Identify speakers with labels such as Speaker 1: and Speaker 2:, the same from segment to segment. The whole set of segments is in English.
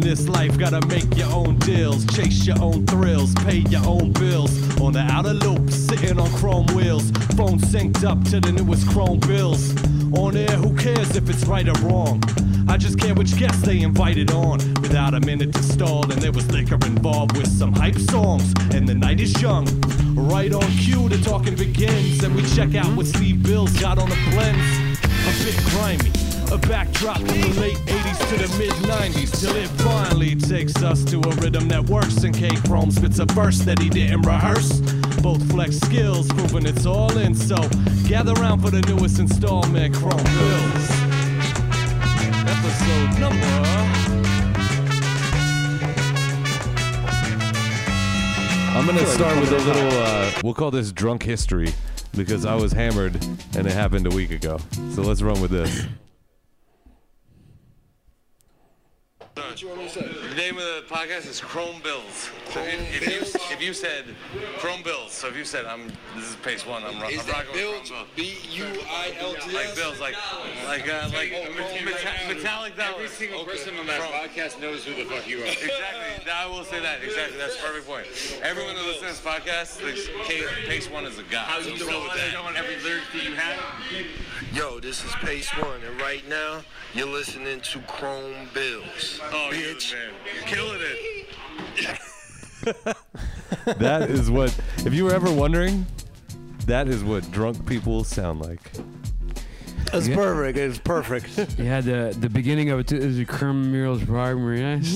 Speaker 1: this life, gotta make your own deals, chase your own thrills, pay your own bills. On the outer loop, sitting on chrome wheels, phone synced up to the newest chrome bills. On air, who cares if it's right or wrong? I just care which guest they invited on. Without a minute to stall, and there was liquor involved with some hype songs, and the night is young. Right on cue, the talking begins, and we check out what Steve Bills got on the blends. A bit grimy, a backdrop from the late 80s to the mid 90s, till it finally takes us to a rhythm that works, and K Chrome spits a verse that he didn't rehearse. Both flex skills, proving it's all in, so gather round for the newest installment, Chrome Bills episode number.
Speaker 2: I'm gonna start with a little. Uh, we'll call this drunk history because I was hammered and it happened a week ago. So let's run with this.
Speaker 3: The name of the podcast is Chrome Bills. So if, if you if you said Chrome Bills, so if you said I'm this is pace one, I'm, ro- I'm
Speaker 4: Is that
Speaker 3: rocking with
Speaker 4: Bills?
Speaker 3: Chrome Bills.
Speaker 4: B U I L T S?
Speaker 3: Like Bills, like like uh, like meta- metallic dollars.
Speaker 4: Every single
Speaker 3: Okay.
Speaker 4: person on that
Speaker 3: Chrome.
Speaker 4: podcast knows who the fuck you are.
Speaker 3: Exactly. Now I will say that. Exactly. That's a perfect point. Everyone that listens to this podcast, thinks K- Pace One is a god. How
Speaker 4: you know that?
Speaker 3: every lyric that you have?
Speaker 5: Yo, this is Pace One, and right now you're listening to Chrome Bills.
Speaker 3: Oh, bitch, man, killing it.
Speaker 2: That is what. If you were ever wondering, that is what drunk people sound like.
Speaker 6: It's perfect. It's perfect.
Speaker 7: Yeah, the the beginning of it too, is Kerm Murals Primary. It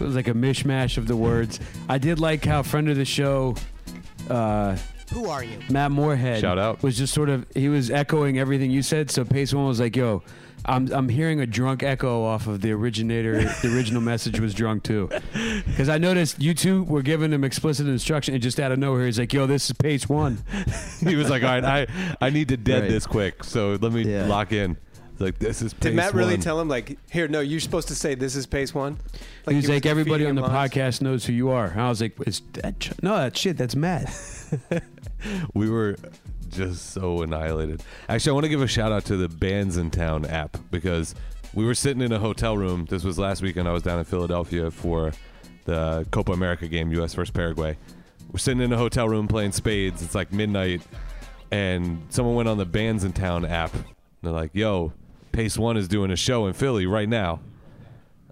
Speaker 7: was like a mishmash of the words. I did like how friend of the show, uh,
Speaker 8: Who are you?
Speaker 7: Matt Moorhead,
Speaker 2: Shout out.
Speaker 7: was just sort of he was echoing everything you said. So Pace One was like, "Yo, I'm I'm hearing a drunk echo off of the originator. the original message was drunk too." Because I noticed you two were giving him explicit instruction, and just out of nowhere, he's like, "Yo, this is Pace One."
Speaker 2: He was like, "All right, I I need to dead
Speaker 6: Right.
Speaker 2: this quick, so let me
Speaker 6: Yeah.
Speaker 2: lock in." It's like this is.
Speaker 9: Did
Speaker 2: pace
Speaker 9: Matt really
Speaker 2: one.
Speaker 9: tell him like, here, no, you're supposed to say this is pace one?
Speaker 7: he was
Speaker 9: he was
Speaker 7: like, "Everybody
Speaker 9: feeding
Speaker 7: on the
Speaker 9: him lines?
Speaker 7: podcast knows who you are." And I was like, "Is that ch- no that shit? That's Matt."
Speaker 2: We were just so annihilated. Actually, I want to give a shout out to the Bands in Town app because we were sitting in a hotel room. This was last weekend. I was down in Philadelphia for the Copa America game, U.S. versus Paraguay. We're sitting in a hotel room playing spades. It's like midnight, and someone went on the Bands in Town app. And they're like, "Yo, Pace One is doing a show in Philly right now."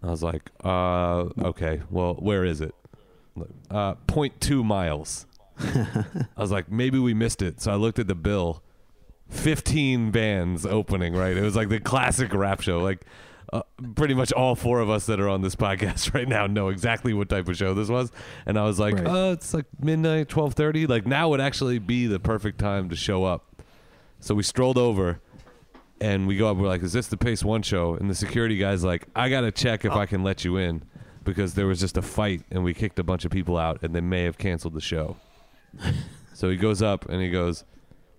Speaker 2: I was like, "Uh, okay. Well, where is it?" Uh, 0.2 miles. I was like, maybe we missed it. So I looked at the bill. 15 bands opening, right? It was like the classic rap show. Like, uh, pretty much all four of us that are on this podcast right now know exactly what type of show this was. And I was like,
Speaker 7: Right.
Speaker 2: oh, it's like midnight, 1230. Like, now would actually be the perfect time to show up. So we strolled over and we go up. We're like, is this the Pace One show? And the security guy's like, I got to check if I can let you in because there was just a fight and we kicked a bunch of people out and they may have canceled the show. so he goes up and he goes,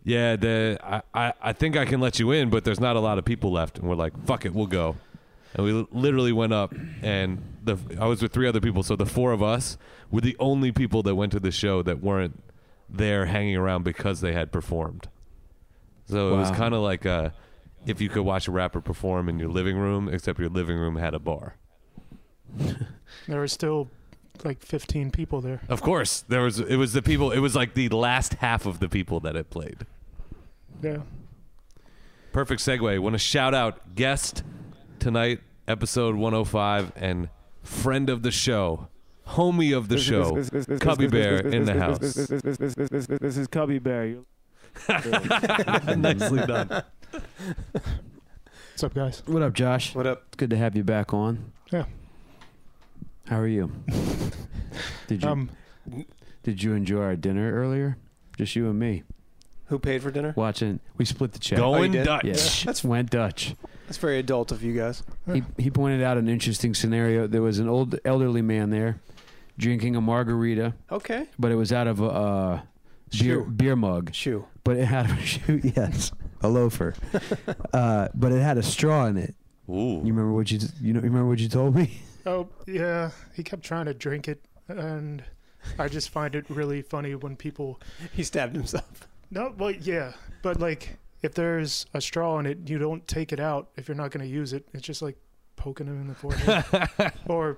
Speaker 2: yeah, the, I, I, I think I can let you in, but there's not a lot of people left. And we're like, fuck it, we'll go. And we li- literally went up, and the I was with three other people, so the four of us were the only people that went to the show that weren't there hanging around because they had performed. So it was
Speaker 7: Wow.
Speaker 2: kind of like uh, if you could watch a rapper perform in your living room, except your living room had a bar.
Speaker 10: There were still like 15 people there.
Speaker 2: Of course, there was it was the people. It was like the last half of the people that it played.
Speaker 10: Yeah.
Speaker 2: Perfect segue. Want to shout out guest tonight, episode 105, and friend of the show, homie of the show, Cubby Bear in the house.
Speaker 10: This is Cubby Bear.
Speaker 2: Nicely done.
Speaker 10: What's up, guys?
Speaker 7: What up, Josh?
Speaker 9: What up?
Speaker 7: It's good to have you back on.
Speaker 10: Yeah.
Speaker 7: How are you? did you
Speaker 10: Um,
Speaker 7: Did you enjoy our dinner earlier? Just you and me
Speaker 9: Who paid for dinner?
Speaker 7: watching. We split the check.
Speaker 2: Going
Speaker 9: did?
Speaker 2: Dutch.
Speaker 7: yeah, that's went Dutch.
Speaker 9: That's very adult of you guys.
Speaker 7: He he pointed out an interesting scenario. There was an old elderly man there, drinking a margarita,
Speaker 9: Okay.
Speaker 7: but it was out of a uh, beer
Speaker 9: Shoe.
Speaker 7: beer mug.
Speaker 9: Shoe.
Speaker 7: But it had a shoe. Yes, a loafer. uh, but it had a straw in it. You
Speaker 2: Ooh.
Speaker 7: remember what you you know? you Remember what you told me?
Speaker 10: oh, yeah. He kept trying to drink it, and I just find it really funny when people.
Speaker 9: He stabbed himself.
Speaker 10: No, well, yeah. But like, if there's a straw in it, you don't take it out if you're not going to use it. It's just like poking him in the forehead. or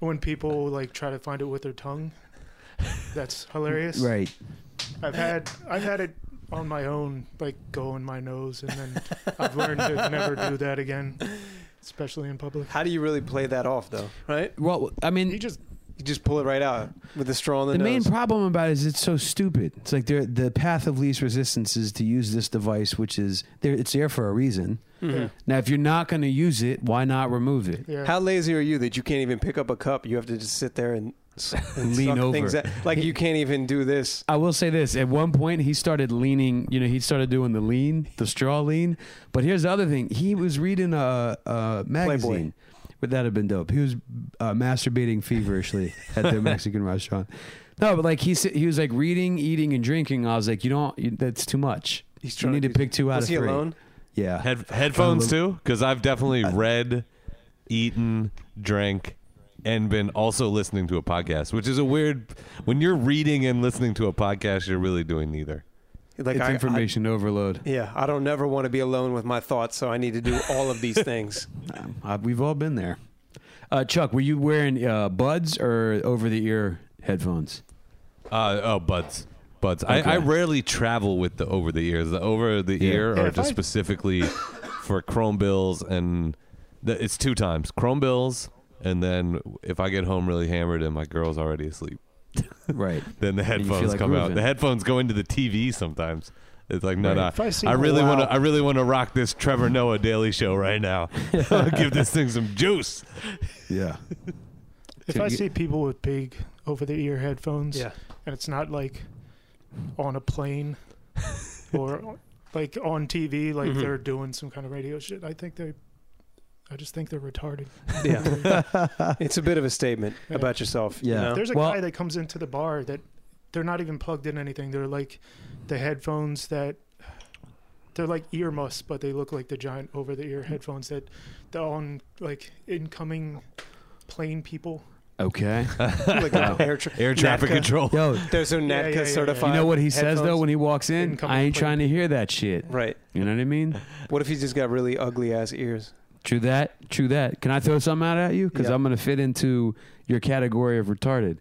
Speaker 10: when people like try to find it with their tongue. That's hilarious.
Speaker 7: Right.
Speaker 10: I've had I've had it on my own, like go in my nose, and then I've learned to never do that again, especially in public.
Speaker 9: How do you really play that off though? Right?
Speaker 7: Well, I mean,
Speaker 10: You just
Speaker 9: You just pull it right out with the straw on the,
Speaker 7: the main
Speaker 9: nose.
Speaker 7: problem about it is it's so stupid. It's like they're- the path of least resistance is to use this device, which is there. It's there for a reason.
Speaker 10: Mhm.
Speaker 7: Now, if you're not going to use it, why not remove it?
Speaker 10: yeah.
Speaker 9: How lazy are you that you can't even pick up a cup? You have to just sit there and, s- and
Speaker 7: Lean
Speaker 9: suck
Speaker 7: over.
Speaker 9: Things out. Like you can't even do this.
Speaker 7: I will say this: at one point, he started leaning. You know, he started doing the lean, the straw lean. But here's the other thing: he was reading a, a magazine. Would that have been dope? He was uh, masturbating feverishly at the Mexican restaurant. No, but like he said, he was like reading, eating, and drinking. I was like, you don't. You, that's too much.
Speaker 9: He's
Speaker 7: you
Speaker 9: trying
Speaker 7: need
Speaker 9: to
Speaker 7: to
Speaker 9: be-
Speaker 7: pick two out
Speaker 9: Was
Speaker 7: of
Speaker 9: he
Speaker 7: three.
Speaker 9: alone?
Speaker 7: Yeah.
Speaker 2: Head, headphones too, because I've definitely read, eaten, drank, and been also listening to a podcast, which is a weird. When you're reading and listening to a podcast, you're really doing neither.
Speaker 9: Like
Speaker 7: it's
Speaker 9: I, I,
Speaker 7: information overload.
Speaker 9: yeah, I don't never want to be alone with my thoughts, so I need to do all of these things.
Speaker 7: Uh, we've all been there. Uh, Chuck, were you wearing uh, buds or over the ear headphones?
Speaker 2: Uh, oh, buds. Buds.
Speaker 7: Okay.
Speaker 2: I, I rarely travel with the over the ears. The over the ear
Speaker 10: Yeah,
Speaker 2: are
Speaker 10: if
Speaker 2: just
Speaker 10: I-
Speaker 2: specifically for Chrome bills and the, it's two times Chrome bills, and then if I get home really hammered and my girl's already asleep,
Speaker 7: right.
Speaker 2: then the
Speaker 7: you feel
Speaker 2: headphones
Speaker 7: like
Speaker 2: come out.
Speaker 7: grooving.
Speaker 2: The headphones go into the TV sometimes. It's like no,
Speaker 10: If I see-
Speaker 7: Oh,
Speaker 2: no. I really
Speaker 10: Wow.
Speaker 2: want to. I really want to rock this Trevor Noah Daily Show right now. Give this thing some juice.
Speaker 7: Yeah.
Speaker 10: If
Speaker 7: So
Speaker 10: I
Speaker 7: you-
Speaker 10: see people with big over-the-ear headphones, and it's not like on a plane or like on TV, like
Speaker 2: Mm-hmm.
Speaker 10: they're doing some kind of radio shit, I think they, I just think they're retarded.
Speaker 9: Yeah, it's a bit of a statement about yourself. you
Speaker 7: Yeah.
Speaker 9: know?
Speaker 10: There's a
Speaker 7: Well-
Speaker 10: guy that comes into the bar that they're not even plugged in anything. They're like the headphones that they're like ear muffs, but they look like the giant over-the-ear headphones that they're on like incoming plane people.
Speaker 7: Okay.
Speaker 9: Like a air, tra-
Speaker 2: Air traffic
Speaker 9: NATCA.
Speaker 2: control.
Speaker 7: Yo,
Speaker 9: There's a NATCA
Speaker 10: yeah, yeah, yeah.
Speaker 9: certified.
Speaker 7: You know what he says though
Speaker 9: headphones.
Speaker 7: when he walks in?
Speaker 10: Incoming
Speaker 7: I ain't
Speaker 10: plane.
Speaker 7: trying to hear that shit.
Speaker 9: Right.
Speaker 7: You know what I mean?
Speaker 9: What if he's just got really ugly ass ears?
Speaker 7: True that. True that. Can I throw something out at you? Because
Speaker 9: Yeah.
Speaker 7: I'm gonna fit into your category of retarded.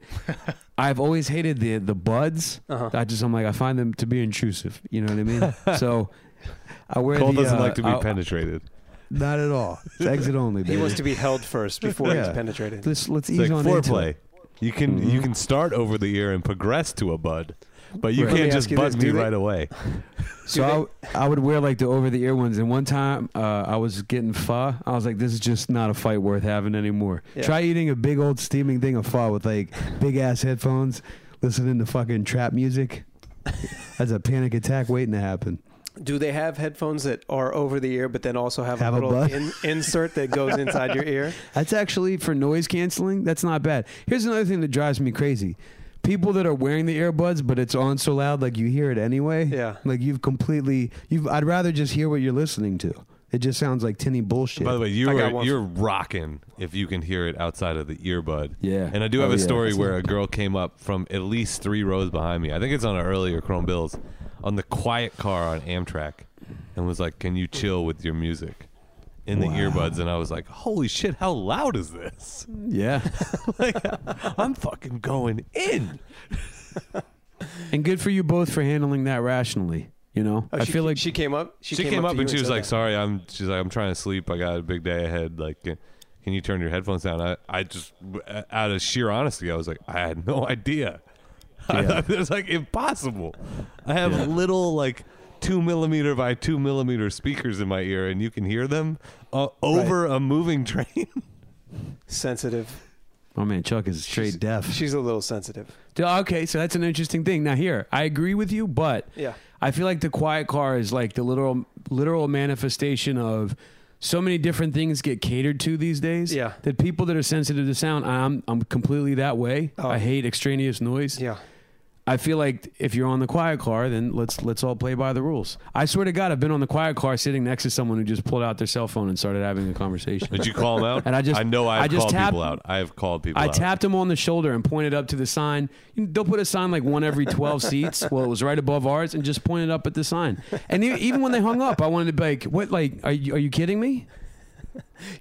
Speaker 7: I've always hated the the buds.
Speaker 9: Uh-huh.
Speaker 7: I just I'm like I find them to be intrusive. You know what I mean? so I wear
Speaker 2: Cole
Speaker 7: the,
Speaker 2: doesn't
Speaker 7: uh,
Speaker 2: like to be
Speaker 7: I-
Speaker 2: penetrated.
Speaker 7: Not at all. It's exit only.
Speaker 9: He
Speaker 7: Baby.
Speaker 9: wants to be held first before
Speaker 7: Yeah.
Speaker 9: he's penetrated.
Speaker 7: Let's let's
Speaker 2: It's
Speaker 7: ease
Speaker 2: like
Speaker 7: on into
Speaker 2: foreplay.
Speaker 7: it.
Speaker 2: You can you can start over the ear and progress to a bud, but you
Speaker 7: Right. Let
Speaker 2: can't
Speaker 9: me
Speaker 2: just
Speaker 9: ask you
Speaker 2: bud
Speaker 9: this,
Speaker 2: me
Speaker 9: do they-
Speaker 2: right away.
Speaker 7: So I, w- I would wear like the over the ear ones. And one time uh, I was getting pho. I was like, this is just not a fight worth having anymore.
Speaker 9: Yeah.
Speaker 7: Try eating a big old steaming thing of pho with like big ass headphones, listening to fucking trap music. That's a panic attack waiting to happen.
Speaker 9: Do they have headphones that are over the ear, but then also have,
Speaker 7: Have a
Speaker 9: a little
Speaker 7: bud?
Speaker 9: in, insert that goes inside your ear?
Speaker 7: That's actually for noise canceling. That's not bad. Here's another thing that drives me crazy. People that are wearing the earbuds, but it's on so loud, like you hear it anyway.
Speaker 9: Yeah.
Speaker 7: Like you've completely, you've, I'd rather just hear what you're listening to. It just sounds like tinny bullshit.
Speaker 2: By the way, you
Speaker 9: I got
Speaker 2: are
Speaker 9: one.
Speaker 2: you're rocking if you can hear it outside of the earbud.
Speaker 7: Yeah.
Speaker 2: And I do
Speaker 7: Oh,
Speaker 2: have a
Speaker 7: yeah.
Speaker 2: story
Speaker 7: That's
Speaker 2: where a girl came up from at least three rows behind me. I think it's on an earlier Chrome Bills on the quiet car on Amtrak, and was like, "Can you chill with your music?" In the
Speaker 7: Wow.
Speaker 2: earbuds, and I was like, "Holy shit! How loud is this?
Speaker 7: yeah.
Speaker 2: like, I'm fucking going in."
Speaker 7: And good for you both for handling that rationally. You know,
Speaker 9: Oh,
Speaker 7: I
Speaker 9: she,
Speaker 7: feel like
Speaker 9: she came up.
Speaker 2: She, came, up,
Speaker 9: to you
Speaker 2: and she was
Speaker 9: said
Speaker 2: like,
Speaker 9: that.
Speaker 2: "Sorry, I'm." She's like, "I'm trying to sleep. I got a big day ahead. Like, can, can you turn your headphones down?" I, I just, uh, out of sheer honesty, I was like, "I had no idea."
Speaker 7: Yeah.
Speaker 2: it was like impossible. I have little like two millimeter by two millimeter speakers in my ear, and you can hear them uh, over a moving train.
Speaker 9: sensitive.
Speaker 7: oh man, Chuck is straight deaf.
Speaker 9: She's a little sensitive.
Speaker 7: D- okay, so that's an interesting thing. Now here, I agree with you, but
Speaker 9: Yeah.
Speaker 7: I feel like the quiet car is like the literal literal manifestation of so many different things get catered to these days.
Speaker 9: Yeah.
Speaker 7: that people that are sensitive to sound, I'm I'm completely that way.
Speaker 9: Oh.
Speaker 7: I hate extraneous noise.
Speaker 9: Yeah.
Speaker 7: I feel like if you're on the quiet car, then let's let's all play by the rules. I swear to God, I've been on the quiet car sitting next to someone who just pulled out their cell phone and started having a conversation.
Speaker 2: Did you call them out?
Speaker 7: And I just-
Speaker 2: I know I've
Speaker 7: I just
Speaker 2: called
Speaker 7: tapped-
Speaker 2: people out. I have called people.
Speaker 7: I
Speaker 2: out.
Speaker 7: tapped him on the shoulder and pointed up to the sign. You know, they'll put a sign like one every 12 seats. Well, it was right above ours and just pointed up at the sign. And e- even when they hung up, I wanted to be like, what, like, are you, are you kidding me?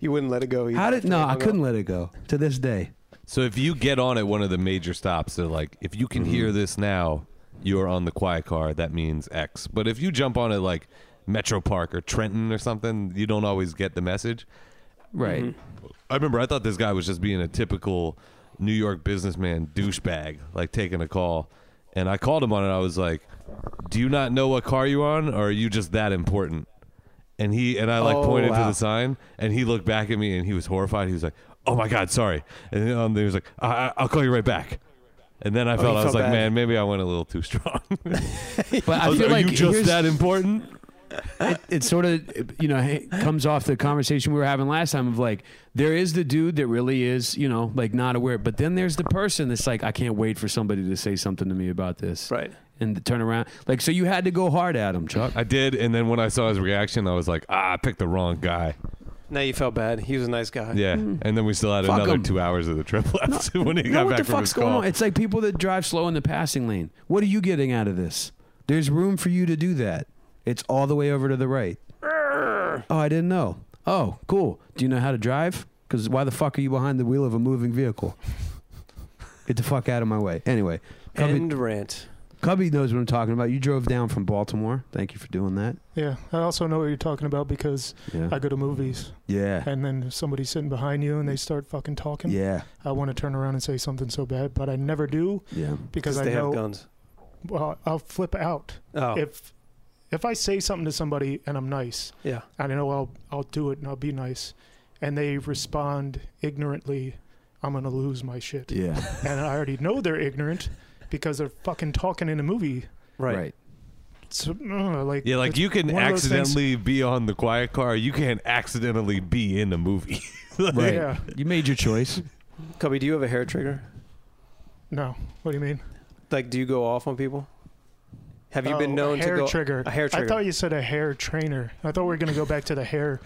Speaker 9: You wouldn't let it go. Either
Speaker 7: How did,
Speaker 9: after
Speaker 7: no,
Speaker 9: you
Speaker 7: I
Speaker 9: hung
Speaker 7: couldn't
Speaker 9: up.
Speaker 7: let it go to this day.
Speaker 2: So if you get on at one of the major stops, they're like, if you can hear this now, you're on the quiet car. That means X. But if you jump on at like Metro Park or Trenton or something, you don't always get the message.
Speaker 7: Right.
Speaker 2: I remember I thought this guy was just being a typical New York businessman douchebag, like taking a call. And I called him on it. I was like, "Do you not know what car you're on, or are you just that important?" And he and I like
Speaker 9: Oh,
Speaker 2: pointed to
Speaker 9: wow.
Speaker 2: the sign, and he looked back at me, and he was horrified. He was like, "Oh my god, sorry!" And then um, he was like, I- I- "I'll call you right back." And then I felt
Speaker 9: Oh, you
Speaker 2: I was
Speaker 9: felt
Speaker 2: like,
Speaker 9: bad.
Speaker 2: "Man, maybe I went a little too strong."
Speaker 7: But I
Speaker 2: was,
Speaker 7: feel
Speaker 2: are
Speaker 7: like
Speaker 2: you just
Speaker 7: here's-
Speaker 2: that important?
Speaker 7: it sort of you know ha- comes off the conversation we were having last time of like there is the dude that really is you know like not aware but then there's the person that's like i can't wait for somebody to say something to me about this
Speaker 9: Right.
Speaker 7: and to turn around like so you had to go hard at him chuck
Speaker 2: I did, and then when I saw his reaction, I was like, "Ah, I picked the wrong guy."
Speaker 9: Now you felt bad. He was a nice guy.
Speaker 2: Yeah, and then we still had
Speaker 7: Fuck
Speaker 2: another
Speaker 7: 'em.
Speaker 2: two hours of the trip left when he
Speaker 7: No,
Speaker 2: got
Speaker 7: what
Speaker 2: back
Speaker 7: the
Speaker 2: from
Speaker 7: fuck's
Speaker 2: his
Speaker 7: going
Speaker 2: call.
Speaker 7: on it's like people that drive slow in the passing lane what are you getting out of this there's room for you to do that it's all the way over to the right oh i didn't know oh cool do you know how to drive because why the fuck are you behind the wheel of a moving vehicle get the fuck out of my way anyway cubby,
Speaker 9: End rant.
Speaker 7: cubby knows what i'm talking about you drove down from baltimore thank you for doing that
Speaker 10: Yeah, I also know what you're talking about because
Speaker 7: yeah
Speaker 10: I go to movies
Speaker 7: yeah
Speaker 10: and then somebody's sitting behind you and they start fucking talking.
Speaker 7: yeah
Speaker 10: I want to turn around and say something so bad, but I never do
Speaker 7: yeah
Speaker 9: Because
Speaker 10: because I
Speaker 9: they have
Speaker 10: know
Speaker 9: guns.
Speaker 10: well, I'll flip out
Speaker 9: Oh,
Speaker 10: if if I say something to somebody and I'm nice.
Speaker 9: yeah.
Speaker 10: I know I'll I'll do it and I'll be nice, and they respond ignorantly. I'm gonna lose my shit,
Speaker 7: yeah
Speaker 10: and I already know they're ignorant because they're fucking talking in a movie.
Speaker 9: Right.
Speaker 10: So, uh, like
Speaker 2: Yeah, like
Speaker 10: it's
Speaker 2: you can
Speaker 10: one of those things-
Speaker 2: accidentally be on the quiet car. You can't accidentally be in a movie. Like,
Speaker 7: right
Speaker 10: Yeah.
Speaker 7: you made your choice
Speaker 9: Cubby, do you have a hair trigger?
Speaker 10: No, what do you mean?
Speaker 9: Like, do you go off on people? Have you been
Speaker 10: Oh, a
Speaker 9: known
Speaker 10: hair
Speaker 9: to go
Speaker 10: trigger?
Speaker 9: a hair trigger?
Speaker 10: I thought you said a hair trainer. I thought we were gonna go back to the hair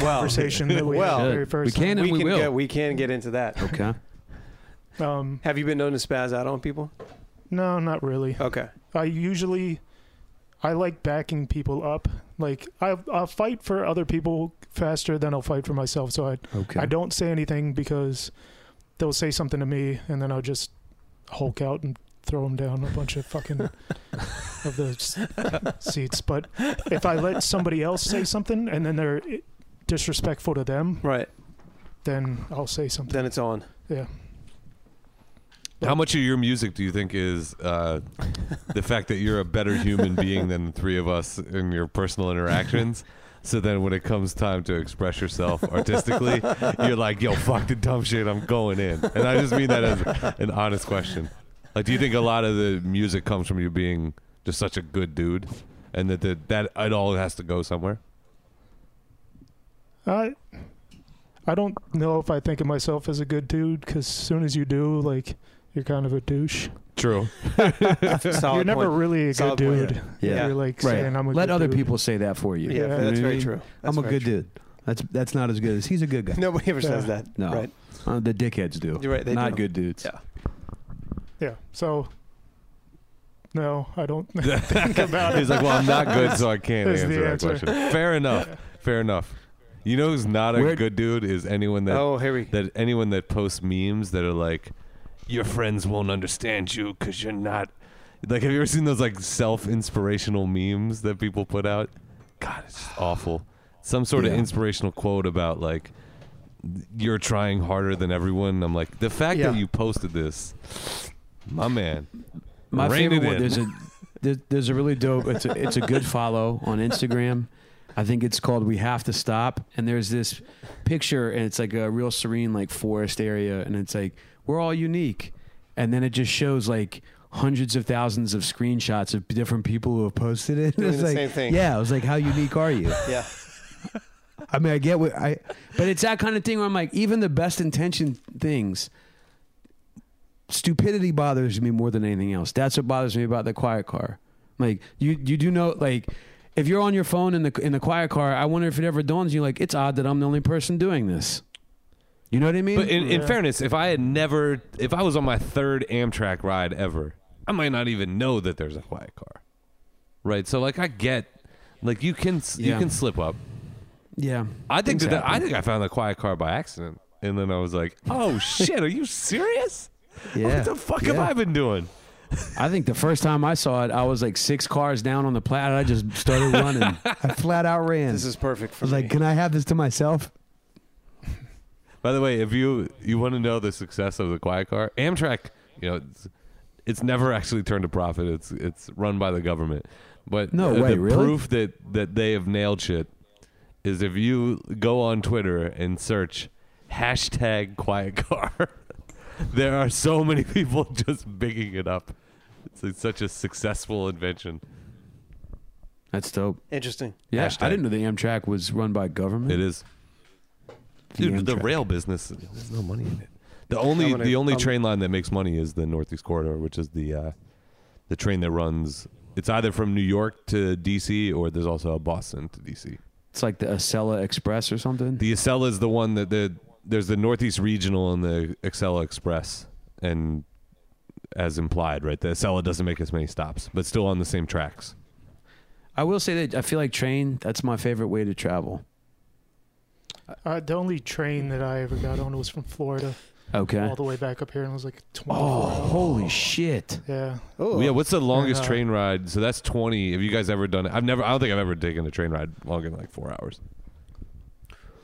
Speaker 10: conversation that we
Speaker 9: Oh. Well,
Speaker 10: had
Speaker 7: Good.
Speaker 10: very
Speaker 7: we
Speaker 10: first.
Speaker 7: can and
Speaker 9: we
Speaker 7: we,
Speaker 9: can
Speaker 7: will
Speaker 9: get we can get into that.
Speaker 7: okay
Speaker 10: Um,
Speaker 9: Have you been known to spaz out on people?
Speaker 10: no, not really.
Speaker 9: Okay.
Speaker 10: I usually I like backing people up. Like I I'll fight for other people faster than I'll fight for myself. So I
Speaker 7: okay
Speaker 10: I don't say anything because they'll say something to me and then I'll just hulk out and throw them down a bunch of fucking of the s- seats. But if I let somebody else say something and then they're i- disrespectful to them,
Speaker 9: Right.
Speaker 10: then I'll say something.
Speaker 9: Then it's on.
Speaker 2: How much of your music do you think is uh, the fact that you're a better human being than the three of us in your personal interactions? So then, when it comes time to express yourself artistically, you're like, "Yo, fuck the dumb shit, I'm going in," and I just mean that as an honest question. Like, do you think a lot of the music comes from you being just such a good dude, and that that, that it all has to go somewhere?
Speaker 10: I I don't know if I think of myself as a good dude because soon as you do, like you're kind of a douche.
Speaker 2: True.
Speaker 9: Solid
Speaker 10: you're never
Speaker 9: point.
Speaker 10: really a
Speaker 9: Oh, Solid
Speaker 10: good
Speaker 9: point.
Speaker 10: dude.
Speaker 7: Yeah.
Speaker 10: You're like
Speaker 7: right
Speaker 10: saying I'm a
Speaker 7: let
Speaker 10: good
Speaker 7: other
Speaker 10: dude.
Speaker 7: people say that for you
Speaker 9: Yeah,
Speaker 10: Yeah.
Speaker 9: that's
Speaker 7: You know what I
Speaker 9: very
Speaker 7: mean?
Speaker 9: true. That's
Speaker 7: Mm-hmm. I'm a
Speaker 9: very
Speaker 7: good
Speaker 9: true.
Speaker 7: dude. That's that's not as good as he's a good guy.
Speaker 9: Nobody ever says
Speaker 10: Yeah.
Speaker 9: that.
Speaker 7: No.
Speaker 9: Right.
Speaker 7: Uh, the dickheads do.
Speaker 9: You're right, they
Speaker 7: not
Speaker 9: do.
Speaker 7: good dudes.
Speaker 9: Yeah.
Speaker 10: Yeah. So no, I don't.
Speaker 2: He's like, well, I'm not good, so I can't
Speaker 10: Is
Speaker 2: answer
Speaker 10: the
Speaker 2: that
Speaker 10: answer.
Speaker 2: question. Fair enough. Fair enough. You know who's not a
Speaker 7: Where-
Speaker 2: good dude is anyone that
Speaker 9: Oh, here we go.
Speaker 2: that anyone that posts memes that are like, your friends won't understand you because you're not. Like, have you ever seen those like self-inspirational memes that people put out? God, it's just awful. Some sort
Speaker 7: Yeah.
Speaker 2: of inspirational quote about like, you're trying harder than everyone. I'm like, the fact that
Speaker 9: Yeah.
Speaker 2: you posted this, my man.
Speaker 7: My
Speaker 2: Rein it
Speaker 7: favorite one.
Speaker 2: in.
Speaker 7: There's a there, there's a really dope. It's a, it's a good follow on Instagram. I think it's called "We Have to Stop." And there's this picture, and it's like a real serene, like forest area, and it's like we're all unique. And then it just shows like hundreds of thousands of screenshots of different people who have posted it.
Speaker 9: Doing
Speaker 7: It's
Speaker 9: the
Speaker 7: like,
Speaker 9: same thing.
Speaker 7: Yeah, I was like, how unique are you?
Speaker 9: Yeah.
Speaker 7: I mean, I get what I, but it's that kind of thing where I'm like, even the best intention things, stupidity bothers me more than anything else. That's what bothers me about the quiet car. Like you, you do know, like if you're on your phone in the in the quiet car, I wonder if it ever dawns on you, like it's odd that I'm the only person doing this. You know what I mean?
Speaker 2: But in, in
Speaker 10: Yeah.
Speaker 2: fairness, if I had never, if I was on my third Amtrak ride ever, I might not even know that there's a quiet car, right? So like, I get, like you can s you
Speaker 7: Yeah.
Speaker 2: can slip up.
Speaker 7: yeah,
Speaker 2: I think
Speaker 7: Things
Speaker 2: that, that- I
Speaker 7: happen.
Speaker 2: think I found the quiet car by accident. and then I was like, "Oh shit, are you serious?
Speaker 7: Yeah.
Speaker 2: What the fuck have
Speaker 7: Yeah.
Speaker 2: I been doing?"
Speaker 7: I think the first time I saw it, I was like six cars down on the plat. I just started running. I flat out ran.
Speaker 9: This is perfect
Speaker 7: I
Speaker 9: for
Speaker 7: was
Speaker 9: me.
Speaker 7: like, can I have this to myself?
Speaker 2: By the way, if you you want to know the success of the quiet car, Amtrak, you know, it's, it's never actually turned a profit. It's it's run by the government. But
Speaker 7: No
Speaker 2: uh,
Speaker 7: way,
Speaker 2: the
Speaker 7: really?
Speaker 2: proof that that they have nailed shit is if you go on Twitter and search hashtag quiet car, there are so many people just bigging it up. It's like such a successful invention.
Speaker 7: That's dope.
Speaker 9: Interesting.
Speaker 7: Yeah,
Speaker 2: Hashtag.
Speaker 7: I didn't know the Amtrak was run by government.
Speaker 2: It is.
Speaker 7: The
Speaker 2: Dude, the
Speaker 7: Amtrak.
Speaker 2: rail business, there's no money in it. The only
Speaker 9: gonna-
Speaker 2: the only
Speaker 9: I'm-
Speaker 2: train line that makes money is the Northeast Corridor, which is the uh, the train that runs. It's either from New York to DC or there's also a Boston to DC.
Speaker 7: It's like the Acela Express or something.
Speaker 2: The Acela is the one that the there's the Northeast Regional and the Acela Express, and as implied, right, the Acela doesn't make as many stops, but still on the same tracks.
Speaker 7: I will say that I feel like train. That's my favorite way to travel.
Speaker 10: Uh, the only train that I ever got on was from Florida
Speaker 7: Okay.
Speaker 10: all the way back up here, and it was like 20.
Speaker 7: Oh, holy shit!
Speaker 10: Yeah.
Speaker 9: Oh,
Speaker 2: Yeah, what's the longest
Speaker 10: uh,
Speaker 2: train ride? So that's twenty. Have you guys ever done it? I've never. I don't think I've ever taken a train ride longer than like four hours.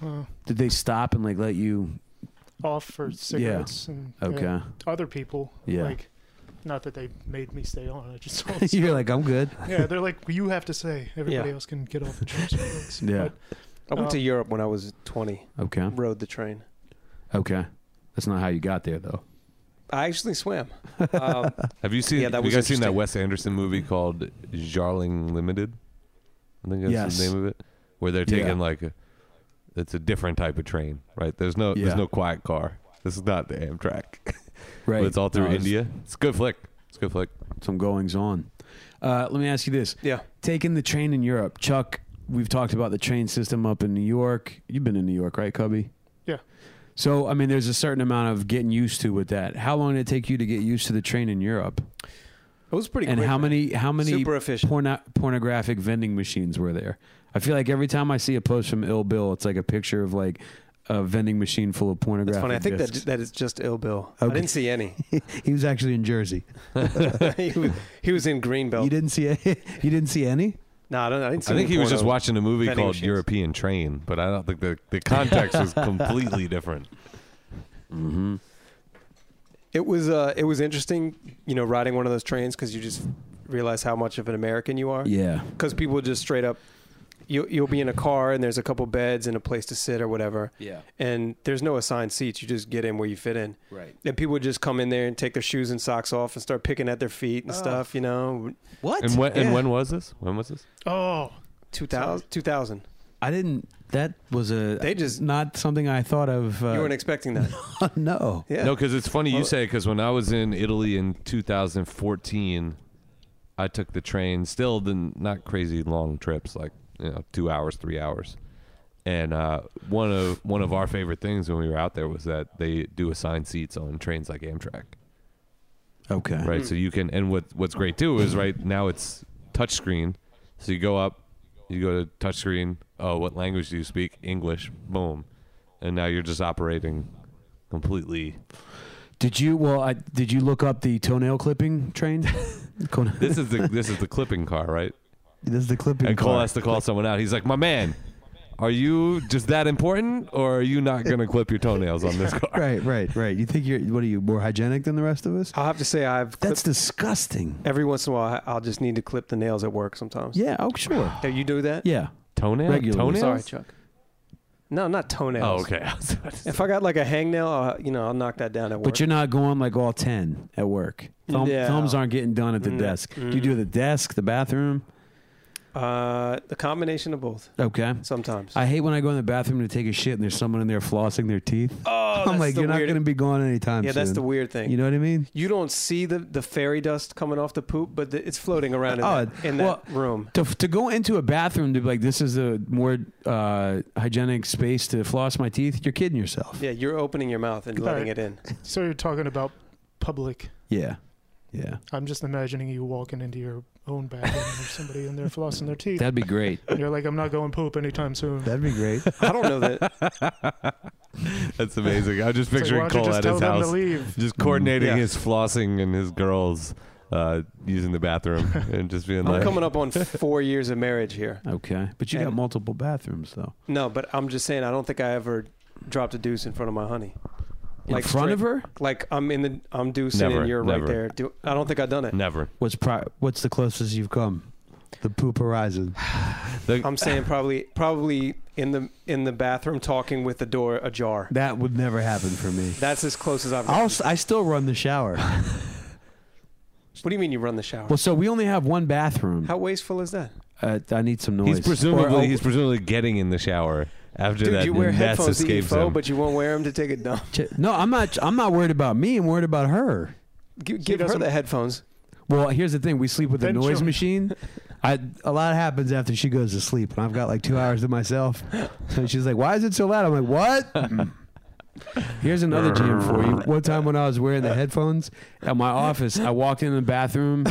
Speaker 10: Uh,
Speaker 7: Did they stop and like let you?
Speaker 10: off for cigarettes and yeah,
Speaker 7: Okay.
Speaker 10: other people.
Speaker 7: Yeah.
Speaker 10: Like, not that they made me stay on. I just
Speaker 7: You're like, I'm good.
Speaker 10: yeah, they're like you have to say. Everybody
Speaker 9: Yeah.
Speaker 10: else can get off the train.
Speaker 7: Yeah.
Speaker 9: I went to Europe when I was 20.
Speaker 7: Okay.
Speaker 9: Rode the train.
Speaker 7: Okay. That's not how you got there though.
Speaker 9: I actually swam. Um,
Speaker 2: Have you seen?
Speaker 9: Yeah, that
Speaker 2: have you guys
Speaker 9: was
Speaker 2: seen that
Speaker 9: interesting.
Speaker 2: Wes Anderson movie called Jarling Limited? I think that's
Speaker 7: Yes.
Speaker 2: the name of it. Where they're
Speaker 7: Yeah.
Speaker 2: taking like, a, it's a different type of train, right? There's no,
Speaker 7: Yeah.
Speaker 2: there's no quiet car. This is not the Amtrak.
Speaker 7: Right.
Speaker 2: but it's all through
Speaker 7: No, it's
Speaker 2: India. It's a good flick. It's a good flick.
Speaker 7: Some goings on. Uh, let me ask you this:
Speaker 9: yeah.
Speaker 7: Taking the train in Europe, Chuck. We've talked about the train system up in New York. You've been in New York, right, Cubby?
Speaker 10: Yeah.
Speaker 7: So, I mean, there's a certain amount of getting used to with that. How long did it take you to get used to the train in Europe?
Speaker 9: It was pretty
Speaker 7: and
Speaker 9: quick,
Speaker 7: how
Speaker 9: man.
Speaker 7: many how many
Speaker 9: Super efficient.
Speaker 7: porno- pornographic vending machines were there? I feel like every time I see a post from Ill Bill, it's like a picture of like a vending machine full of pornographic.
Speaker 9: That's funny. I think that,
Speaker 7: discs.
Speaker 9: that is just ill Bill.
Speaker 7: Okay.
Speaker 9: I didn't see any.
Speaker 7: he was actually in Jersey.
Speaker 9: he, was, he was in Greenbelt.
Speaker 7: You didn't see a, you didn't see any.
Speaker 9: No, I, don't, I didn't see
Speaker 2: I think
Speaker 9: any
Speaker 2: he was just
Speaker 9: pornos.
Speaker 2: watching a movie
Speaker 9: vending
Speaker 2: called
Speaker 9: machines.
Speaker 2: European Train, but I don't think the the context was completely different.
Speaker 7: Mm-hmm.
Speaker 9: It was uh, it was interesting, you know, riding one of those trains because you just realize how much of an American you are.
Speaker 7: Yeah.
Speaker 9: Because people just straight up, you you'll be in a car and there's a couple beds and a place to sit or whatever,
Speaker 7: Yeah.
Speaker 9: and there's no assigned seats. You just get in where you fit in.
Speaker 7: Right.
Speaker 9: And people would just come in there and take their shoes and socks off and start picking at their feet and stuff. You know,
Speaker 7: What?
Speaker 2: And when
Speaker 9: Yeah.
Speaker 2: and when was this? When was this?
Speaker 10: Oh,
Speaker 9: 2000, 2000.
Speaker 7: I didn't. That was a.
Speaker 9: They just-
Speaker 7: not something I thought of. Uh,
Speaker 9: You weren't expecting that.
Speaker 7: no.
Speaker 9: Yeah.
Speaker 2: No, because it's funny you
Speaker 9: Well-
Speaker 2: say because when I was in Italy in 2014, I took the train. Still, the not crazy long trips, like you know, two hours, three hours. And uh, one of one of our favorite things when we were out there was that they do assigned seats on trains like Amtrak,
Speaker 7: Okay.
Speaker 2: right?
Speaker 9: Mm-hmm.
Speaker 2: So you can. And what what's great too is right now it's touchscreen. So you go up, you go to touchscreen. Oh, what language do you speak? English. Boom. And now you're just operating completely
Speaker 7: Did you? Well, I, did you look up the toenail clipping train? this
Speaker 2: This is the this is the clipping car, right?
Speaker 7: is the clipping.
Speaker 2: And Cole
Speaker 7: car.
Speaker 2: has to call someone out. He's like, "My man, are you just that important, or are you not gonna clip your toenails on this car?"
Speaker 7: Right, right, right. You think you're what are you more hygienic than the rest of us?
Speaker 9: I'll have to say I've clipped,
Speaker 7: That's disgusting.
Speaker 9: every once in a while I- I'll just need to clip the nails at work sometimes.
Speaker 7: Yeah, oh sure.
Speaker 9: Do you do that?
Speaker 7: Yeah.
Speaker 2: Toenail,
Speaker 7: Regularly.
Speaker 2: toenails.
Speaker 9: Sorry, Chuck. No, not
Speaker 2: Oh,
Speaker 9: toenails.
Speaker 2: okay. I was about to say-
Speaker 9: If I got like a hangnail, I'll, you know, I'll knock that down at work.
Speaker 7: But you're not going like all 10 at work. Thumb,
Speaker 9: Yeah.
Speaker 7: Thumbs aren't getting done at the
Speaker 9: Mm.
Speaker 7: desk. Do you do the desk, the bathroom?
Speaker 9: uh, the combination of both
Speaker 7: Okay.
Speaker 9: sometimes.
Speaker 7: I hate when I go in the bathroom to take a shit and there's someone in there flossing their teeth.
Speaker 9: oh,
Speaker 7: I'm
Speaker 9: that's
Speaker 7: like,
Speaker 9: the
Speaker 7: you're not
Speaker 9: weird-
Speaker 7: going to be gone anytime
Speaker 9: Yeah, that's
Speaker 7: soon."
Speaker 9: the weird thing.
Speaker 7: You know what I mean?
Speaker 9: You don't see the, the fairy dust coming off the poop, but the, it's floating around in,
Speaker 7: Oh,
Speaker 9: that, in that room.
Speaker 7: To, to go into a bathroom to be like, this is a more uh, hygienic space to floss my teeth, you're kidding yourself.
Speaker 9: Yeah, you're opening your mouth and letting
Speaker 10: Alright.
Speaker 9: it in.
Speaker 10: so you're talking about public.
Speaker 7: Yeah. Yeah.
Speaker 10: I'm just imagining you walking into your own bathroom and there's somebody in there flossing their teeth.
Speaker 7: That'd be great.
Speaker 10: and you're like, I'm not going poop anytime soon.
Speaker 7: That'd be great.
Speaker 9: I don't know that.
Speaker 2: That's amazing. I'm just
Speaker 10: like,
Speaker 2: picturing
Speaker 10: why don't you
Speaker 2: Cole
Speaker 10: just
Speaker 2: at
Speaker 10: tell
Speaker 2: his
Speaker 10: them to
Speaker 2: house,
Speaker 10: leave?
Speaker 2: just coordinating
Speaker 9: Mm,
Speaker 1: Yeah.
Speaker 2: his flossing and his girls uh, using the bathroom, and just being
Speaker 9: I'm
Speaker 2: like,
Speaker 9: coming up on four years of marriage here.
Speaker 7: Okay, but you got
Speaker 9: And-
Speaker 7: multiple bathrooms though.
Speaker 9: No, but I'm just saying I don't think I ever dropped a deuce in front of my honey.
Speaker 7: In
Speaker 9: Like
Speaker 7: front of
Speaker 9: straight-
Speaker 7: her?
Speaker 9: Like I'm in the I'm deucing
Speaker 2: Never,
Speaker 9: and you're
Speaker 2: never.
Speaker 9: right there. Do, I don't think I've done it.
Speaker 2: never.
Speaker 7: What's pri- What's the closest you've come? The poop horizon.
Speaker 9: I'm saying probably probably in the in the bathroom talking with the door ajar.
Speaker 7: That would never happen for me.
Speaker 9: That's as close as I've.
Speaker 7: I'll,
Speaker 9: gotten.
Speaker 7: s- I still run the shower.
Speaker 9: What do you mean you run the shower?
Speaker 7: Well, so we only have one bathroom.
Speaker 9: How wasteful is that?
Speaker 7: Uh, I need some noise.
Speaker 2: He's presumably
Speaker 7: Or- oh,
Speaker 2: he's presumably getting in the shower after
Speaker 9: oh. Dude,
Speaker 2: that.
Speaker 9: you wear
Speaker 2: that's
Speaker 9: headphones to
Speaker 2: escapes
Speaker 9: EFO,
Speaker 2: him.
Speaker 9: but you won't wear them to take a dump.
Speaker 7: Ch- No, I'm not. I'm not worried about me. I'm worried about her.
Speaker 9: Give, give her
Speaker 10: doesn't-
Speaker 9: the headphones.
Speaker 7: Well, here's the thing: we sleep with a
Speaker 10: Then
Speaker 7: noise
Speaker 10: she'll-
Speaker 7: machine. I a lot happens after she goes to sleep, and I've got like two hours to myself. So she's like, "Why is it so loud?" I'm like, "What?" Here's another jam for you. One time when I was wearing the headphones at my office, I walked in the bathroom.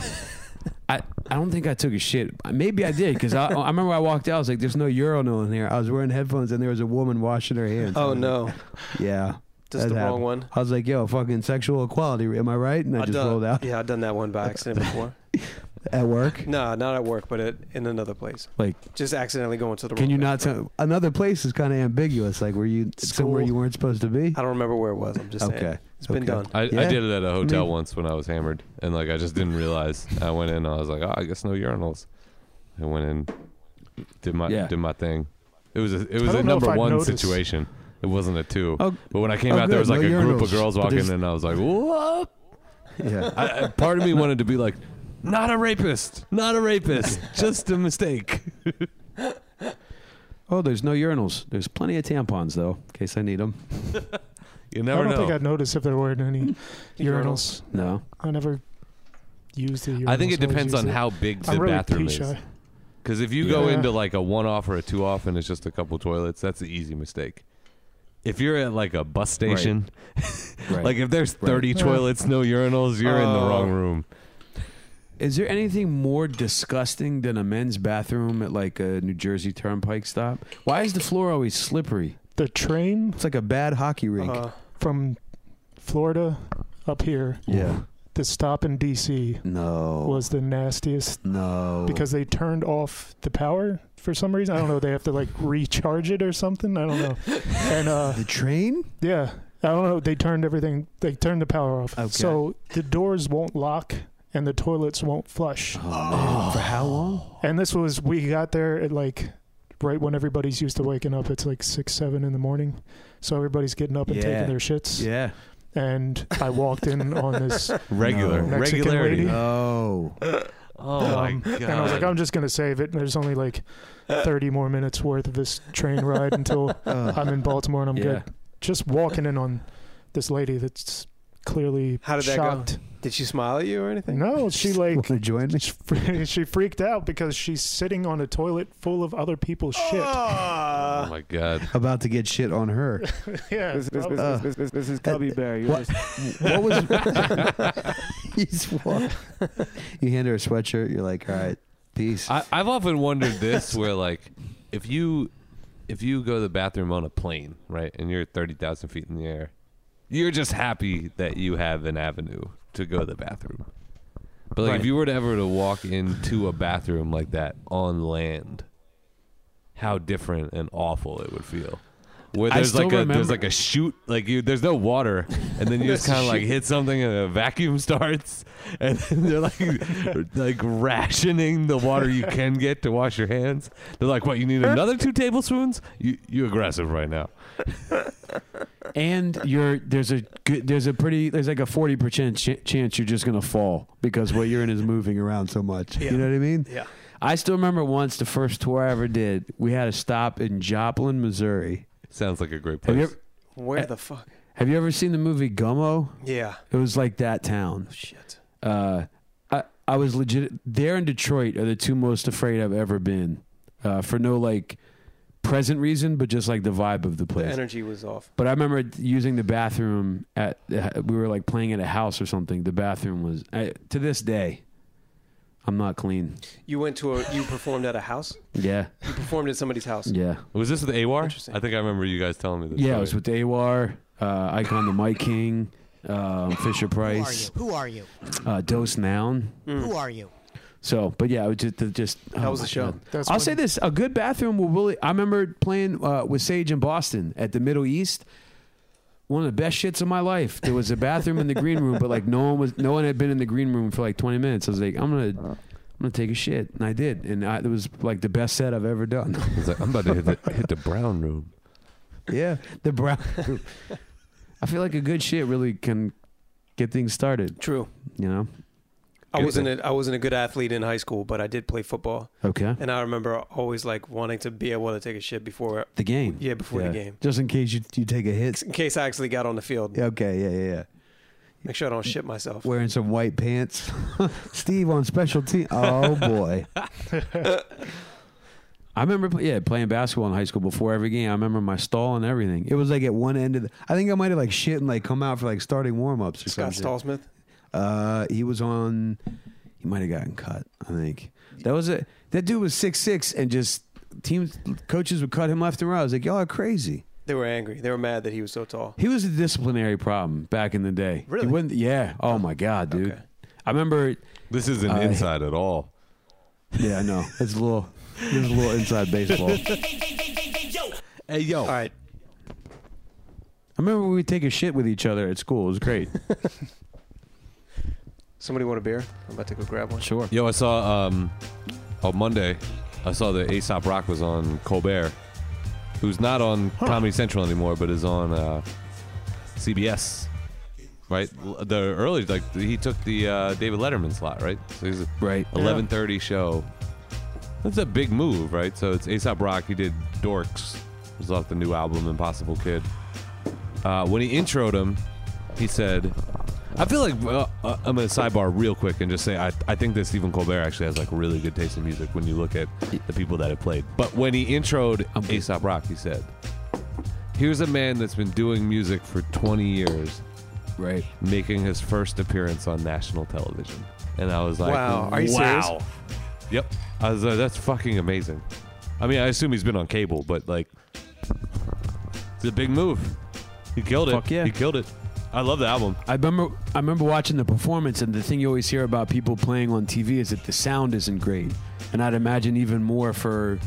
Speaker 7: I, I don't think I took a shit. Maybe I did because I, I remember I walked out. I was like, "There's no urinal in here." I was wearing headphones, and there was a woman washing her hands. I
Speaker 9: Oh
Speaker 7: was like,
Speaker 9: no,
Speaker 7: Yeah.
Speaker 9: just
Speaker 7: that
Speaker 9: the wrong
Speaker 7: happened.
Speaker 9: one.
Speaker 7: I was like, "Yo, fucking sexual equality, am I right?" And I,
Speaker 9: I've
Speaker 7: just
Speaker 9: done-
Speaker 7: rolled out
Speaker 9: Yeah, I've done that one by accident before.
Speaker 7: at work.
Speaker 9: no, not at work, but at, in another place.
Speaker 7: Like,
Speaker 9: Just accidentally going to the.
Speaker 7: can
Speaker 9: wrong
Speaker 7: you
Speaker 9: bathroom.
Speaker 7: not tell? Another place is kind of ambiguous. Like, were you somewhere
Speaker 9: School.
Speaker 7: you weren't supposed to be?
Speaker 9: I don't remember where it was. I'm just saying.
Speaker 7: Okay.
Speaker 9: It's been
Speaker 7: Okay.
Speaker 9: done.
Speaker 2: I, I
Speaker 7: Yeah. Mm-hmm.
Speaker 2: did it at a hotel
Speaker 7: mean-
Speaker 2: once when I was hammered, and like I just didn't realize. I went in, and I was like, oh, I guess no urinals. I went in, did my
Speaker 7: Yeah.
Speaker 2: did my thing. It was a it was
Speaker 10: don't
Speaker 2: a
Speaker 10: know
Speaker 2: number
Speaker 10: if I'd
Speaker 2: one
Speaker 10: notice.
Speaker 2: situation. It wasn't a two.
Speaker 7: Oh,
Speaker 2: but when I came
Speaker 7: oh,
Speaker 2: out, there was
Speaker 7: good,
Speaker 2: like
Speaker 7: no
Speaker 2: a group of
Speaker 7: urinals.
Speaker 2: girls
Speaker 7: But
Speaker 2: walking
Speaker 7: there's-
Speaker 2: in, and I was like, whoa.
Speaker 7: yeah.
Speaker 2: I, I- part of me wanted to be like, not a rapist, not a rapist, just a mistake.
Speaker 7: oh, there's no urinals. There's plenty of tampons though, in case I need them.
Speaker 2: You
Speaker 10: I
Speaker 2: never
Speaker 10: don't
Speaker 2: know.
Speaker 10: think I'd notice if there weren't any urinals.
Speaker 7: No.
Speaker 10: I never used the urinals.
Speaker 2: I think it
Speaker 10: always
Speaker 2: depends
Speaker 10: used
Speaker 2: on
Speaker 10: it.
Speaker 2: how big the
Speaker 10: I'm really
Speaker 2: bathroom
Speaker 10: pee
Speaker 2: is.
Speaker 10: shy.
Speaker 2: Because if you go
Speaker 10: Yeah.
Speaker 2: into like a one off or a two off and it's just a couple toilets, that's an easy mistake. If you're at like a bus
Speaker 7: Right.
Speaker 2: station,
Speaker 7: Right.
Speaker 2: like if there's 30
Speaker 10: Yeah.
Speaker 2: toilets, no urinals, you're in the
Speaker 9: Oh.
Speaker 2: wrong room.
Speaker 7: is there anything more disgusting than a men's bathroom at like a New Jersey Turnpike stop? Why is the floor always slippery?
Speaker 10: The train
Speaker 7: It's like a bad hockey rink.
Speaker 9: Uh,
Speaker 10: from Florida up here,
Speaker 7: yeah.
Speaker 10: the stop in D.C.
Speaker 7: No.
Speaker 10: was the nastiest
Speaker 7: no.
Speaker 10: because they turned off the power for some reason. I don't know. They have to like recharge it or something. I don't know. And uh,
Speaker 7: the train.
Speaker 10: yeah, I don't know. They turned everything. They turned the power off.
Speaker 7: Okay.
Speaker 10: So the doors won't lock and the toilets won't flush.
Speaker 9: Oh,
Speaker 7: For how long?
Speaker 10: And this was we got there at like right when everybody's used to waking up. It's like six, seven in the morning. So everybody's getting up and
Speaker 7: Yeah.
Speaker 10: taking their shits.
Speaker 7: Yeah.
Speaker 10: And I walked in on this,
Speaker 2: Regular.
Speaker 7: No.
Speaker 10: Mexican
Speaker 2: Regularity.
Speaker 10: lady?
Speaker 7: No.
Speaker 2: Oh my
Speaker 10: Um,
Speaker 2: God.
Speaker 10: and I was like, I'm just gonna save it. And there's only like 30 more minutes worth of this train ride until
Speaker 7: Ugh.
Speaker 10: I'm in Baltimore and I'm
Speaker 7: Yeah.
Speaker 10: good. Just walking in on this lady that's clearly
Speaker 9: How did that go?
Speaker 10: shocked.
Speaker 9: did she smile at you or anything?
Speaker 10: No, she like
Speaker 7: Wanna join me?
Speaker 10: she freaked out because she's sitting on a toilet full of other people's
Speaker 7: Uh,
Speaker 10: Uh.
Speaker 2: oh my God.
Speaker 7: About to get shit on her.
Speaker 10: shit. Yeah, probably.
Speaker 7: Uh,
Speaker 11: This is Gubby Bear. You're
Speaker 7: what-
Speaker 11: just
Speaker 7: what was you, just walk- you hand her a sweatshirt you're like all right peace
Speaker 2: I, I've often wondered this where like if you if you go to the bathroom on a plane, right, and you're thirty thousand feet in the air, you're just happy that you have an avenue to go to the bathroom. But like if you were to ever to walk into a bathroom like that on land, how different and awful it would feel. Where
Speaker 7: I
Speaker 2: there's
Speaker 7: still
Speaker 2: like a there's
Speaker 7: remember-
Speaker 2: like a chute, like you there's no water, and then you just kind of like hit something and a vacuum starts, and then they're like like rationing the water you can get to wash your hands. They're like, what? You need another two tablespoons? You you aggressive right now?
Speaker 7: and you're there's a good there's a pretty there's like a 40% ch- chance you're just gonna fall because what you're in is moving around so much you know what i mean
Speaker 9: Yeah.
Speaker 7: i still remember once the first tour i ever did we had a stop in joplin missouri
Speaker 2: Sounds like a great place.
Speaker 7: have you ever, Eh.
Speaker 9: Where the fuck?
Speaker 7: have you ever seen the movie gummo
Speaker 9: Yeah.
Speaker 7: it was like that town
Speaker 9: Shit.
Speaker 7: uh, I I was legit there in Detroit are the two most afraid I've ever been uh, for no like present reason, but just like the vibe of the
Speaker 9: The
Speaker 7: place.
Speaker 9: energy was off.
Speaker 7: But I remember using the bathroom uh, at we were like playing at a house or something. The bathroom was I, to this day. I'm not clean.
Speaker 9: You went to a you performed at a house.
Speaker 7: Yeah,
Speaker 9: You performed at somebody's house.
Speaker 7: yeah,
Speaker 2: Was this with AWAR?
Speaker 9: Interesting.
Speaker 2: I think I remember you guys telling me this.
Speaker 7: yeah. It was with Awar, uh, Icon, the Mike King, um, Fisher Price,
Speaker 11: Who are you?
Speaker 7: uh, Dose Noun.
Speaker 9: Mm.
Speaker 11: Who are you?
Speaker 7: So, but yeah, it was just, the- just that
Speaker 9: was the show.
Speaker 10: That's
Speaker 7: I'll
Speaker 10: when-
Speaker 7: say this: a good bathroom will really. I remember playing uh, with Sage in Boston at the Middle East. One of the best shits of my life. There was a bathroom in the green room, but like no one was, no one had been in the green room for like twenty minutes. I was like, I'm gonna, I'm gonna take a shit, and I did, and I, it was like the best set I've ever done.
Speaker 2: It's like, I'm about to hit the, hit the brown room.
Speaker 7: yeah, the brown. room. I feel like a good shit really can get things started.
Speaker 9: True.
Speaker 7: You know?
Speaker 9: I wasn't a, I wasn't a good athlete in high school, but I did play football,
Speaker 7: Okay.
Speaker 9: and I remember always like wanting to be able to take a shit before,
Speaker 7: The game.
Speaker 9: yeah, before the game,
Speaker 7: Just in case you you take a hit.
Speaker 9: in case I actually got on the field.
Speaker 7: Okay. Yeah. Yeah. Yeah.
Speaker 9: Make sure I don't shit myself.
Speaker 7: wearing some white pants. Steve on special team. Oh boy. I remember, pl- yeah, playing basketball in high school before every game. I remember my stall and everything. It was like at one end of the. I think I might have like shit and like come out for like starting warm ups or
Speaker 9: Scott
Speaker 7: something.
Speaker 9: Stallsmith.
Speaker 7: Uh, he was on. He might have gotten cut. I think that was it. That dude was six six and just teams coaches would cut him left and right. I was like, y'all are crazy.
Speaker 9: They were angry. They were mad that he was so tall.
Speaker 7: He was a disciplinary problem back in the day.
Speaker 9: Really?
Speaker 7: He wouldn't, yeah. Oh my god, dude.
Speaker 9: Okay.
Speaker 7: I remember
Speaker 2: This isn't
Speaker 7: I-
Speaker 2: inside at all.
Speaker 7: Yeah, I know. It's a little, it's a little inside baseball. I
Speaker 2: Hey, yo.
Speaker 9: All right,
Speaker 7: remember we would take a shit with each other at school. It was great.
Speaker 9: somebody want a beer? I'm about to go grab one.
Speaker 7: Sure.
Speaker 2: Yo, I saw um, on Monday, I saw that Aesop Rock was on Colbert, who's not on Comedy Central anymore, but is on uh, CBS. Right, L- the early like he took the uh, David Letterman slot, right? So he's a
Speaker 7: Right.
Speaker 2: eleven thirty show. That's a big move, right? So it's Aesop Rock. He did Dorks, It was off the new album Impossible Kid. Uh, when he introed him, he said, "I feel like uh, uh, I'm gonna sidebar real quick and just say I, I think that Stephen Colbert actually has like really good taste in music when you look at the people that have played." But when he introed Aesop Rock, he said, "Here's a man that's been doing music for 20 years."
Speaker 7: Right.
Speaker 2: making his first appearance on national television. And I was like,
Speaker 9: Wow. Are you
Speaker 2: wow. Yep. I was like, that's fucking amazing. I mean, I assume he's been on cable, but like, it's a big move. He killed it.
Speaker 7: Fuck yeah.
Speaker 2: He killed it. I love the album.
Speaker 7: I remember, I remember watching the performance, and the thing you always hear about people playing on TV is that the sound isn't great, and I'd imagine even more for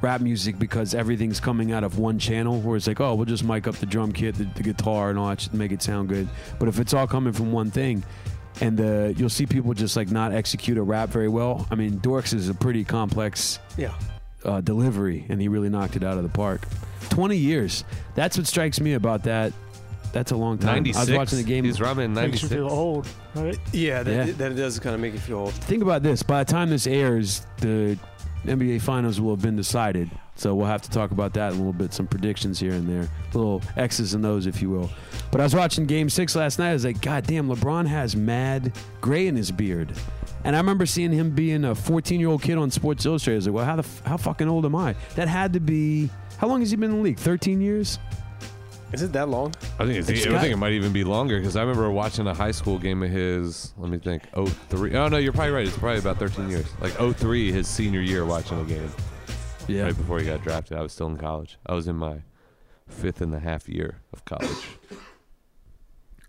Speaker 7: rap music because everything's coming out of one channel where it's like oh we'll just mic up the drum kit the, the guitar and all that shit to make it sound good but if it's all coming from one thing and the you'll see people just like not execute a rap very well i mean dorks is a pretty complex
Speaker 9: Yeah.
Speaker 7: uh, delivery, and he really knocked it out of the park. Twenty years. That's what strikes me about that. That's a long time.
Speaker 2: 96.
Speaker 7: I was watching the game.
Speaker 2: He's ramen in
Speaker 10: Makes you
Speaker 2: 96.
Speaker 10: feel old, right?
Speaker 9: Yeah, that,
Speaker 7: Yeah.
Speaker 9: that does kind of make you feel old.
Speaker 7: Think about this. By the time this airs, the NBA Finals will have been decided. So we'll have to talk about that in a little bit. Some predictions here and there, little X's and O's, if you will. But I was watching Game Six last night. I was like, God damn, LeBron has mad gray in his beard. And I remember seeing him being a 14 year old kid on Sports Illustrated. I was like, Well, how the f- how fucking old am I? That had to be. How long has he been in the league? 13 years.
Speaker 9: Is it that long?
Speaker 2: I think, it's,
Speaker 7: It's
Speaker 2: I
Speaker 7: got-
Speaker 2: think it might even be longer because I remember watching a high school game of his. Let me think. Oh three. Oh no, you're probably right. It's probably about 13 years. Like oh three, his senior year, watching a game
Speaker 7: Yeah.
Speaker 2: right before he got drafted. I was still in college. I was in my fifth and a half year of college.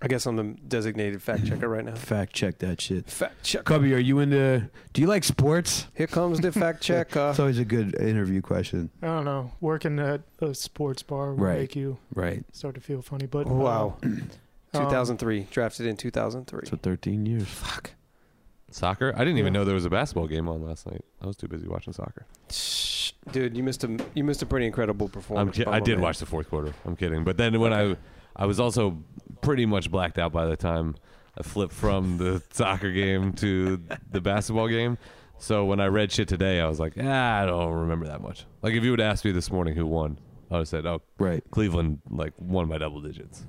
Speaker 9: I guess I'm the designated fact checker right now.
Speaker 7: Fact check that shit.
Speaker 9: Fact check.
Speaker 7: Cubby, are you into? Do you like sports?
Speaker 9: Here comes the fact checker.
Speaker 1: It's always a good interview question.
Speaker 10: I don't know. Working at a sports bar would
Speaker 7: Right.
Speaker 10: make you
Speaker 7: Right.
Speaker 10: start to feel funny. But uh,
Speaker 9: Oh, wow.
Speaker 10: um,
Speaker 9: 2003. Drafted in 2003.
Speaker 7: So 13 years.
Speaker 2: Soccer? I didn't even
Speaker 10: Yeah.
Speaker 2: know there was a basketball game on last night. I was too busy watching soccer.
Speaker 9: Shh. Dude, you missed a you missed a pretty incredible
Speaker 2: I'm
Speaker 9: performance.
Speaker 2: ki-
Speaker 9: by
Speaker 2: I
Speaker 9: my
Speaker 2: did
Speaker 9: man.
Speaker 2: watch the fourth quarter. I'm kidding. But then when I I was also pretty much blacked out by the time I flipped from the soccer game to the basketball game. So when I read shit today, I was like, ah, I don't remember that much. Like if you would ask me this morning who won, I would have said, oh,
Speaker 7: Right.
Speaker 2: Cleveland like won by double digits.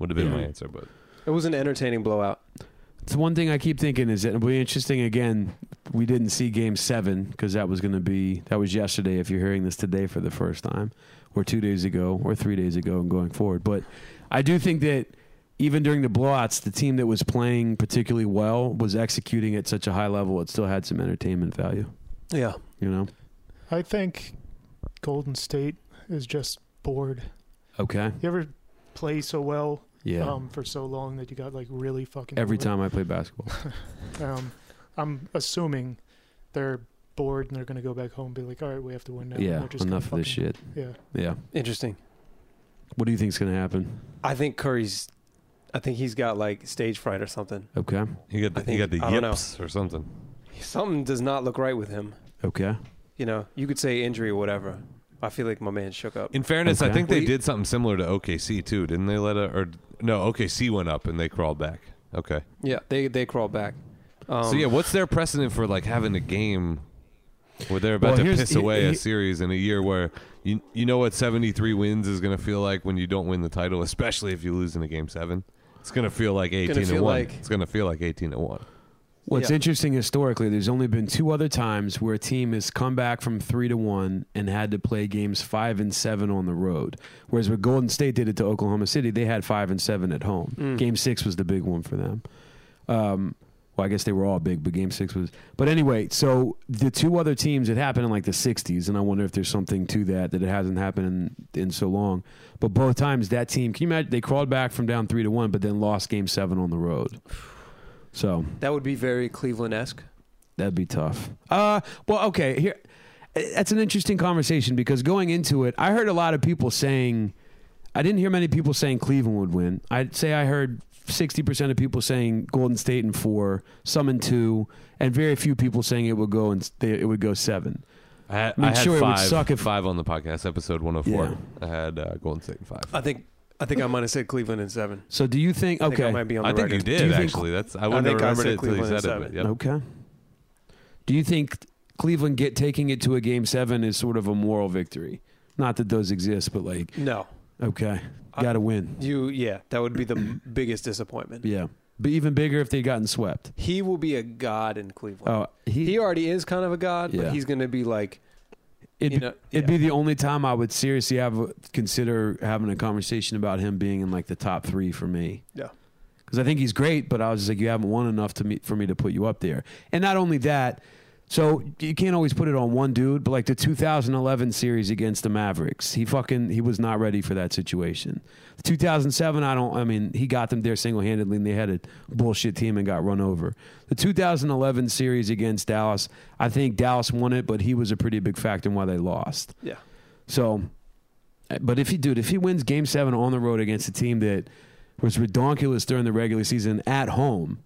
Speaker 2: Would have been my answer, but
Speaker 9: It was an entertaining blowout.
Speaker 7: It's one thing I keep thinking is that it'll be interesting again. We didn't see game seven because that was going to be, that was yesterday if you're hearing this today for the first time, or two days ago, or three days ago and going forward. But I do think that even during the blowouts, the team that was playing particularly well was executing at such a high level. It still had some entertainment value.
Speaker 9: Yeah.
Speaker 7: You know.
Speaker 10: I think Golden State is just bored.
Speaker 7: Okay.
Speaker 10: You ever play so well
Speaker 7: Yeah.
Speaker 10: um, for so long that you got like really fucking
Speaker 7: Every
Speaker 10: bored?
Speaker 7: time I play basketball.
Speaker 10: Um, I'm assuming they're bored and they're going to go back home and be like, all right, we have to win now. and
Speaker 7: yeah.
Speaker 10: they're just gonna
Speaker 7: Enough of this
Speaker 10: fucking-
Speaker 7: shit.
Speaker 10: Yeah.
Speaker 7: Yeah.
Speaker 9: Interesting.
Speaker 7: What do you think's gonna happen?
Speaker 9: I think Curry's. I think he's got like stage fright or something.
Speaker 7: Okay.
Speaker 2: He got the,
Speaker 9: I
Speaker 2: he
Speaker 9: think-
Speaker 2: got the
Speaker 9: I don't know.
Speaker 2: yips or something.
Speaker 9: Something does not look right with him.
Speaker 7: Okay.
Speaker 9: You know, you could say injury or whatever. I feel like my man shook up.
Speaker 2: In fairness, I
Speaker 7: Okay.
Speaker 2: think they
Speaker 7: We-
Speaker 2: did something similar to OKC too, didn't they? Let a or no, OKC went up and they crawled back. Okay,
Speaker 9: Yeah, they they crawl back. Um,
Speaker 2: so yeah, what's their precedent for like having a game where they're about
Speaker 7: Well,
Speaker 2: to
Speaker 7: here's-
Speaker 2: piss
Speaker 7: he-
Speaker 2: away a
Speaker 7: he-
Speaker 2: series in a year where you you know what seventy three wins is going to feel like when you don't win the title, especially if you lose in a game seven. It's going to feel like eighteen to
Speaker 9: feel
Speaker 2: one.
Speaker 9: like-
Speaker 2: it's going to feel like eighteen to one.
Speaker 7: What's
Speaker 9: Yeah.
Speaker 7: interesting historically, there's only been two other times where a team has come back from three to one and had to play games five and seven on the road. Whereas when Golden State did it to Oklahoma City, they had five and seven at home. Game six was the big one for them. Um, well, I guess they were all big, but game six was. But anyway, so the two other teams, it happened in like the 60s, and I wonder if there's something to that, that it hasn't happened in, in so long. But both times, that team, can you imagine? They crawled back from down three to one, but then lost game seven on the road. So
Speaker 9: that would be very Cleveland esque.
Speaker 7: That'd be tough. Uh, well, okay. Here, that's an interesting conversation because going into it, I heard a lot of people saying, I didn't hear many people saying Cleveland would win. I'd say I heard sixty percent of people saying Golden State in four, some in two, and very few people saying it would go and they, it would go seven.
Speaker 2: I had,
Speaker 7: I mean,
Speaker 2: I had
Speaker 7: sure, it would
Speaker 2: five,
Speaker 7: suck if-
Speaker 2: five on the podcast episode one hundred four.
Speaker 7: Yeah.
Speaker 2: I had uh, Golden State in five.
Speaker 9: I think I think I might have said Cleveland in seven.
Speaker 7: So do you think?
Speaker 9: I think I
Speaker 7: Okay,
Speaker 9: might be on the
Speaker 2: I think you
Speaker 9: record.
Speaker 2: did
Speaker 7: Do you think-
Speaker 2: actually. That's I wouldn't have
Speaker 9: think I
Speaker 2: remembered
Speaker 9: said
Speaker 2: it until you
Speaker 9: Cleveland in
Speaker 2: said it.
Speaker 9: seven.
Speaker 2: but yep.
Speaker 7: okay. Do you think Cleveland get taking it to a game seven is sort of a moral victory? Not that those exist, but like,
Speaker 9: No,
Speaker 7: okay,
Speaker 9: I-
Speaker 7: got to win.
Speaker 9: you yeah, that would be the biggest disappointment.
Speaker 7: Yeah. But even bigger if they'd gotten swept.
Speaker 9: He will be a god in Cleveland.
Speaker 7: Oh, he,
Speaker 9: he already is kind of a god,
Speaker 7: Yeah.
Speaker 9: but he's going to be like
Speaker 7: it'd,
Speaker 9: you
Speaker 7: be-
Speaker 9: know,
Speaker 7: it'd
Speaker 9: yeah.
Speaker 7: be the only time I would seriously have a- consider having a conversation about him being in like the top three for me.
Speaker 9: Yeah.
Speaker 7: because I think he's great, but I was just like, you haven't won enough to me for me to put you up there. And not only that, so you can't always put it on one dude, but like the 2011 series against the Mavericks, he fucking he was not ready for that situation. 2007, I don't, I mean, he got them there single handedly, and they had a bullshit team and got run over. The 2011 series against Dallas, I think Dallas won it, but he was a pretty big factor in why they lost.
Speaker 9: yeah.
Speaker 7: So, eh, but if he, dude, if he wins Game Seven on the road against a team that was redonkulous during the regular season at home,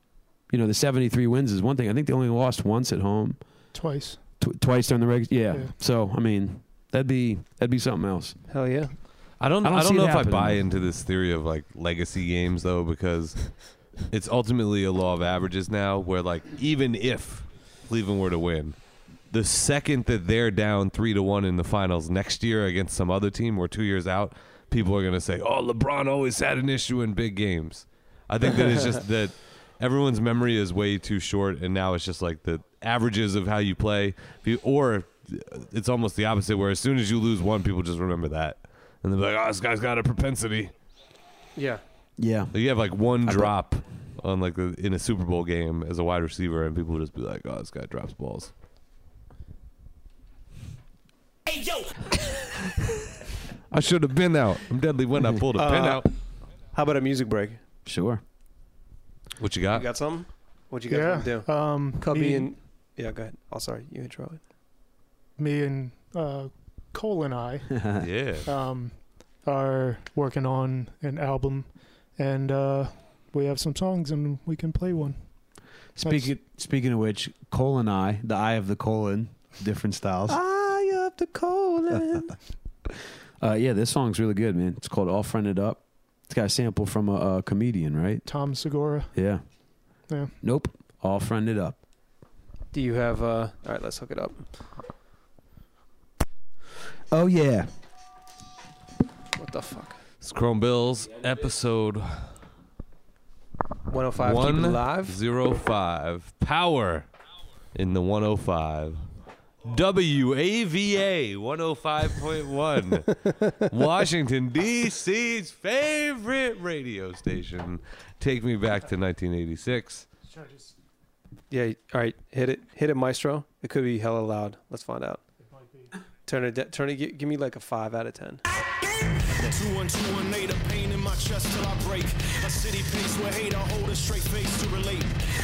Speaker 7: you know, the seventy-three wins is one thing. I think they only lost once at home,
Speaker 10: Twice.
Speaker 7: tw- twice during the regular. Yeah.
Speaker 10: Yeah.
Speaker 7: So, I mean, that'd be that'd be something else.
Speaker 9: Hell yeah.
Speaker 2: I don't.
Speaker 7: I
Speaker 2: I
Speaker 7: don't
Speaker 2: don't,
Speaker 7: see
Speaker 2: know
Speaker 7: it
Speaker 2: if
Speaker 7: happening.
Speaker 2: I buy into this theory of like legacy games though, because it's ultimately a law of averages now, where like even if Cleveland were to win, the second that they're down three to one in the finals next year against some other team or two years out, people are gonna say, "Oh, LeBron always had an issue in big games." I think that it's just that everyone's memory is way too short, and now it's just like the averages of how you play, If you- or it's almost the opposite, where as soon as you lose one, people just remember that, and they're like, "Oh, this guy's got a propensity."
Speaker 9: Yeah.
Speaker 7: Yeah.
Speaker 2: Like, you have like one
Speaker 7: I bu-
Speaker 2: drop on like the, in a Super Bowl game as a wide receiver, and people will just be like, "Oh, this guy drops balls." I should have been out. I'm deadly when I pulled a pin
Speaker 9: Uh,
Speaker 2: out.
Speaker 9: How about a music break?
Speaker 7: Sure.
Speaker 2: What you got?
Speaker 9: You got something? What you got
Speaker 10: Yeah.
Speaker 9: to do?
Speaker 10: Um,
Speaker 9: Cubby
Speaker 10: me,
Speaker 9: and yeah, go ahead. Oh, sorry, you intro it.
Speaker 10: me and uh, Cole and I
Speaker 2: Yeah.
Speaker 10: um, are working on an album, and uh, we have some songs and we can play one.
Speaker 7: Speaking speaking of which, Cole and I, the eye of the colon, different styles.
Speaker 9: Eye of the colon.
Speaker 7: Uh, yeah, this song's really good, man. It's called "All Friended Up." It's got a sample from a, a comedian, right?
Speaker 10: Tom Segura.
Speaker 7: Yeah.
Speaker 10: Yeah.
Speaker 7: Nope. All friended up.
Speaker 9: do you have? uh All right, let's hook it up.
Speaker 7: Oh yeah.
Speaker 9: What the fuck?
Speaker 2: It's Chrome Bills episode
Speaker 9: 105. Keep it live.
Speaker 2: 105. Power in the 105. WAVA 105.1, Washington, D.C.'s favorite radio station. Take me back to 1986.
Speaker 10: Should I just-
Speaker 9: Yeah. All right. Hit it. Hit it, Maestro. It could be hella loud. Let's find out.
Speaker 10: it might be-
Speaker 9: Turn it. da- Turn it. gi- Give me like a five out of ten.
Speaker 12: Two one two one eight, a pain in my chest till I break. A city pace where hate, I hold a straight face to relate.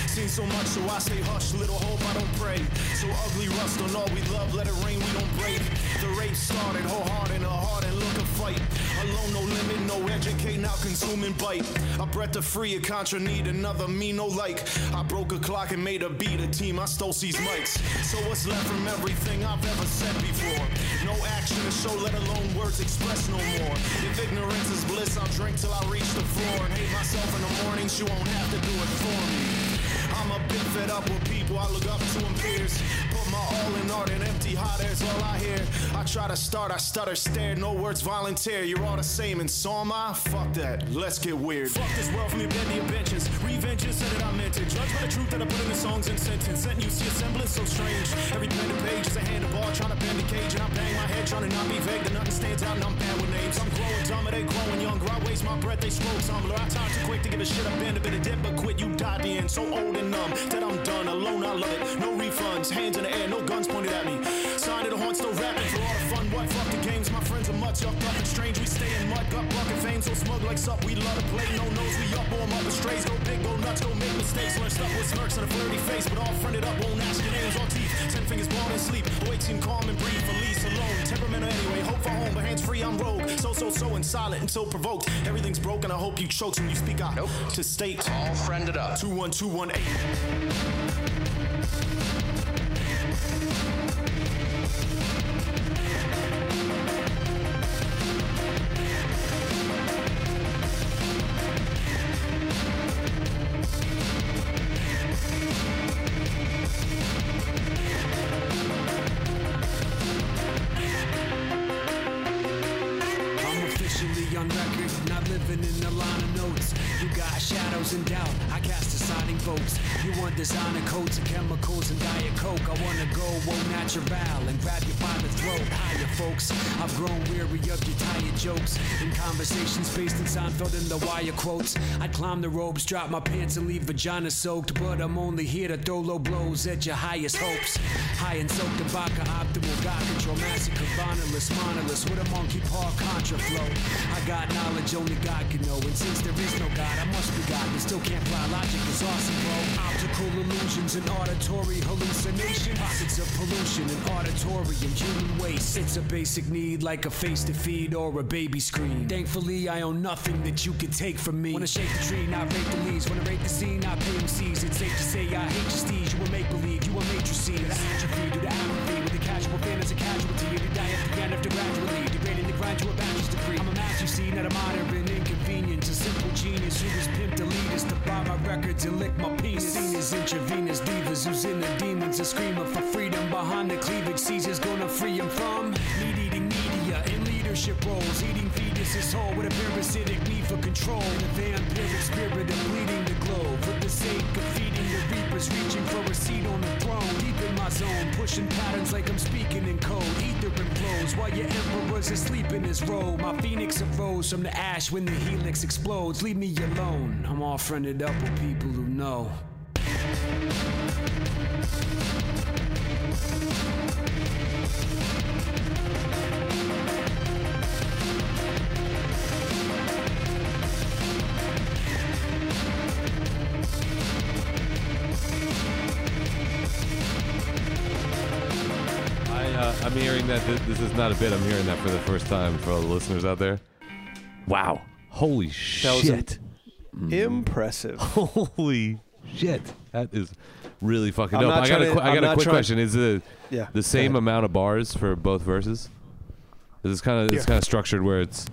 Speaker 12: Seen so much, so I stay hush. Little hope, I don't pray. So ugly rust on all we love, let it rain, we don't break. The race started, whole heart in a heart and look a fight. Alone, no limit, no educate, now consuming bite. A breath of free, a contra need another me, no like. I broke a clock and made a beat, a team, I stole these mics. So what's left from everything I've ever said before? No action to show, let alone words expressed no more. If ignorance is bliss, I'll drink till I reach the floor and hate myself in the morning. She won't have to do it for me. I'm a bit fed up with people I look up to and peers. Put my all in art and empty hot air's all I hear. I try to start, I stutter, stare, no words volunteer. You're all the same, and so am I. Fuck that, let's get weird. Fuck this world from your bed to your benches. Revenge is said that I meant it. Judge by the truth that I put in the songs and sentence. Sent you see a semblance so strange. Every pen and page is a handlebar trying to bend the cage. And I bang my head trying to not be vague. That nothing stands out and I'm bad with names. I'm growing dumber, they growing younger. I waste my breath, they smoke tumbler. I time too quick to give a shit. I've been a bit of dip, but quit. You died being so old and numb that I'm done. Alone, I love it. No refunds, hands in the air, no guns pointed at me. Sign of the horn, still rapping for all the fun. What fuck the games? My friends are mutts, y'all fucking strange. We stay in mud, got bucket fame, so smug like sup. We love to play, no nose, we up, warm up the strays. Go big, go nuts, go make mistakes. Learn stuff with smirks and a flirty face, but all fronted up, won't ask your names or teeth. Ten fingers blown in sleep, awake, seem calm and breathe. Release alone, temperamental anyway. Hope for home, but hands free, I'm rogue. So, so, so, and silent until provoked. Everything's broken, I hope you chokes when you speak out to state.
Speaker 5: All friended up.
Speaker 12: 21218.
Speaker 11: I'm officially on record, not living in the line of notes. You got shadows and doubt, I cast deciding votes. You want designer coats and chemicals and diet coke. I wanna go all natural and grab you by the throat. Higher folks, I've grown weary of your tired jokes and conversations based in Seinfeld and the wire quotes. I'd climb the robes, drop my pants and leave vagina soaked, but I'm only here to throw low blows at your highest hopes. High and soaked tobacco, optimal, got control, massacre, vinylists, monoliths, with a monkey paw contra flow. I got knowledge only God can know, and since there is no God, I must be God, and still can't fly. Logic is awesome, bro. Optical illusions and auditory hallucination. Pockets of pollution and auditorium, human waste. It's a basic need like a face to feed or a baby scream. Thankfully, I own nothing that you can take from me. Wanna shake the tree, not rape the leaves. Wanna rape the scene, I pay MCs. It's safe to say I hate your steeds. You a make believe, you a matrices. The atrophy, do the apathy. With the casual fan as a casualty. You die at the end after gradually. Degrading the grind to a bachelor's degree. I'm a master, see, not a minor and inconvenience. A simple genius who was pimped to lead us to buy my records and lick my penis. Seen as intravenous divas who's in the demons. A screamer for freedom behind the cleavage. Caesar's gonna free him from meat eating media in leadership roles. Eating fetuses whole with a parasitic need for control. And a vampiric spirit of bleeding the globe. For the sake of feeding the reapers, reaching for a seat on the throne. Deep in my zone, pushing patterns like I'm speaking in code. Ether implodes while your emperor's asleep in his robe. My phoenix arose from the ash when the helix explodes. Leave me alone. I'm all friended up with people who know.
Speaker 2: I, uh, I'm hearing that th- this is not a bit. I'm hearing that for the first time for all the listeners out there. Wow. Holy shit.
Speaker 9: Impressive.
Speaker 2: Holy shit. That is really fucking
Speaker 9: I'm
Speaker 2: dope.
Speaker 9: not
Speaker 2: I got a,
Speaker 9: trying
Speaker 2: qu-
Speaker 9: to-
Speaker 2: I
Speaker 9: I'm
Speaker 2: got a
Speaker 9: not
Speaker 2: quick
Speaker 9: trying-
Speaker 2: question. Is the
Speaker 9: Yeah.
Speaker 2: the same amount of bars for both verses? Is this kind of it's
Speaker 10: Yeah.
Speaker 2: kind of structured where it's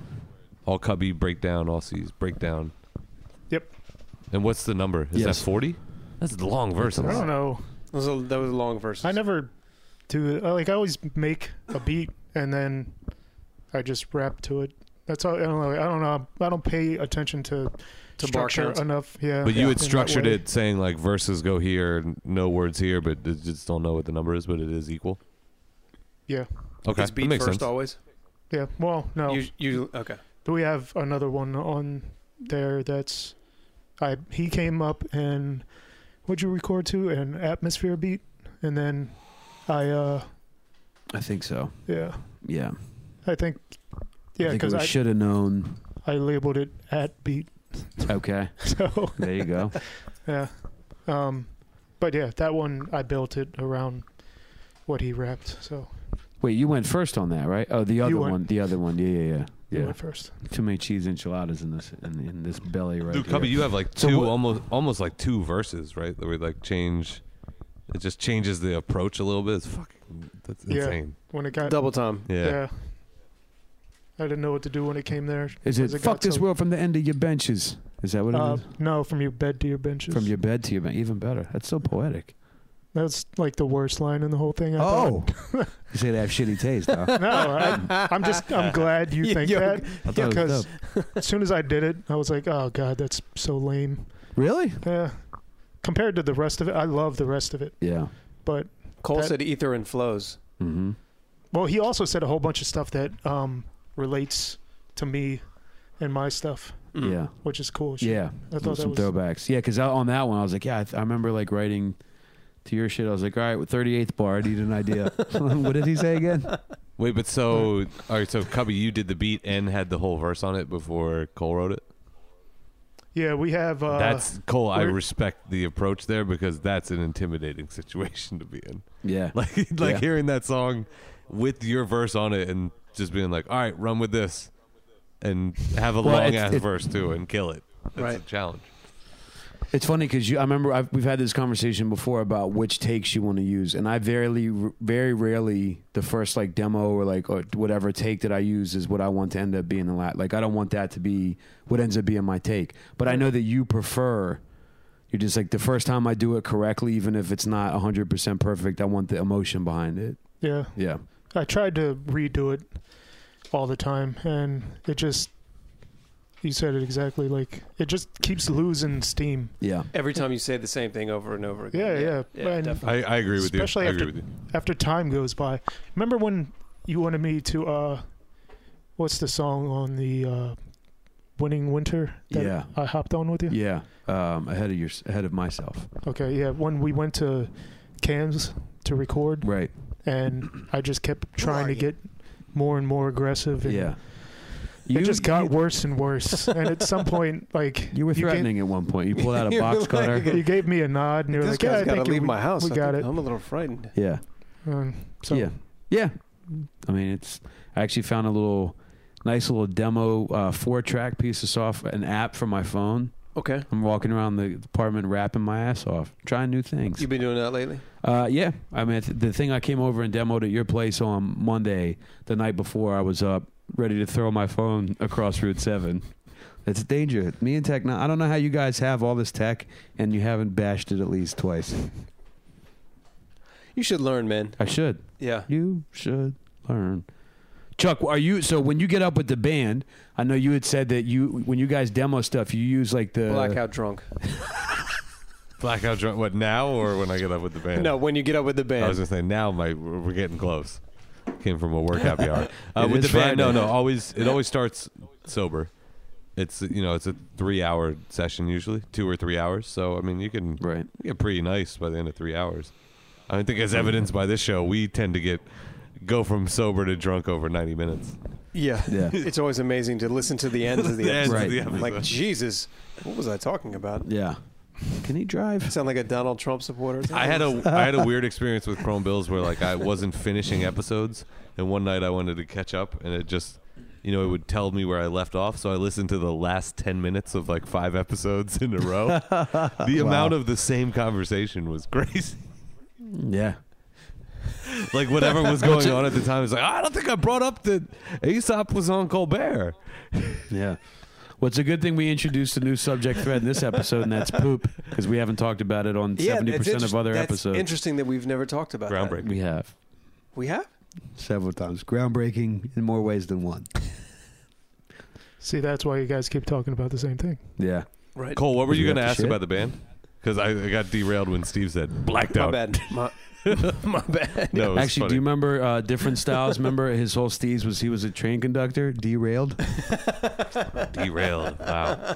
Speaker 2: all cubby breakdown, all C's breakdown,
Speaker 10: Yep.
Speaker 2: and what's the number? Is
Speaker 1: Yes.
Speaker 2: that forty? That's long verses.
Speaker 10: I don't know.
Speaker 9: That was a, that was a long verse.
Speaker 10: I never do like I always make a beat and then I just rap to it. That's all. I don't know. I don't know. I don't pay attention to,
Speaker 9: To bar
Speaker 10: structure
Speaker 9: counts.
Speaker 10: enough. Yeah.
Speaker 2: But you had
Speaker 10: in that
Speaker 2: structured
Speaker 10: way.
Speaker 2: it saying like verses go here, n- no words here, but I just don't know what the number is, but it is equal.
Speaker 10: Yeah.
Speaker 2: Okay,
Speaker 9: Is
Speaker 2: that
Speaker 9: beat
Speaker 2: makes
Speaker 9: first
Speaker 2: sense.
Speaker 9: always.
Speaker 10: Yeah. Well, no.
Speaker 9: You, you okay?
Speaker 10: Do we have another one on there that's I he came up and what'd you record to? An atmosphere beat? And then I uh
Speaker 7: I think so.
Speaker 10: yeah.
Speaker 7: Yeah.
Speaker 10: I think
Speaker 7: I
Speaker 10: yeah,
Speaker 7: think
Speaker 10: because
Speaker 7: we
Speaker 10: I,
Speaker 7: should have known.
Speaker 10: I labeled it at beat.
Speaker 7: Okay.
Speaker 10: So
Speaker 7: There you go.
Speaker 10: yeah. Um but yeah, that one I built it around what he rapped, so
Speaker 7: Wait, you went first on that, right? Oh, the other
Speaker 10: went-
Speaker 7: one. The other one. Yeah, yeah, yeah.
Speaker 10: you
Speaker 7: Yeah.
Speaker 10: went first.
Speaker 7: Too many cheese enchiladas in this in, in this belly right
Speaker 2: Dude,
Speaker 7: here.
Speaker 2: Cubby, you have like
Speaker 7: So
Speaker 2: two
Speaker 7: what-
Speaker 2: almost almost like two verses, right? That would like change. It just changes the approach a little bit. It's fucking that's
Speaker 10: Yeah.
Speaker 2: insane.
Speaker 10: When it got
Speaker 9: Double time.
Speaker 2: Yeah.
Speaker 10: yeah. I didn't know what to do when it came there.
Speaker 7: Is it,
Speaker 10: 'cause
Speaker 7: fuck
Speaker 10: got
Speaker 7: this
Speaker 10: so-
Speaker 7: world from the end of your benches? Is that what it is?
Speaker 10: Uh, no, from your bed to your benches.
Speaker 7: From your bed to your bench, even better. That's so poetic.
Speaker 10: That's like the worst line in the whole thing. I
Speaker 1: Oh, you say they have shitty taste, huh?
Speaker 10: thought. no, I, I'm just I'm glad you
Speaker 9: Yeah,
Speaker 10: think
Speaker 9: yo,
Speaker 10: that
Speaker 7: I thought it was
Speaker 10: because
Speaker 7: dope.
Speaker 10: as soon as I did it, I was like, oh god, that's so lame.
Speaker 7: Really?
Speaker 10: Yeah. Compared to the rest of it, I love the rest of it,
Speaker 7: Yeah.
Speaker 10: but
Speaker 9: Cole
Speaker 10: That-
Speaker 9: said ether and flows.
Speaker 7: Mm-hmm.
Speaker 10: well, he also said a whole bunch of stuff that um, relates to me and my stuff,
Speaker 9: Hmm. Mm.
Speaker 7: Yeah.
Speaker 10: which is cool. as shit.
Speaker 7: Yeah.
Speaker 10: I thought that
Speaker 7: some
Speaker 10: was
Speaker 7: throwbacks. Yeah, because on that one, I was like, yeah, I, th- I remember like writing to your shit. I was like, all right, with 38th bar, I need an idea. what did he say again?
Speaker 2: Wait, but so all right, so Cubby, you did the beat and had the whole verse on it before Cole wrote it.
Speaker 10: yeah. We have uh,
Speaker 2: that's Cole. I
Speaker 10: we're-
Speaker 2: respect the approach there because that's an intimidating situation to be in.
Speaker 7: Yeah.
Speaker 2: Like like
Speaker 7: Yeah.
Speaker 2: hearing that song with your verse on it and just being like, all right, run with this, and have a
Speaker 7: Well,
Speaker 2: long
Speaker 7: it's-
Speaker 2: ass
Speaker 7: it-
Speaker 2: verse too and kill it. That's a
Speaker 9: Right.
Speaker 2: challenge.
Speaker 7: It's funny because you. I remember I've, we've had this conversation before about which takes you want to use, and I very, very rarely the first like demo or like or whatever take that I use is what I want to end up being a lot. Like I don't want that to be what ends up being my take, but I know that you prefer. You're just like the first time I do it correctly, even if it's not 100 percent perfect. I want the emotion behind it.
Speaker 10: yeah.
Speaker 7: Yeah,
Speaker 10: I tried to redo it all the time, and it just. You said it exactly. Like it just keeps losing steam.
Speaker 7: yeah,
Speaker 9: Every time you say the same thing over and over again.
Speaker 10: Yeah, yeah.
Speaker 9: yeah,
Speaker 10: And-
Speaker 9: definitely.
Speaker 2: I, I agree with
Speaker 10: Especially
Speaker 2: you. I
Speaker 10: after
Speaker 2: agree with you.
Speaker 10: after time goes by. Remember when you wanted me to uh, what's the song on the uh, Winning Winter?
Speaker 7: Yeah.
Speaker 10: I hopped on with you.
Speaker 7: yeah. Um, ahead of your, ahead of myself.
Speaker 10: Okay, yeah. When we went to Cans to record,
Speaker 7: Right.
Speaker 10: and I just kept trying
Speaker 5: are
Speaker 10: to
Speaker 5: you?
Speaker 10: get more and more aggressive. And
Speaker 7: Yeah.
Speaker 10: It just got worse and worse. and at some point, like
Speaker 7: You were
Speaker 10: gave-
Speaker 7: threatening at one point. You pulled out a
Speaker 9: You were
Speaker 7: box
Speaker 9: like-
Speaker 7: cutter.
Speaker 10: you gave me a nod, and you were
Speaker 9: This
Speaker 10: like,
Speaker 9: guy's
Speaker 10: "Yeah, I
Speaker 9: got
Speaker 10: think
Speaker 9: to leave
Speaker 10: we,
Speaker 9: my house.
Speaker 10: We
Speaker 9: I
Speaker 10: got
Speaker 9: think-
Speaker 10: it."
Speaker 9: I'm a little frightened.
Speaker 7: Yeah.
Speaker 10: Um, so
Speaker 7: yeah, yeah. I mean, it's. I actually found a little nice little demo uh, four track piece of software, an app for my phone.
Speaker 9: Okay.
Speaker 7: I'm walking around the apartment rapping my ass off, trying new things.
Speaker 9: You've been doing that lately?
Speaker 7: Uh, yeah, I mean, th- the thing I came over and demoed at your place on Monday, the night before, I was up ready to throw my phone across Route Seven. It's dangerous. Me and tech. Now, I don't know how you guys have all this tech and you haven't bashed it at least twice.
Speaker 9: You should learn, man.
Speaker 7: I should.
Speaker 9: Yeah.
Speaker 7: You should learn. Chuck, are you so when you get up with the band? I know you had said that you when you guys demo stuff, you use like the
Speaker 9: Blackout drunk.
Speaker 2: Blackout drunk. What now or when I get up with the band?
Speaker 9: No, when you get up with the band.
Speaker 2: I was gonna say now. My we're getting close. Came from a work happy hour uh,
Speaker 7: It
Speaker 2: with the
Speaker 7: is
Speaker 2: band. No,
Speaker 7: Friday.
Speaker 2: no. Always it always starts sober. It's you know it's a three hour session usually, two or three hours. So I mean you can
Speaker 7: Right.
Speaker 2: you get pretty nice by the end of three hours. I think as evidenced by this show, we tend to get go from sober to drunk over ninety minutes.
Speaker 9: yeah.
Speaker 7: Yeah.
Speaker 9: It's always amazing to listen to the ends of the,
Speaker 2: The ends of
Speaker 9: episode.
Speaker 7: Right.
Speaker 2: the
Speaker 9: I'm
Speaker 2: episode.
Speaker 9: like, Jesus, what was I talking about?
Speaker 7: Yeah. Can he drive?
Speaker 9: Sound like a Donald Trump supporter.
Speaker 2: I had a I had a weird experience with Chrome Bills where like I wasn't finishing episodes, and one night I wanted to catch up, and it just you know it would tell me where I left off, so I listened to the last ten minutes of like five episodes in a row. the amount of the same conversation was crazy.
Speaker 7: Yeah.
Speaker 2: Like whatever was going on at the time, it's like "Ah, I don't think I brought up that Aesop was on Colbert.
Speaker 7: Yeah. Well, it's a good thing we introduced a new subject thread in this episode, and that's poop, because we haven't talked about it on
Speaker 9: Yeah,
Speaker 7: seventy
Speaker 9: it's
Speaker 7: percent of
Speaker 9: inter-
Speaker 7: other
Speaker 9: that's
Speaker 7: episodes.
Speaker 9: Interesting that we've never talked about that.
Speaker 2: Groundbreaking.
Speaker 7: We have
Speaker 9: We have?
Speaker 1: Several times, groundbreaking in more ways than one.
Speaker 10: see, that's why you guys keep talking about the same thing.
Speaker 7: yeah.
Speaker 9: Right.
Speaker 2: Uh, Cole, what were
Speaker 7: Did
Speaker 2: you
Speaker 7: we
Speaker 2: going to
Speaker 7: have to
Speaker 2: ask
Speaker 7: shit?
Speaker 2: about the band? because I, I got derailed when Steve said blacked out.
Speaker 9: My,
Speaker 2: My bad. No, it was
Speaker 7: Actually, do
Speaker 2: funny.
Speaker 7: you remember uh, different styles? remember his whole steez was he was a train conductor, derailed.
Speaker 2: derailed? Wow.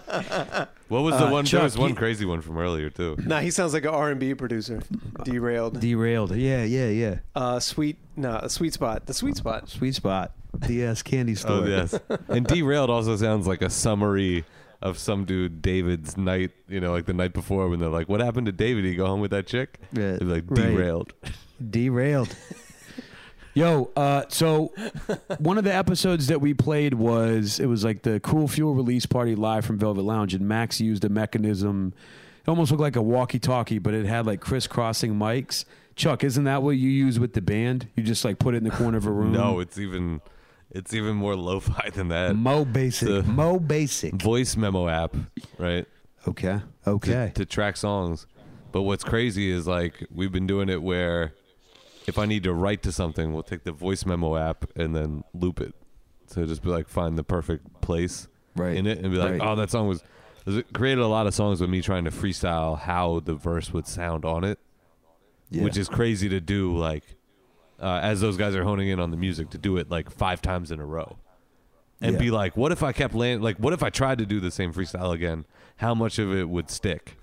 Speaker 2: What was the
Speaker 9: Uh,
Speaker 2: one? there
Speaker 9: Chuck,
Speaker 2: was one
Speaker 9: you-
Speaker 2: crazy one from earlier too.
Speaker 9: nah, he sounds like an R and B producer. Derailed.
Speaker 7: Derailed. Yeah, yeah, yeah.
Speaker 9: Uh, sweet. Nah, a sweet spot. The sweet spot.
Speaker 7: Sweet spot. DS candy store.
Speaker 2: Oh yes. and derailed also sounds like a summary of some dude David's night. You know, like the night before when they're like, "What happened to David? He go home with that chick?"
Speaker 7: Yeah,
Speaker 2: They're like
Speaker 7: right.
Speaker 2: derailed.
Speaker 7: Derailed. Yo, uh, so one of the episodes that we played was it was like the Cool Fuel release party live from Velvet Lounge, and Max used a mechanism. It almost looked like a walkie-talkie, but it had like crisscrossing mics. Chuck, isn't that what you use with the band? You just like put it in the corner of a room.
Speaker 2: No, it's even it's even more lo-fi than that.
Speaker 7: Mo Basic.
Speaker 2: It's a
Speaker 7: Mo Basic.
Speaker 2: voice memo app, right?
Speaker 7: Okay.
Speaker 2: to-
Speaker 7: Okay.
Speaker 2: To, track songs. But what's crazy is like we've been doing it where if I need to write to something, we'll take the voice memo app and then loop it. So just be like find the perfect place
Speaker 7: Right.
Speaker 2: in it and be like,
Speaker 7: Right.
Speaker 2: oh, that song was. 'cause It created a lot of songs with me trying to freestyle how the verse would sound on it,
Speaker 7: Yeah.
Speaker 2: which is crazy to do. Like uh, as those guys are honing in on the music, to do it like five times in a row and
Speaker 7: Yeah.
Speaker 2: be like, what if I kept land? Like, what if I tried to do the same freestyle again? How much of it would stick?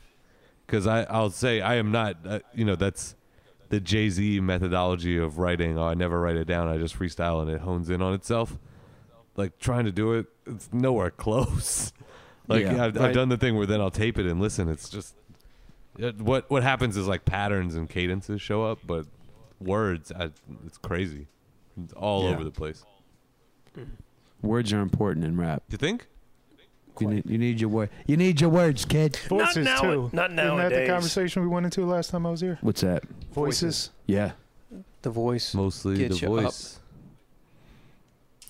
Speaker 2: Because I, I'll say I am not. Uh, you know, that's the Jay Z methodology of writing. Oh, I never write it down. I just freestyle, and it hones in on itself. Like trying to do it, it's nowhere close. like
Speaker 7: Yeah.
Speaker 2: I've, I've
Speaker 9: Right.
Speaker 2: done the thing where then I'll tape it and listen. It's just it, what what happens is like patterns and cadences show up, but words, I, it's crazy. It's all
Speaker 7: Yeah.
Speaker 2: over the place.
Speaker 7: Words are important in rap.
Speaker 2: Do you think?
Speaker 7: You need, you need your word. You need your words, kid.
Speaker 10: Voices
Speaker 13: now-
Speaker 10: too.
Speaker 13: not
Speaker 10: Isn't that the
Speaker 13: nowadays.
Speaker 10: conversation we went into last time I was here?
Speaker 7: What's that?
Speaker 10: Voices.
Speaker 7: Yeah.
Speaker 9: The voice.
Speaker 2: Mostly
Speaker 9: Get
Speaker 2: the
Speaker 9: you up.
Speaker 2: voice.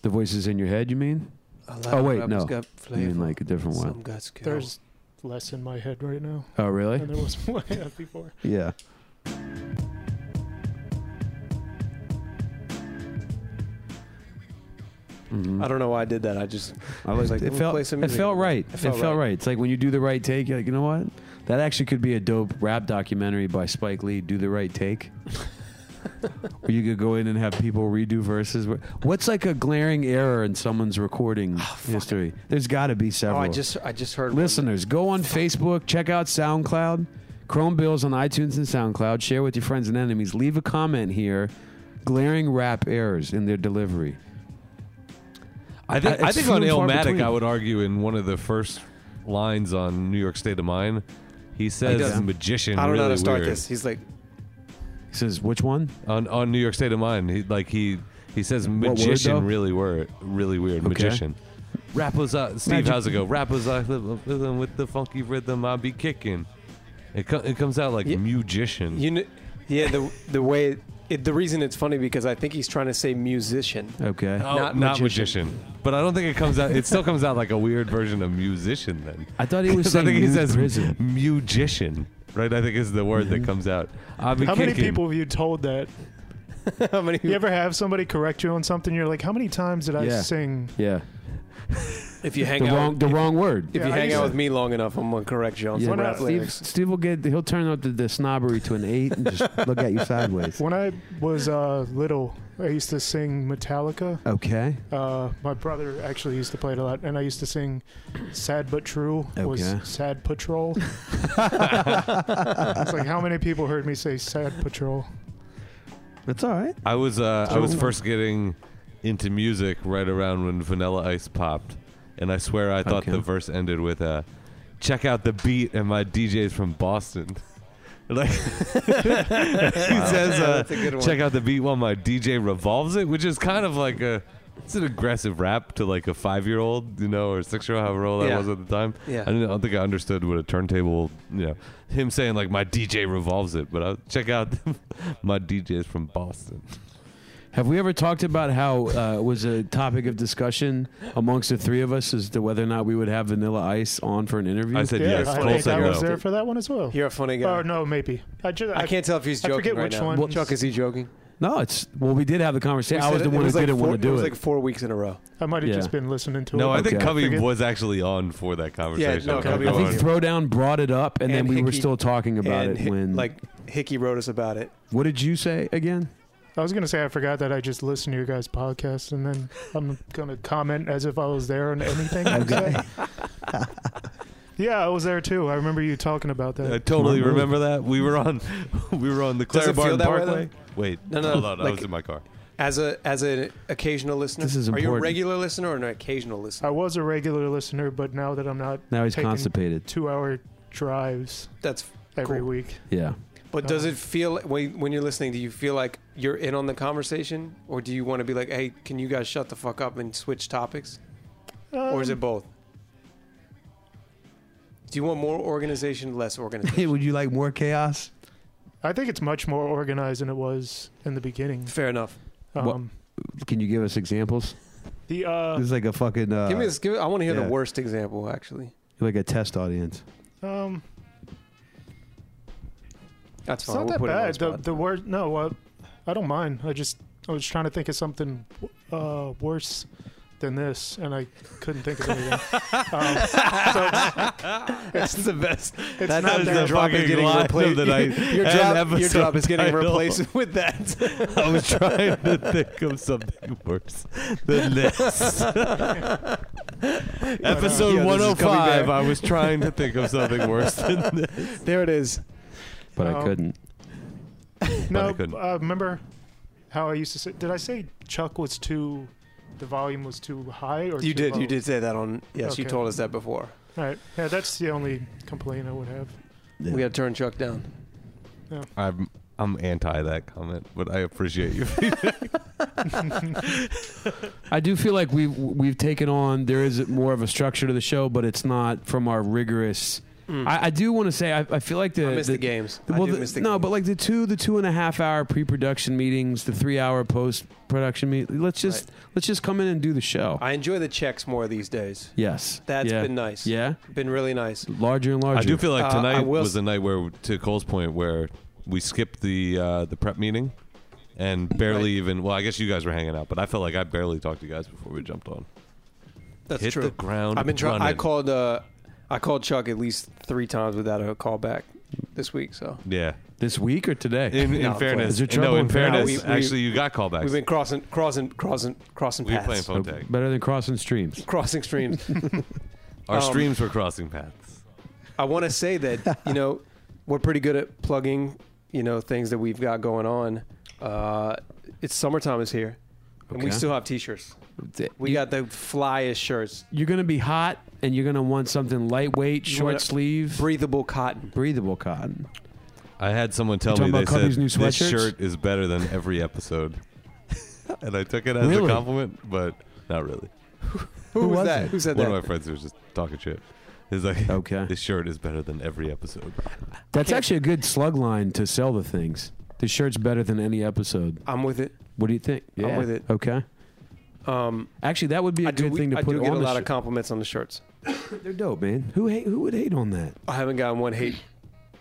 Speaker 7: The voices in your head, you mean?
Speaker 9: A lot
Speaker 7: Oh
Speaker 9: of
Speaker 7: wait,
Speaker 9: rappers
Speaker 7: no.
Speaker 9: got
Speaker 7: You mean
Speaker 9: flavor.
Speaker 7: like a different one?
Speaker 9: Some got skill.
Speaker 10: There's less in my head right now
Speaker 7: Oh really?
Speaker 10: than there was when I had before.
Speaker 7: Yeah.
Speaker 9: I don't know why I did that. I just
Speaker 7: I
Speaker 9: was
Speaker 7: like,
Speaker 9: like,
Speaker 7: Mm-hmm. it
Speaker 9: "Ooh,
Speaker 7: felt
Speaker 9: play some
Speaker 7: it
Speaker 9: music."
Speaker 7: felt right. It felt,
Speaker 9: felt
Speaker 7: right.
Speaker 9: right.
Speaker 7: It's like when you do the right take, you're like, you know what? That actually could be a dope rap documentary by Spike Lee. Do the right take. Where you could go in and have people redo verses. What's like a glaring error in someone's recording history? There's got to be
Speaker 9: Oh,
Speaker 7: several.
Speaker 9: I just I just heard. one.
Speaker 7: Listeners, go on Facebook, check out SoundCloud, Chrome Bills on iTunes and SoundCloud, share with your friends and enemies, leave a comment here, glaring rap errors in their delivery.
Speaker 2: I think
Speaker 7: I-
Speaker 2: I,
Speaker 7: it's
Speaker 2: think
Speaker 7: few
Speaker 2: on
Speaker 7: and far
Speaker 2: Illmatic,
Speaker 7: between.
Speaker 2: I would argue in one of the first lines on New York State of Mind, he says
Speaker 9: does.
Speaker 2: magician.
Speaker 9: I don't know how
Speaker 2: really
Speaker 9: to start
Speaker 2: weird.
Speaker 9: this. He's like,
Speaker 7: He says, which one?
Speaker 2: on on New York State of Mind. He like he he says
Speaker 7: word,
Speaker 2: magician
Speaker 7: though?
Speaker 2: really weird, really weird magician. Rappers, uh, Steve,
Speaker 7: Magic-
Speaker 2: how's it go? Rappers, I live rhythm with the funky rhythm. I be kicking. It, co- it comes out like
Speaker 9: Yeah.
Speaker 2: musician.
Speaker 9: you know, yeah. The the way it, the reason it's funny because I think he's trying to say musician.
Speaker 7: Okay.
Speaker 2: Oh,
Speaker 9: not
Speaker 2: magician. but I don't think it comes out. It still comes out like a weird version of musician. Then
Speaker 7: I thought he was
Speaker 2: 'Cause I
Speaker 7: saying
Speaker 2: think he
Speaker 7: nude
Speaker 2: says
Speaker 7: prison.
Speaker 2: musician, right? I think is the word that comes out. I'll be
Speaker 10: How many
Speaker 2: kicking.
Speaker 10: people have you told that?
Speaker 9: How many?
Speaker 10: You ever have somebody correct you on something? You're like, how many times did I
Speaker 7: Yeah.
Speaker 10: sing?
Speaker 7: Yeah.
Speaker 9: if you hang
Speaker 7: The
Speaker 9: out,
Speaker 7: wrong, the wrong word.
Speaker 9: if
Speaker 10: Yeah,
Speaker 9: you
Speaker 10: I
Speaker 9: hang
Speaker 10: used
Speaker 9: out
Speaker 10: to-
Speaker 9: with me long enough, I'm gonna correct you on
Speaker 7: Yeah,
Speaker 9: some
Speaker 10: Why
Speaker 9: rap
Speaker 10: not?
Speaker 7: Steve,
Speaker 9: lyrics.
Speaker 7: Steve will get he'll turn up the, the snobbery to an eight and just look at you sideways.
Speaker 10: When I was uh, little, I used to sing Metallica.
Speaker 7: Okay.
Speaker 10: Uh, my brother actually used to play it a lot, and I used to sing "Sad but True" was
Speaker 7: Okay.
Speaker 10: "Sad Patrol." it's like how many people heard me say "Sad Patrol"?
Speaker 7: That's all right.
Speaker 2: I was uh, I was
Speaker 7: Ooh.
Speaker 2: first getting into music right around when Vanilla Ice popped, and I swear I thought
Speaker 7: Okay.
Speaker 2: the verse ended with uh, "Check out the beat and my DJ's from Boston." like he says, uh,
Speaker 9: That's a good one.
Speaker 2: "Check out the beat while my DJ revolves it," which is kind of like a it's an aggressive rap to like a five year old, you know, or six year old, however old I
Speaker 9: Yeah.
Speaker 2: was at the time.
Speaker 9: Yeah.
Speaker 2: I, didn't, I don't think I understood what a turntable, you know, him saying like my DJ revolves it, but I check out my DJ's from Boston.
Speaker 7: Have we ever talked about how uh, was a topic of discussion amongst the three of us as to whether or not we would have Vanilla Ice on for an interview?
Speaker 2: I said yes.
Speaker 10: I
Speaker 2: Cole
Speaker 10: think
Speaker 2: said
Speaker 10: I was
Speaker 2: no.
Speaker 10: there for that one as well.
Speaker 9: You're a funny guy.
Speaker 10: Oh no, maybe. I just
Speaker 9: I can't tell if he's
Speaker 10: I
Speaker 9: joking
Speaker 10: forget
Speaker 9: right
Speaker 10: which
Speaker 9: now.
Speaker 10: one.
Speaker 9: Chuck, is he joking?
Speaker 7: No, it's well, we did have the conversation. I was the one who
Speaker 9: like
Speaker 7: didn't
Speaker 9: four,
Speaker 7: want to do
Speaker 9: was
Speaker 7: it.
Speaker 9: like four weeks in a row.
Speaker 10: I might have
Speaker 7: Yeah.
Speaker 10: just been listening to it.
Speaker 2: No, I think
Speaker 10: Okay.
Speaker 2: Covey
Speaker 10: Forget-
Speaker 2: was actually on for that conversation.
Speaker 9: no, Covey
Speaker 7: I
Speaker 2: Come
Speaker 7: think
Speaker 2: on.
Speaker 7: Throwdown brought it up, and, then
Speaker 9: And
Speaker 7: we were
Speaker 9: Hickey-
Speaker 7: still talking about
Speaker 9: and
Speaker 7: it
Speaker 9: Hi-
Speaker 7: when.
Speaker 9: like Hickey wrote us about it.
Speaker 7: what did you say again?
Speaker 10: I was gonna say I forgot that I just listened to your guys' podcast, and then I'm gonna comment as if I was there on anything. you said. yeah, I was there too. I remember you talking about that.
Speaker 2: I totally remember that. We were on, we were on the
Speaker 9: Does it
Speaker 2: Clare Barton
Speaker 9: feel that way,
Speaker 2: Parkway. Wait,
Speaker 9: No, no,
Speaker 2: hold on. I
Speaker 9: like-
Speaker 2: was in my car.
Speaker 9: As a as an occasional listener,
Speaker 7: This is
Speaker 9: are you a
Speaker 7: important.
Speaker 9: regular listener or an occasional listener?
Speaker 10: I was a regular listener, but now that I'm not,
Speaker 7: Now he's
Speaker 10: taking
Speaker 7: constipated.
Speaker 10: two-hour drives
Speaker 9: That's
Speaker 10: every
Speaker 9: Cool.
Speaker 10: week.
Speaker 7: Yeah.
Speaker 9: But does it feel when when you're listening? Do you feel like you're in on the conversation, or do you want to be like, "Hey, can you guys shut the fuck up and switch topics?" or is
Speaker 7: Um,
Speaker 9: it both? Do you want more organization, less organization?
Speaker 1: Would you like more chaos?
Speaker 10: I think it's much more organized than it was in the beginning.
Speaker 9: Fair enough.
Speaker 10: Um,
Speaker 7: What- Can you give us examples?
Speaker 10: The uh,
Speaker 1: This is like a fucking uh,
Speaker 9: give me this. Give, I want to hear
Speaker 1: yeah.
Speaker 9: the worst example, actually.
Speaker 1: like a test audience.
Speaker 10: um,
Speaker 9: That's
Speaker 10: it's
Speaker 9: fine.
Speaker 10: not
Speaker 9: we'll
Speaker 10: that
Speaker 9: put it on
Speaker 10: bad.
Speaker 9: the
Speaker 10: The,
Speaker 9: spot.
Speaker 10: the word, no, uh, I don't mind. I just I was trying to think of something uh, worse than this, and I couldn't think of anything. um, so it's,
Speaker 9: That's the best.
Speaker 10: it's
Speaker 9: That's
Speaker 10: not
Speaker 2: is
Speaker 10: that
Speaker 2: the
Speaker 9: drop is
Speaker 2: fucking
Speaker 9: getting
Speaker 2: line
Speaker 9: replaced.
Speaker 2: of the night.
Speaker 9: Your
Speaker 2: and
Speaker 9: job, your
Speaker 2: episode
Speaker 9: job is getting
Speaker 2: title.
Speaker 9: replaced with that.
Speaker 2: I was trying to think of something worse than this. Episode
Speaker 9: Yeah, this is coming
Speaker 2: 105.
Speaker 9: back.
Speaker 2: I was trying to think of something worse than this.
Speaker 9: there it is.
Speaker 7: But I
Speaker 10: Um,
Speaker 7: couldn't.
Speaker 10: No,
Speaker 2: I couldn't.
Speaker 10: uh, remember how I used to say? Did I say Chuck was too? The volume was too high, or
Speaker 9: You
Speaker 10: too
Speaker 9: did. You
Speaker 10: low?
Speaker 9: did say that on. Yes, you
Speaker 10: Okay.
Speaker 9: told us that before.
Speaker 10: All right. Yeah, that's the only complaint I would have.
Speaker 1: Yeah.
Speaker 9: We got to turn Chuck down.
Speaker 2: I'm I'm anti that comment, but I appreciate you.
Speaker 7: I do feel like we've we've taken on. There is more of a structure to the show, but it's not from our rigorous. I, I do want to say I, I feel like the
Speaker 9: Mm. I missed
Speaker 7: the,
Speaker 9: the games. I
Speaker 7: well,
Speaker 9: do
Speaker 7: the-
Speaker 9: miss the
Speaker 7: no,
Speaker 9: games.
Speaker 7: but like the two, the two and a half hour pre-production meetings, the three-hour post-production meet. Let's just let's just come in and do the show.
Speaker 9: I enjoy the checks more these days.
Speaker 7: yes,
Speaker 9: That's
Speaker 7: that's
Speaker 9: been nice.
Speaker 7: Yeah,
Speaker 9: Been really nice.
Speaker 7: larger and larger.
Speaker 2: I do feel like
Speaker 9: Uh, I
Speaker 2: tonight
Speaker 9: will
Speaker 2: was
Speaker 9: s-
Speaker 2: the night where, to Cole's point, where we skipped the uh, the prep meeting and barely even. Well, I guess you guys were hanging out, but I felt like I barely talked to you guys before we jumped on.
Speaker 9: That's
Speaker 2: Hit
Speaker 9: true.
Speaker 2: the ground.
Speaker 9: I've been trying. I
Speaker 2: running.
Speaker 9: called. Uh, I called Chuck at least three times without a call back this week. So
Speaker 2: Yeah.
Speaker 7: this week or today.
Speaker 2: In, in
Speaker 9: No,
Speaker 2: fairness,
Speaker 7: is there
Speaker 2: no.
Speaker 7: trouble
Speaker 2: In
Speaker 7: in town?
Speaker 2: fairness,
Speaker 9: We- we-
Speaker 2: actually, you got callbacks.
Speaker 9: we've been crossing, crossing, crossing, crossing
Speaker 2: we were
Speaker 9: paths.
Speaker 2: playing phone tag.
Speaker 7: better than crossing streams.
Speaker 9: Crossing streams.
Speaker 2: Our
Speaker 9: Um,
Speaker 2: streams were crossing paths.
Speaker 9: I want to say that you know we're pretty good at plugging you know things that we've got going on. Uh, it's summertime is here, and we
Speaker 7: Okay.
Speaker 9: still have t-shirts. We got the flyest shirts,
Speaker 7: You're gonna be hot, and you're gonna want something lightweight,
Speaker 9: You
Speaker 7: short
Speaker 9: wanna-
Speaker 7: sleeve,
Speaker 9: breathable cotton.
Speaker 7: breathable cotton.
Speaker 2: I had someone tell
Speaker 7: You
Speaker 2: me
Speaker 7: talking
Speaker 2: they
Speaker 7: about Cubby's
Speaker 2: said
Speaker 7: new
Speaker 2: this
Speaker 7: sweatshirts?"
Speaker 2: shirt is better than every episode, and I took it as
Speaker 7: Really?
Speaker 2: a compliment, but not really.
Speaker 9: Who, was,
Speaker 7: was
Speaker 9: that?
Speaker 7: it?
Speaker 9: Who said
Speaker 2: One
Speaker 9: that?
Speaker 2: of my friends was just talking shit. He's like,
Speaker 7: Okay.
Speaker 2: this shirt is better than every episode.
Speaker 7: That's actually a good slug line to sell the things. The shirt's better than any episode.
Speaker 9: I'm with it.
Speaker 7: What do you think?
Speaker 9: I'm with it.
Speaker 7: Okay.
Speaker 9: Um,
Speaker 7: Actually, that would be a
Speaker 9: I do,
Speaker 7: good
Speaker 9: we-
Speaker 7: thing to
Speaker 9: I
Speaker 7: put
Speaker 9: do
Speaker 7: on
Speaker 9: get a
Speaker 7: the
Speaker 9: lot of
Speaker 7: shirt.
Speaker 9: compliments on the shirts.
Speaker 7: They're dope, man. Who hate, who would hate on that?
Speaker 9: I haven't gotten one hate,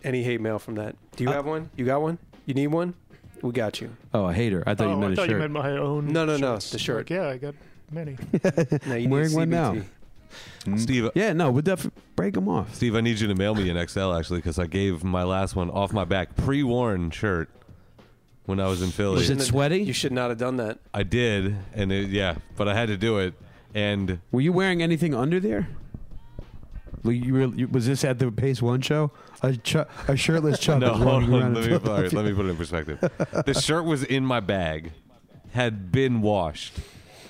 Speaker 9: any hate mail from that. Do you
Speaker 7: I-
Speaker 9: have one? You got one? You need one? We got you.
Speaker 7: Oh, a hater. I thought
Speaker 10: oh,
Speaker 7: you meant
Speaker 10: I
Speaker 7: a
Speaker 10: thought
Speaker 7: shirt.
Speaker 10: you meant my own.
Speaker 9: No, no, no,
Speaker 10: shirts.
Speaker 9: the shirt.
Speaker 10: Like, yeah, I got many.
Speaker 9: No, you
Speaker 7: I'm wearing
Speaker 9: need
Speaker 7: one
Speaker 9: CBT.
Speaker 7: now.
Speaker 2: Steve,
Speaker 7: yeah, no, we'll def- break them off.
Speaker 2: Steve, I need you to mail me an XL actually, because I gave my last one off my back pre-worn shirt when I was in Philly.
Speaker 7: Was it sweaty?
Speaker 9: You should not have done that.
Speaker 2: I did, and it, yeah, but I had to do it, and
Speaker 7: Were you wearing anything under there?
Speaker 1: Well, you were, you, was this at the Pace One show? A, chu- a shirtless Chuck
Speaker 2: No,
Speaker 1: was
Speaker 2: hold
Speaker 1: running
Speaker 2: on.
Speaker 1: around
Speaker 2: Let
Speaker 1: in
Speaker 2: me, all right,
Speaker 1: Philadelphia.
Speaker 2: let me put it in perspective. The shirt was in my bag, had been washed,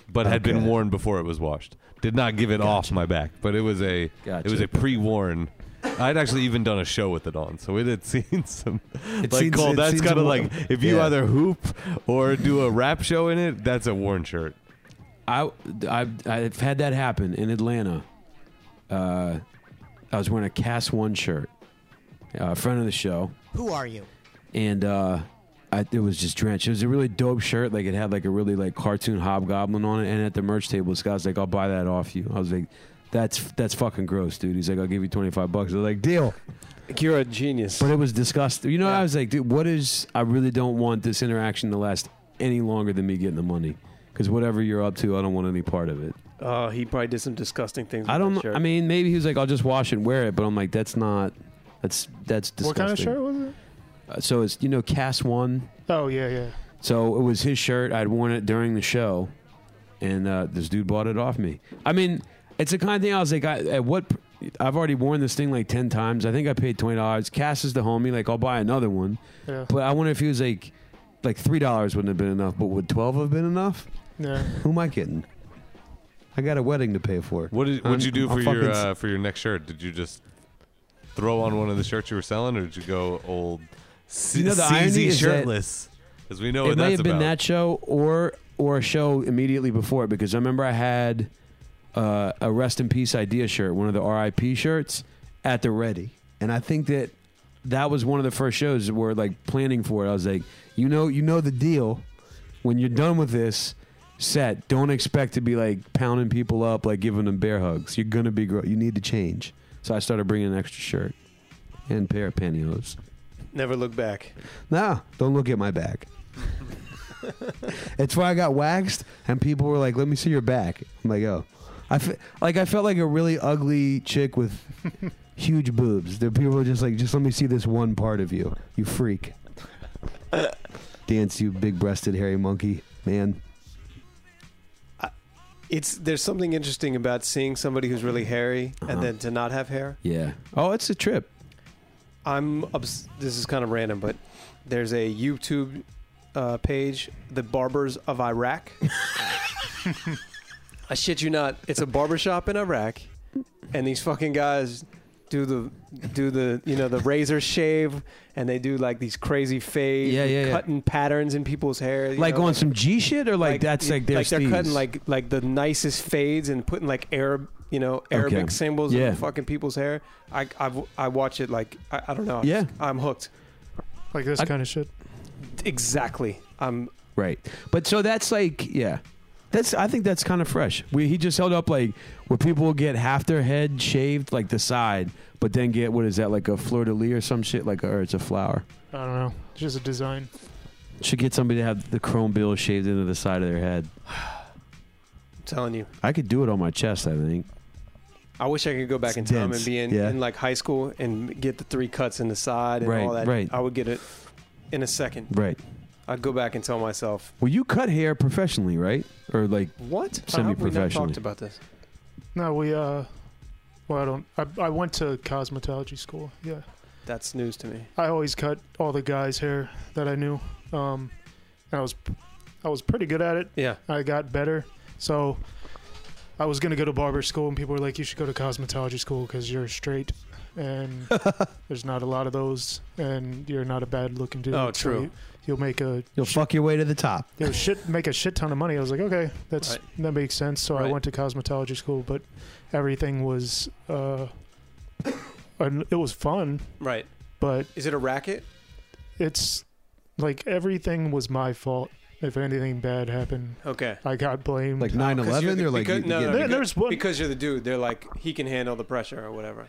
Speaker 2: but had been
Speaker 1: Okay.
Speaker 2: worn before it was washed. Did not give it off my back, but it was a
Speaker 7: Gotcha.
Speaker 2: it was a pre-worn. I'd actually even done a show with it on, so it had seen some.
Speaker 1: It
Speaker 2: like
Speaker 1: seems-
Speaker 2: Cole,
Speaker 1: it
Speaker 2: that's
Speaker 1: seems
Speaker 2: kind of
Speaker 1: more-
Speaker 2: like if you
Speaker 1: yeah.
Speaker 2: either hoop or do a rap show in it, that's a worn shirt.
Speaker 7: I, I, I've had that happen in Atlanta. Uh, I was wearing a Cast One shirt, uh, friend of the show,
Speaker 13: Who are you?
Speaker 7: and uh, I, it was just drenched. It was a really dope shirt. Like it had like a really like cartoon hobgoblin on it. And at the merch table, Scott's like, "I'll buy that off you." I was like, "That's that's fucking gross, dude." He's like, "I'll give you twenty five bucks." I was like, "Deal."
Speaker 9: You're a genius.
Speaker 7: But it was disgusting. You know, I was like, dude, what is? I really don't want this interaction to last any longer than me getting the money. Because whatever you're up to, I don't want any part of it.
Speaker 9: Oh, he probably did some disgusting things.
Speaker 7: I
Speaker 9: with
Speaker 7: don't.
Speaker 9: that shirt.
Speaker 7: I mean, maybe he was like, "I'll just wash and wear it," but I'm like, that's not. That's that's disgusting.
Speaker 10: What kind of shirt was it?
Speaker 7: Uh, so it's you know Cast One.
Speaker 10: Oh yeah, yeah.
Speaker 7: So it was his shirt. I'd worn it during the show, and uh, this dude bought it off me. I mean, it's the kind of thing I was like, I, at what? pr- I've already worn this thing like ten times. I think I paid twenty dollars. Cass is the homie. Like I'll buy another one.
Speaker 10: Yeah.
Speaker 7: But I wonder if he was like, like three dollars wouldn't have been enough, but would twelve have been enough?
Speaker 10: Yeah.
Speaker 7: Who am I kidding?
Speaker 1: I got a wedding to pay for.
Speaker 2: What did
Speaker 1: I'm-
Speaker 2: what'd you do
Speaker 1: I'm
Speaker 2: for your
Speaker 1: fucking s-
Speaker 2: uh, for your next shirt? Did you just throw on one of the shirts you were selling, or did you go old C-
Speaker 7: You know, the
Speaker 2: CZ
Speaker 7: irony is that
Speaker 2: shirtless? Because we know
Speaker 7: it
Speaker 2: what
Speaker 7: may
Speaker 2: that's
Speaker 7: have been
Speaker 2: about.
Speaker 7: that show or or a show immediately before it because I remember I had uh, a rest in peace idea shirt, one of the RIP shirts at the ready, and I think that that was one of the first shows where like planning for it. I was like, you know, you know the deal. When you're done with this set, don't expect to be like pounding people up, like giving them bear hugs. You're gonna be grow. You need to change. So I started bringing an extra shirt and pair of pantyhose.
Speaker 9: Never look back.
Speaker 1: Nah, don't look at my back. it's why I got waxed, and people were like, "Let me see your back." I'm like, "Oh, I fe- like I felt like a really ugly chick with huge boobs." There, people were just like, "Just let me see this one part of you, you freak." Dance, you big-breasted hairy monkey, man.
Speaker 9: It's there's something interesting about seeing somebody who's really hairy
Speaker 7: Uh-huh.
Speaker 9: and then to not have hair.
Speaker 7: Yeah. Oh, it's a trip.
Speaker 9: I'm obs- this is kind of random, but there's a YouTube uh, page, the Barbers of Iraq. I shit you not, it's a barbershop in Iraq, and these fucking guys do the do the you know the razor shave, and they do like these crazy fades,
Speaker 7: Yeah,
Speaker 9: and
Speaker 7: yeah, yeah.
Speaker 9: cutting patterns in people's hair, you
Speaker 7: Like
Speaker 9: know,
Speaker 7: on some G shit or like, that's like their
Speaker 9: like they're cutting
Speaker 7: steez?
Speaker 9: like like the nicest fades and putting like Arab you know Arabic
Speaker 7: Okay.
Speaker 9: symbols
Speaker 7: Yeah.
Speaker 9: in fucking people's hair. I I've, I watch it like I, I don't know.
Speaker 7: Yeah.
Speaker 9: I'm hooked.
Speaker 10: Like this kind of shit.
Speaker 9: Exactly. I'm
Speaker 7: Right. But so that's like, yeah. That's I think that's kind of fresh. We he just held up like where people will get half their head shaved like the side, but then get what is that like a fleur de lis or some shit like or it's a flower.
Speaker 10: I don't know. It's just a design.
Speaker 7: Should get somebody to have the chrome bill shaved into the side of their head.
Speaker 9: telling you.
Speaker 7: I could do it on my chest, I think.
Speaker 9: I wish I could go back
Speaker 7: It's
Speaker 9: in time
Speaker 7: dense,
Speaker 9: and be in,
Speaker 7: yeah.
Speaker 9: in like high school and get the three cuts in the side and
Speaker 7: Right,
Speaker 9: all that.
Speaker 7: right.
Speaker 9: I would get it in a second.
Speaker 7: Right.
Speaker 9: I'd go back and tell myself
Speaker 7: Well, you cut hair professionally, right? Or like
Speaker 9: what How have we not
Speaker 7: semi-professionally.
Speaker 9: talked about this.
Speaker 10: No, we uh, well, I don't. I, I went to cosmetology school. Yeah,
Speaker 9: That's news to me.
Speaker 10: I always cut all the guys' hair that I knew. Um, and I was, I was pretty good at it.
Speaker 9: Yeah.
Speaker 10: I got better. So, I was gonna go to barber school, and people were like, "You should go to cosmetology school because you're straight, and there's not a lot of those, and you're not a bad-looking dude.
Speaker 9: Oh,
Speaker 10: so
Speaker 9: true.
Speaker 10: you- you'll make a
Speaker 1: You'll fuck your way to the top.
Speaker 10: you know, shit, make a shit ton of money. I was like, okay, that's that makes sense. So I
Speaker 9: Right.
Speaker 10: went to cosmetology school, but everything was, uh, and it was fun,
Speaker 9: Right.
Speaker 10: but
Speaker 9: Is it a racket?
Speaker 10: it's like everything was my fault. If anything bad happened,
Speaker 9: Okay.
Speaker 10: I got blamed.
Speaker 1: Like 9/11, they're like,
Speaker 9: because,
Speaker 1: you-
Speaker 9: no,
Speaker 1: you
Speaker 9: no,
Speaker 1: get-
Speaker 10: There-
Speaker 9: because,
Speaker 10: there's one-
Speaker 9: because you're the dude. They're like he can handle the pressure or whatever.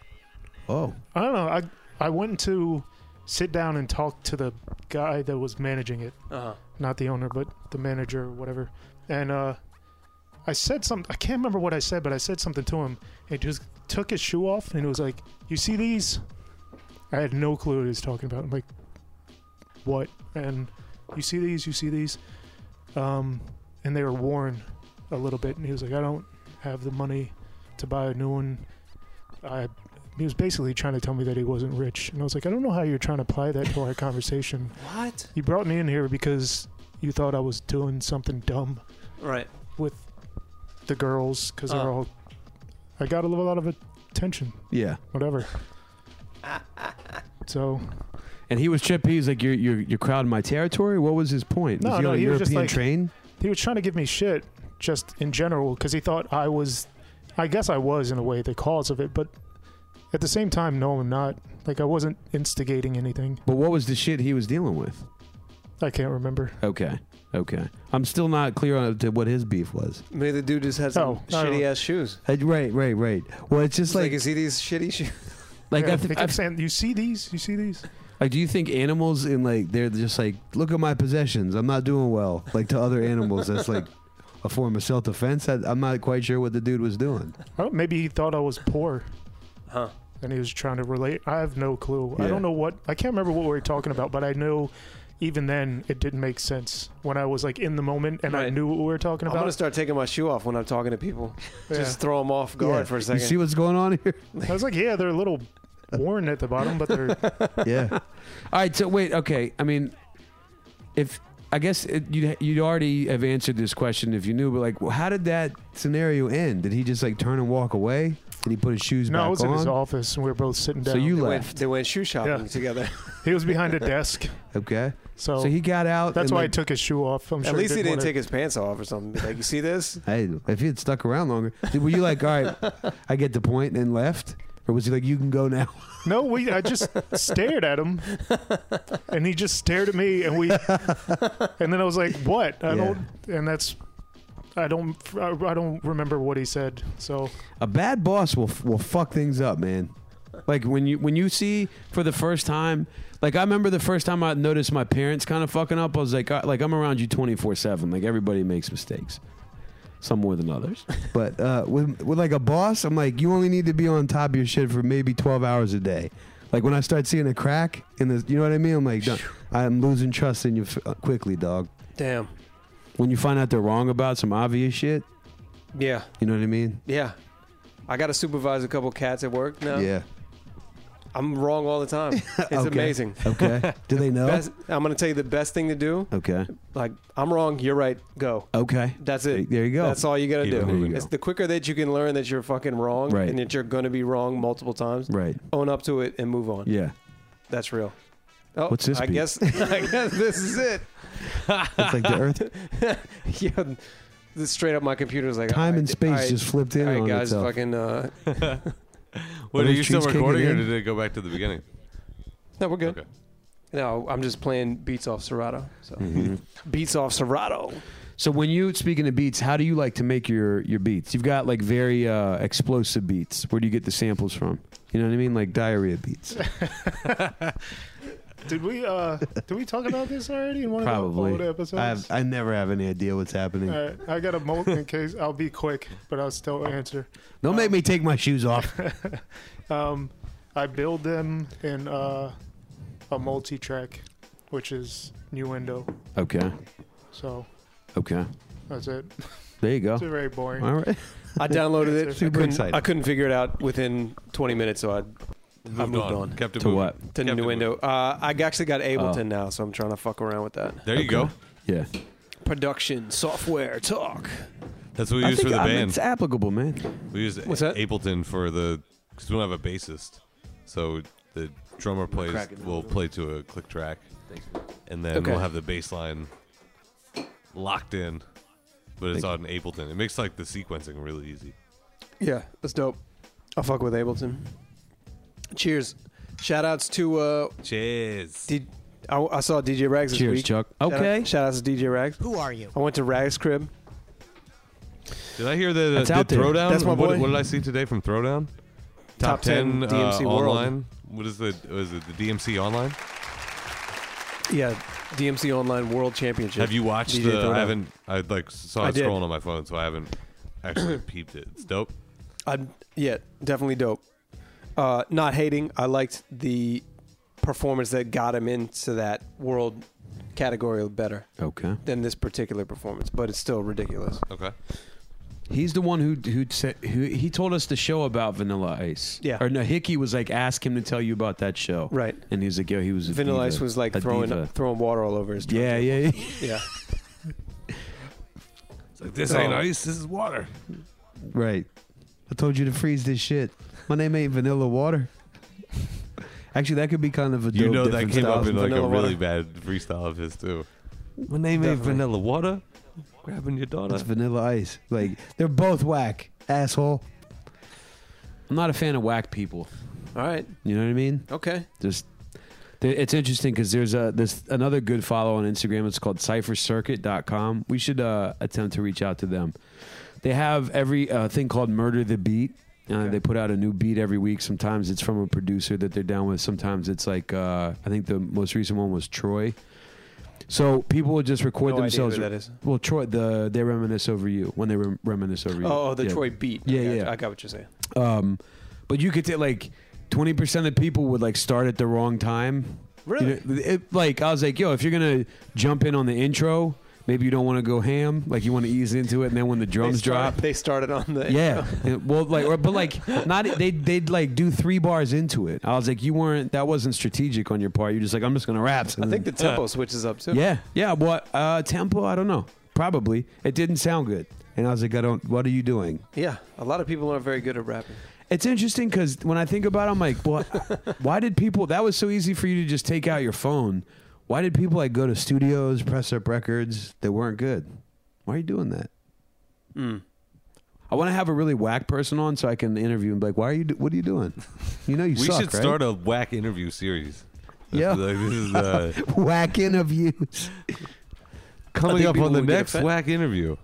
Speaker 1: oh,
Speaker 10: I don't know. I I went to sit down and talk to the guy that was managing it.
Speaker 9: Uh huh.
Speaker 10: not the owner, but the manager or whatever. And uh, I said something. I can't remember what I said, but I said something to him. He just took his shoe off and it was like, "You see these?" I had no clue what he was talking about. I'm like, "What?" And you see these? You see these? Um, and they were worn a little bit. And he was like, "I don't have the money to buy a new one." I he was basically trying to tell me that he wasn't rich, and I was like, "I don't know how you're trying to apply that to our conversation."
Speaker 9: What?
Speaker 10: You brought me in here because you thought I was doing something dumb
Speaker 9: Right.
Speaker 10: with the girls because they're
Speaker 9: Uh.
Speaker 10: all. I got a little lot of attention,
Speaker 7: Yeah.
Speaker 10: whatever. so
Speaker 7: And he was trippy. He was like, "You're you're you're crowding my territory." What was his point?
Speaker 10: No,
Speaker 7: was he
Speaker 10: no,
Speaker 7: on a
Speaker 10: he
Speaker 7: European
Speaker 10: was just like-
Speaker 7: train?
Speaker 10: he was trying to give me shit just in general because he thought I was. I guess I was in a way the cause of it, but at the same time, no, I'm not. Like I wasn't instigating anything.
Speaker 7: But what was the shit he was dealing with?
Speaker 10: I can't remember.
Speaker 7: Okay. Okay. I'm still not clear on to what his beef was.
Speaker 9: Maybe the dude just has
Speaker 10: Oh, I
Speaker 9: some
Speaker 10: don't
Speaker 9: shitty
Speaker 10: know.
Speaker 9: ass shoes.
Speaker 1: Uh, right, right, right. Well, it's just
Speaker 9: It's like,
Speaker 1: like,
Speaker 9: is he these shitty shoes?
Speaker 7: Like
Speaker 10: yeah,
Speaker 7: I
Speaker 10: they
Speaker 7: th-
Speaker 10: kept
Speaker 7: I've,
Speaker 10: saying, "You see these? You see these?"
Speaker 1: Like, do you think animals in like they're just like, look at my possessions, I'm not doing well. Like to other animals, that's like a form of self defense. I'm not quite sure what the dude was doing.
Speaker 10: Oh, maybe he thought I was poor. Huh. And he was trying to relate. I have no clue. I
Speaker 1: Yeah.
Speaker 10: don't know what. I can't remember what we were talking about, but I know even then it didn't make sense when I was like in the moment and I knew what we were talking
Speaker 9: I'm
Speaker 10: about.
Speaker 9: gonna start taking my shoe off when I'm talking to people. Just
Speaker 10: Yeah.
Speaker 9: throw them off guard for a second.
Speaker 1: You see what's going on here?
Speaker 10: I was like, yeah, they're a little worn at the bottom, but they're.
Speaker 1: yeah.
Speaker 7: All right. So wait. Okay. I mean, if I guess it, you you'd already have answered this question if you knew, but like, well,
Speaker 1: How did that scenario end? Did he just like turn and walk away? Did he put his shoes
Speaker 10: No,
Speaker 1: back
Speaker 10: I was
Speaker 1: on?
Speaker 10: in his office and we were both sitting
Speaker 1: So
Speaker 10: down.
Speaker 1: you
Speaker 10: They
Speaker 9: they,
Speaker 10: went-
Speaker 9: went, they went shoe shopping
Speaker 10: Yeah.
Speaker 9: together.
Speaker 10: He was behind a desk.
Speaker 1: okay.
Speaker 10: So,
Speaker 1: So he got out.
Speaker 10: Oh, That's
Speaker 1: and,
Speaker 10: why
Speaker 1: like-
Speaker 10: he took his shoe off. I'm
Speaker 9: At
Speaker 10: sure
Speaker 9: least he didn't
Speaker 10: wanna-
Speaker 9: take his pants off or something. Be Like you see this?
Speaker 1: Hey, if he had stuck around longer, were you like, all right, I get the point and left? Or was he like, you can go now?
Speaker 10: No, we. I just stared at him, and he just stared at me, and we. And then I was like, "What? I
Speaker 1: Yeah.
Speaker 10: don't." And that's. I don't. I, I don't remember what he said. So
Speaker 1: A bad boss will will fuck things up, man.
Speaker 7: like when you when you see for the first time, like I remember the first time I noticed my parents kind of fucking up. I was like,
Speaker 1: uh,
Speaker 7: I, like I'm around you 24 seven. Like everybody makes mistakes, some more than others.
Speaker 1: But uh, with with like a boss, I'm like, you only need to be on top of your shit for maybe 12 hours a day. Like when I start seeing a crack in the, you know what I mean? I'm like, done. I'm losing trust in you f- uh, quickly, dog.
Speaker 9: Damn.
Speaker 7: When you find out they're wrong about some obvious shit,
Speaker 9: Yeah.
Speaker 1: You know what I mean?
Speaker 9: Yeah. I got to supervise a couple cats at work now.
Speaker 1: Yeah.
Speaker 9: I'm wrong all the time. It's
Speaker 1: Okay.
Speaker 9: amazing.
Speaker 1: Okay. Do they know?
Speaker 9: Best, I'm going to tell you the best thing to do.
Speaker 1: Okay.
Speaker 9: Like, I'm wrong. You're right. Go.
Speaker 7: okay,
Speaker 9: That's it.
Speaker 1: There you go.
Speaker 9: That's all you got to
Speaker 2: Keep it
Speaker 9: do.
Speaker 2: moving.
Speaker 9: It's the quicker that you can learn that you're fucking wrong
Speaker 7: Right.
Speaker 9: and that you're going to be wrong multiple times,
Speaker 7: right?
Speaker 9: own up to it and move on.
Speaker 7: Yeah.
Speaker 9: That's real. Oh,
Speaker 7: What's this
Speaker 9: I
Speaker 7: beat?
Speaker 9: guess I guess this is it.
Speaker 1: It's like the earth,
Speaker 9: yeah, this straight up my computer's like
Speaker 1: time
Speaker 9: all
Speaker 1: and
Speaker 9: right,
Speaker 1: space
Speaker 9: all right,
Speaker 1: just flipped in
Speaker 9: all right,
Speaker 1: on
Speaker 9: guys,
Speaker 1: itself.
Speaker 9: fucking uh,
Speaker 2: Wait, are
Speaker 1: those
Speaker 2: you still
Speaker 1: trees kicking
Speaker 2: recording or
Speaker 1: in?
Speaker 2: did it go back to the beginning?
Speaker 9: no, we're good.
Speaker 2: Okay.
Speaker 9: No, I'm just playing beats off Serato. So
Speaker 7: Mm-hmm.
Speaker 9: beats off Serato.
Speaker 7: So when you speaking of beats, how do you like to make your your beats? You've got like very uh, explosive beats. Where do you get the samples from? You know what I mean? Like diarrhea beats.
Speaker 10: did we? uh Did we talk about this already in one
Speaker 7: Probably.
Speaker 10: of the old episodes?
Speaker 1: I have, I never have any idea what's happening.
Speaker 10: All right, I got a molt in case I'll be quick, but I'll still answer.
Speaker 1: Don't make me take my shoes off.
Speaker 10: Um, I build them in uh, a multi-track, which is Nuendo.
Speaker 7: Okay.
Speaker 10: So
Speaker 7: Okay.
Speaker 10: that's it.
Speaker 7: There you go.
Speaker 10: It's very boring.
Speaker 7: Oh. All right.
Speaker 9: I downloaded it.
Speaker 10: Super
Speaker 9: I couldn't,
Speaker 1: excited.
Speaker 9: I couldn't figure it out within 20 minutes, so I I moved on,
Speaker 2: Kept it
Speaker 7: To
Speaker 2: moving.
Speaker 7: what?
Speaker 9: to
Speaker 2: Kept it
Speaker 9: New Window. Uh, I actually got Ableton
Speaker 7: Oh.
Speaker 9: now, so I'm trying to fuck around with that.
Speaker 2: There you go.
Speaker 7: Yeah.
Speaker 9: Production software talk.
Speaker 2: That's what we use for the
Speaker 7: I mean,
Speaker 2: band.
Speaker 7: it's applicable, man.
Speaker 2: We use
Speaker 9: What's that?
Speaker 2: Ableton for the because we don't have a bassist, so the drummer plays will play to a click track, and then
Speaker 9: Okay.
Speaker 2: we'll have the bass line locked in. But it's on Ableton. It makes like the sequencing really easy.
Speaker 9: Yeah, that's dope. I'll fuck with Ableton. Cheers. Shout outs to uh,
Speaker 2: Cheers.
Speaker 9: D- I, I saw DJ Rags this
Speaker 7: Cheers,
Speaker 9: week.
Speaker 7: Chuck.
Speaker 9: Shout out-
Speaker 7: Okay.
Speaker 9: Shout outs to DJ Rags.
Speaker 13: Who are you?
Speaker 9: I went to Rags crib.
Speaker 2: Did I hear that?
Speaker 7: That's
Speaker 2: Uh,
Speaker 7: out
Speaker 2: did
Speaker 7: there.
Speaker 2: Throwdown?
Speaker 9: That's my boy.
Speaker 2: What, what did I see today from Throwdown?
Speaker 9: Top 10 DMC
Speaker 2: uh,
Speaker 9: World.
Speaker 2: online. What is the? Was it the DMC online?
Speaker 9: Yeah, DMC Online World Championship.
Speaker 2: Have you watched
Speaker 9: DJ
Speaker 2: the?
Speaker 9: Throwdown.
Speaker 2: I haven't. I like saw
Speaker 9: I
Speaker 2: it
Speaker 9: did.
Speaker 2: scrolling on my phone, so I haven't actually peeped it. It's dope.
Speaker 9: I, yeah, definitely dope. Uh, not hating. I liked the performance that got him into that world category better
Speaker 7: Okay.
Speaker 9: than this particular performance, but it's still ridiculous.
Speaker 2: Okay.
Speaker 7: He's the one who who said who he told us the show about Vanilla Ice.
Speaker 9: Yeah.
Speaker 7: Or no, Hickey was like, ask him to tell you about that show.
Speaker 9: Right.
Speaker 7: And he was like, yo, he was a
Speaker 9: Vanilla
Speaker 7: diva,
Speaker 9: Ice was like
Speaker 7: a
Speaker 9: throwing
Speaker 7: diva.
Speaker 9: throwing water all over his.
Speaker 7: Yeah, yeah, yeah.
Speaker 9: yeah.
Speaker 2: It's like this
Speaker 9: Oh.
Speaker 2: ain't ice. This is water.
Speaker 1: right. I told you to freeze this shit. My name ain't Vanilla Water. Actually, that could be kind of a dope
Speaker 2: You know that
Speaker 1: different
Speaker 2: came up
Speaker 1: style.
Speaker 2: in like a
Speaker 9: Vanilla
Speaker 2: really bad freestyle of his too. My name
Speaker 9: ain't Definitely.
Speaker 2: Vanilla Water. Grabbing your daughter.
Speaker 1: It's Vanilla Ice. Like they're both whack, asshole.
Speaker 7: I'm not a fan of whack people.
Speaker 9: All right.
Speaker 7: You know what I mean?
Speaker 9: Okay.
Speaker 7: just there- it's interesting because there's a there's another good follow on instagram it's called cyphercircuit.com we should uh, attempt to reach out to them they have every uh, thing called murder the beat Uh, They put out a new beat every week. Sometimes it's from a producer that they're down with. Sometimes it's like uh, I think the most recent one was Troy. So people will just record
Speaker 9: No idea
Speaker 7: themselves.
Speaker 9: who that is.
Speaker 7: Well, Troy, the they reminisce over you when they rem- reminisce over you.
Speaker 9: Oh, oh, the
Speaker 7: Yeah.
Speaker 9: Troy beat.
Speaker 7: Yeah,
Speaker 9: I got,
Speaker 7: yeah.
Speaker 9: I got what you're saying.
Speaker 7: Um, but you could take like twenty percent of people would like start at the wrong time.
Speaker 9: Really?
Speaker 7: You know, it, like I was like, yo, if you're gonna jump in on the intro, maybe you don't want to go ham. Like you want to ease into it, and then when the drums
Speaker 9: start-
Speaker 7: drop,
Speaker 9: They started on the
Speaker 7: yeah. Yeah, well, like, or, but like, not they. They'd like do three bars into it. I was like, you weren't. That wasn't strategic on your part. You're just like, I'm just gonna rap.
Speaker 9: I think the tempo switches up too.
Speaker 7: Yeah, yeah. What uh, tempo? I don't know. Probably it didn't sound good, and I was like, I don't. What are you doing?
Speaker 9: yeah. A lot of people aren't very good at rapping.
Speaker 7: It's interesting because when I think about it, I'm like, what? why did people? That was so easy for you to just take out your phone. Why did people like go to studios, press up records that weren't good? Why are you doing that?
Speaker 2: Hmm.
Speaker 7: I want to have a really whack person on so I can interview and be like, why are you? Do- what are you doing? You know you
Speaker 2: we
Speaker 7: suck,
Speaker 2: should
Speaker 7: right?
Speaker 2: start a whack interview series.
Speaker 7: Yeah.
Speaker 2: Like, this is, uh,
Speaker 1: Whack interviews.
Speaker 2: coming
Speaker 9: think
Speaker 2: up
Speaker 9: people
Speaker 2: on the
Speaker 9: would get
Speaker 2: next
Speaker 9: offend-
Speaker 2: whack interview.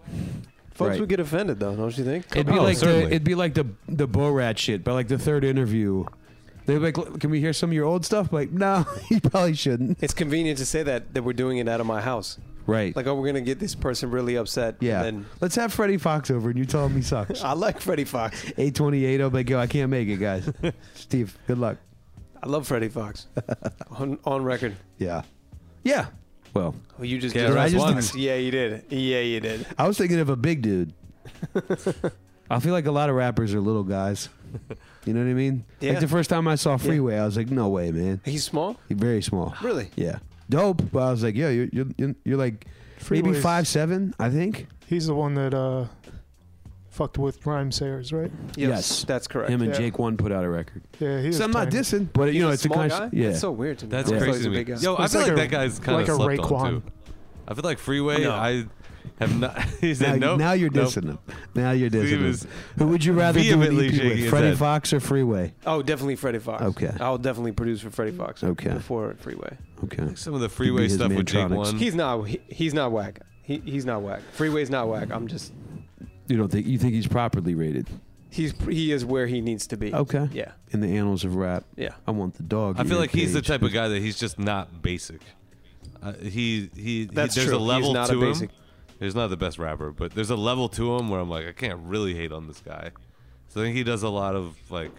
Speaker 9: Folks
Speaker 7: Right.
Speaker 9: would get offended though, don't you think?
Speaker 7: It'd be
Speaker 2: Oh,
Speaker 7: like the,
Speaker 2: certainly.
Speaker 7: it'd be like the the Bo Rat shit, but like the third interview. They're like, "Look, can we hear some of your old stuff? Like, no, you probably shouldn't.
Speaker 9: It's convenient to say that that we're doing it out of my house.
Speaker 7: Right.
Speaker 9: Like, oh, we're gonna get this person really upset.
Speaker 1: Yeah.
Speaker 9: And
Speaker 1: Let's have Freddie Fox over and you tell him he sucks.
Speaker 9: then I like Freddie Fox.
Speaker 1: 828,
Speaker 7: oh,
Speaker 1: I'm like, yo, I can't make it, guys. Steve, good luck.
Speaker 9: I love Freddie Fox. on on record.
Speaker 1: Yeah.
Speaker 7: yeah. Well,
Speaker 9: Oh, you just
Speaker 2: Yeah,
Speaker 9: did
Speaker 1: I
Speaker 2: that's
Speaker 1: just
Speaker 2: one.
Speaker 1: didn't-
Speaker 9: Yeah, you did. Yeah, you did.
Speaker 1: I was thinking of a big dude.
Speaker 7: I feel like a lot of rappers are little guys. You know what I mean?
Speaker 9: Yeah.
Speaker 7: Like the first time I saw Freeway, I was like, no way, man.
Speaker 9: He's small.
Speaker 1: He's very small.
Speaker 9: Really?
Speaker 1: Yeah. Dope. But I was like, yo, you're, you're- you're, you're like maybe
Speaker 10: Freeway's-
Speaker 1: five seven, I think.
Speaker 10: He's the one that uh, fucked with Rhyme Sayers, right?
Speaker 7: Yes.
Speaker 9: that's correct.
Speaker 7: Him and
Speaker 10: Yeah.
Speaker 7: Jake One put out a record.
Speaker 10: Yeah, he
Speaker 1: So
Speaker 10: is
Speaker 1: I'm not
Speaker 10: tiny.
Speaker 1: dissing.
Speaker 7: But you know,
Speaker 9: He's
Speaker 7: it's
Speaker 9: a small
Speaker 7: a
Speaker 9: guy.
Speaker 7: kind of yeah.
Speaker 9: That's so weird to me.
Speaker 2: That's
Speaker 9: I thought he
Speaker 2: crazy
Speaker 9: was
Speaker 2: to
Speaker 9: a
Speaker 2: me.
Speaker 9: big guy.
Speaker 2: Yo, I
Speaker 10: It's
Speaker 2: feel like,
Speaker 10: like a-
Speaker 2: that guy's kind
Speaker 10: like
Speaker 2: of
Speaker 10: a
Speaker 2: slept on
Speaker 10: Raekwon.
Speaker 2: too. I feel like Freeway.
Speaker 9: No.
Speaker 2: I have not. he
Speaker 1: Now,
Speaker 2: said no.
Speaker 1: now you're
Speaker 2: nope.
Speaker 1: dissing him. Now you're dissing
Speaker 2: Steve
Speaker 1: him.
Speaker 2: is
Speaker 1: Who would you rather do an
Speaker 7: E
Speaker 2: vehemently
Speaker 1: EP
Speaker 2: shaking
Speaker 1: with,
Speaker 2: his
Speaker 1: Freddie
Speaker 2: head.
Speaker 1: Fox or Freeway?
Speaker 9: Oh, definitely Freddie Fox.
Speaker 1: Okay.
Speaker 9: I'll definitely produce for Freddie Fox.
Speaker 1: Okay.
Speaker 9: Before Freeway.
Speaker 1: Okay.
Speaker 2: Some of the freeway
Speaker 1: his
Speaker 2: stuff with Jake
Speaker 1: Mantronics.
Speaker 2: One.
Speaker 9: He's not. He, he's not whack. He, he's not whack. Freeway's not whack. I'm just.
Speaker 7: You don't think you think he's properly rated
Speaker 9: He's he is where he needs to be.
Speaker 7: Okay.
Speaker 9: Yeah.
Speaker 7: in the annals of rap?
Speaker 9: Yeah.
Speaker 7: I want the dog.
Speaker 2: I feel
Speaker 7: ear
Speaker 2: like he's the
Speaker 7: cage.
Speaker 2: type of guy that he's just not basic. Uh, he he.
Speaker 9: That's
Speaker 2: he, there's
Speaker 9: true.
Speaker 2: a
Speaker 9: He's
Speaker 2: level
Speaker 9: not a
Speaker 2: to
Speaker 9: basic.
Speaker 2: him. He's not the best rapper, but there's a level to him where I'm like, I can't really hate on this guy. So I think he does a lot of like.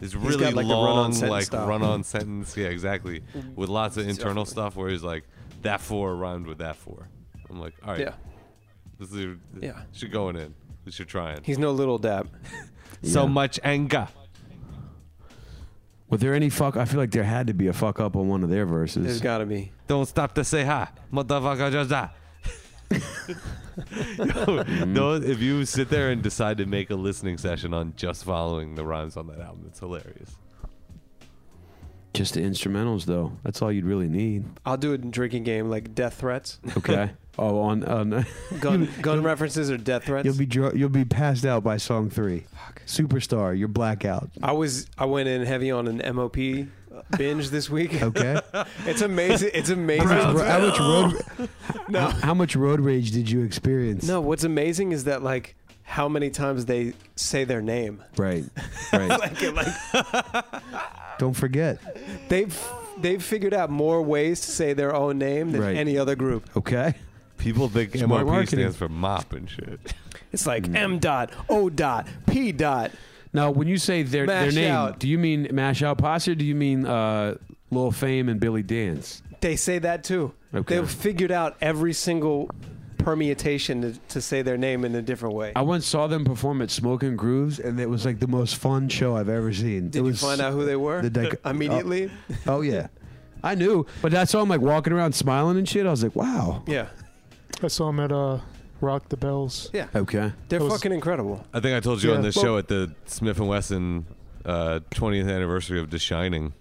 Speaker 2: It's really
Speaker 9: got, like, a run-on
Speaker 2: long,
Speaker 9: sentence
Speaker 2: like
Speaker 9: style.
Speaker 2: run-on sentence. Yeah, exactly. With lots of internal stuff where he's like, "That four rhymed with that four. I'm like, "All right,
Speaker 9: Yeah.
Speaker 2: this is yeah,
Speaker 9: Yeah.
Speaker 2: you're going in. This you're trying."
Speaker 9: He's no little dab.
Speaker 2: So much anger.
Speaker 7: Were there any fuck? I feel like there had to be a fuck up on one of their
Speaker 9: There's
Speaker 7: verses.
Speaker 9: got to be.
Speaker 2: Don't stop to say hi. Motherfucker just die. Yo, no, if you sit there and decide to make a listening session on just following the rhymes on that album, it's hilarious.
Speaker 7: Just the instrumentals though. That's all you'd really need.
Speaker 9: I'll do a drinking game like death threats,
Speaker 7: Okay. oh, on on.
Speaker 9: gun gun references or death threats.
Speaker 1: You'll be dr- you'll be passed out by song three. Superstar, you're blackout.
Speaker 9: I was I went in heavy on an MOP binge this week.
Speaker 1: Okay.
Speaker 9: It's amazing. It's amazing.
Speaker 1: Ro- how much road? how, how much road rage did you experience?
Speaker 9: No, what's amazing is that like how many times they say their name.
Speaker 7: Right. Right.
Speaker 1: Don't forget.
Speaker 9: They've they've figured out more ways to say their own name than
Speaker 7: Right.
Speaker 9: any other group.
Speaker 7: Okay.
Speaker 2: People think
Speaker 7: Smart
Speaker 2: MOP
Speaker 7: marketing.
Speaker 2: stands for mop and shit.
Speaker 9: It's like
Speaker 1: Mm.
Speaker 9: M dot O dot P dot.
Speaker 7: Now, when you say their
Speaker 9: Mash
Speaker 7: their name,
Speaker 9: Out.
Speaker 7: do you mean Mash Out Posse or do you mean uh, Lil Fame and Billy Dance?
Speaker 9: They say that too.
Speaker 7: Okay.
Speaker 9: They've figured out every single permutation to, to say their name in a different way.
Speaker 7: I once saw them perform at Smoking Grooves.
Speaker 1: And it was like the most fun show I've ever seen.
Speaker 9: Did
Speaker 1: it
Speaker 9: you
Speaker 1: was
Speaker 9: find out who they were
Speaker 1: the dic-
Speaker 9: immediately?
Speaker 1: Oh yeah.
Speaker 7: I knew, but I saw them like walking around smiling and shit. I was like, wow.
Speaker 9: Yeah,
Speaker 10: I saw him at uh, Rock the Bells.
Speaker 9: yeah.
Speaker 7: Okay.
Speaker 9: They're
Speaker 10: That was-
Speaker 9: fucking incredible.
Speaker 2: I think I told you on
Speaker 10: Yeah.
Speaker 2: this
Speaker 10: Well-
Speaker 2: show at the Smith and Wesson uh, 20th anniversary of The Shining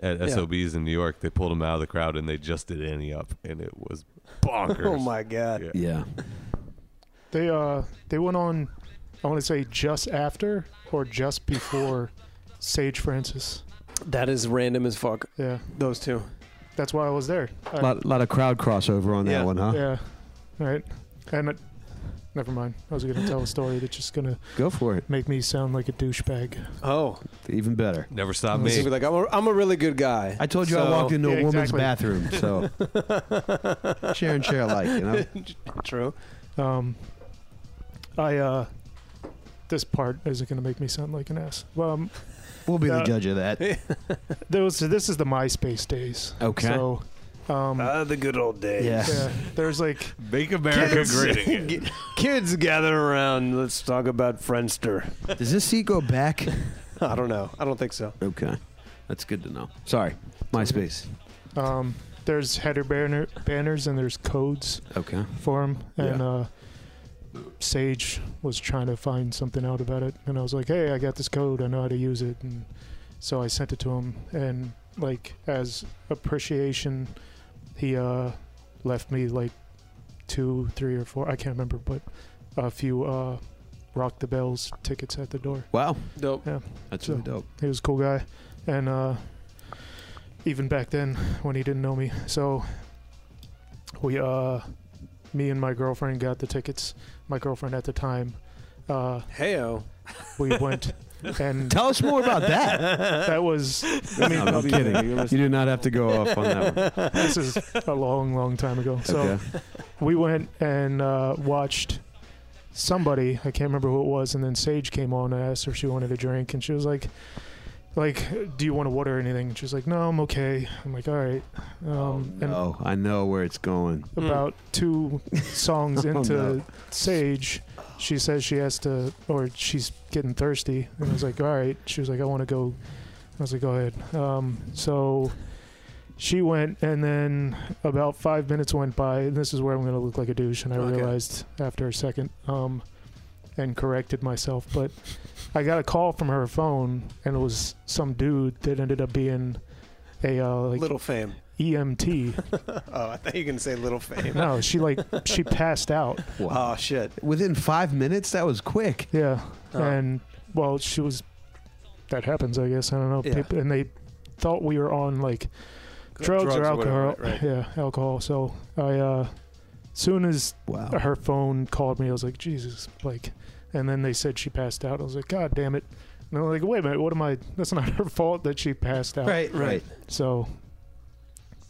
Speaker 2: at SOBs in New York. They pulled him out of the crowd and they just did any up, and it was bonkers.
Speaker 9: Oh my god.
Speaker 2: Yeah.
Speaker 7: Yeah.
Speaker 10: They uh they went on, I want to say just after or just before Sage Francis.
Speaker 9: That is random as fuck.
Speaker 10: Yeah,
Speaker 9: Those two.
Speaker 10: that's why I was there. I-
Speaker 1: A lot, lot of crowd crossover on that
Speaker 9: Yeah.
Speaker 1: one, huh?
Speaker 10: Yeah, right. And it, Never mind. I was going to tell a story that's just going to
Speaker 1: Go for it.
Speaker 10: make me sound like a douchebag.
Speaker 9: Oh,
Speaker 1: Even better.
Speaker 2: Never stop
Speaker 9: So
Speaker 2: me.
Speaker 9: you'd be like I'm a, I'm a really good guy.
Speaker 1: I told you I
Speaker 9: So-
Speaker 1: walked into
Speaker 10: Yeah,
Speaker 1: a woman's
Speaker 10: exactly.
Speaker 1: bathroom, so share and share alike. You know,
Speaker 9: True.
Speaker 10: Um, I uh, this part isn't going to make me sound like an ass. Well, um,
Speaker 1: we'll be the
Speaker 10: Uh,
Speaker 1: judge of that.
Speaker 10: there was this is the MySpace days.
Speaker 7: Okay.
Speaker 10: So, um,
Speaker 1: Uh.
Speaker 9: Ah, the good old days.
Speaker 1: Yeah.
Speaker 10: yeah, there's like
Speaker 2: Make America great again.
Speaker 9: G- Kids gather around. Let's talk about Friendster.
Speaker 1: Does this seat go back?
Speaker 9: I don't know. I don't think so.
Speaker 1: Okay, that's good to know.
Speaker 7: Sorry, MySpace.
Speaker 10: um, there's header banner banners and there's codes
Speaker 1: Okay,
Speaker 10: for them. And
Speaker 1: Yeah.
Speaker 10: uh, Sage was trying to find something out about it, and I was like, "Hey, I got this code. I know how to use it." And so I sent it to him, and like as appreciation, he uh, left me like two, three, or four. I can't remember, but a few uh, rock the bells tickets at the door.
Speaker 1: wow,
Speaker 9: Dope.
Speaker 1: that's
Speaker 10: So-
Speaker 1: really dope.
Speaker 10: He was a cool guy, and uh, even back then when he didn't know me, so we, uh, me and my girlfriend got the tickets. My girlfriend at the time, uh,
Speaker 9: Heyo.
Speaker 10: we went, and
Speaker 1: Tell us more about that.
Speaker 10: that was. I mean,
Speaker 7: I'm kidding.
Speaker 9: You're
Speaker 7: You do not have to go off on that one.
Speaker 10: this is a long, long time ago. So
Speaker 1: okay.
Speaker 10: we went and uh, watched somebody i can't remember who it was and then sage came on and asked her if she wanted a drink and she was like like do you want a water or anything and she was like no i'm okay i'm like all right um, and
Speaker 1: oh, I know where it's going.
Speaker 10: about two songs
Speaker 1: Oh,
Speaker 10: into
Speaker 1: no.
Speaker 10: sage she says she has to or she's getting thirsty and i was like all right she was like i want to go i was like go ahead um, so she went and then about five minutes went by and this is where i'm going to look like a douche and i
Speaker 9: Okay.
Speaker 10: realized after a second um, and corrected myself but i got a call from her phone and it was some dude that ended up being a uh, like
Speaker 9: little fame.
Speaker 10: emt
Speaker 9: Oh, I thought you were gonna say little fame.
Speaker 10: no she like she passed out
Speaker 1: Wow.
Speaker 9: Oh shit.
Speaker 1: Within five minutes, that was quick.
Speaker 10: Yeah,
Speaker 9: Oh.
Speaker 10: and well, she was. That happens, I guess. I don't know.
Speaker 9: Yeah.
Speaker 10: People, and they thought we were on like drugs, or
Speaker 9: whatever,
Speaker 10: alcohol.
Speaker 9: right, right.
Speaker 10: Yeah, alcohol. So I, uh soon as
Speaker 9: Oh.
Speaker 1: Wow.
Speaker 10: her phone called me, I was like, Jesus, like. And then they said she passed out. I was like, God damn it. And I'm like, wait a minute, what am I? That's not her fault that she passed out.
Speaker 9: Right, right.
Speaker 10: So,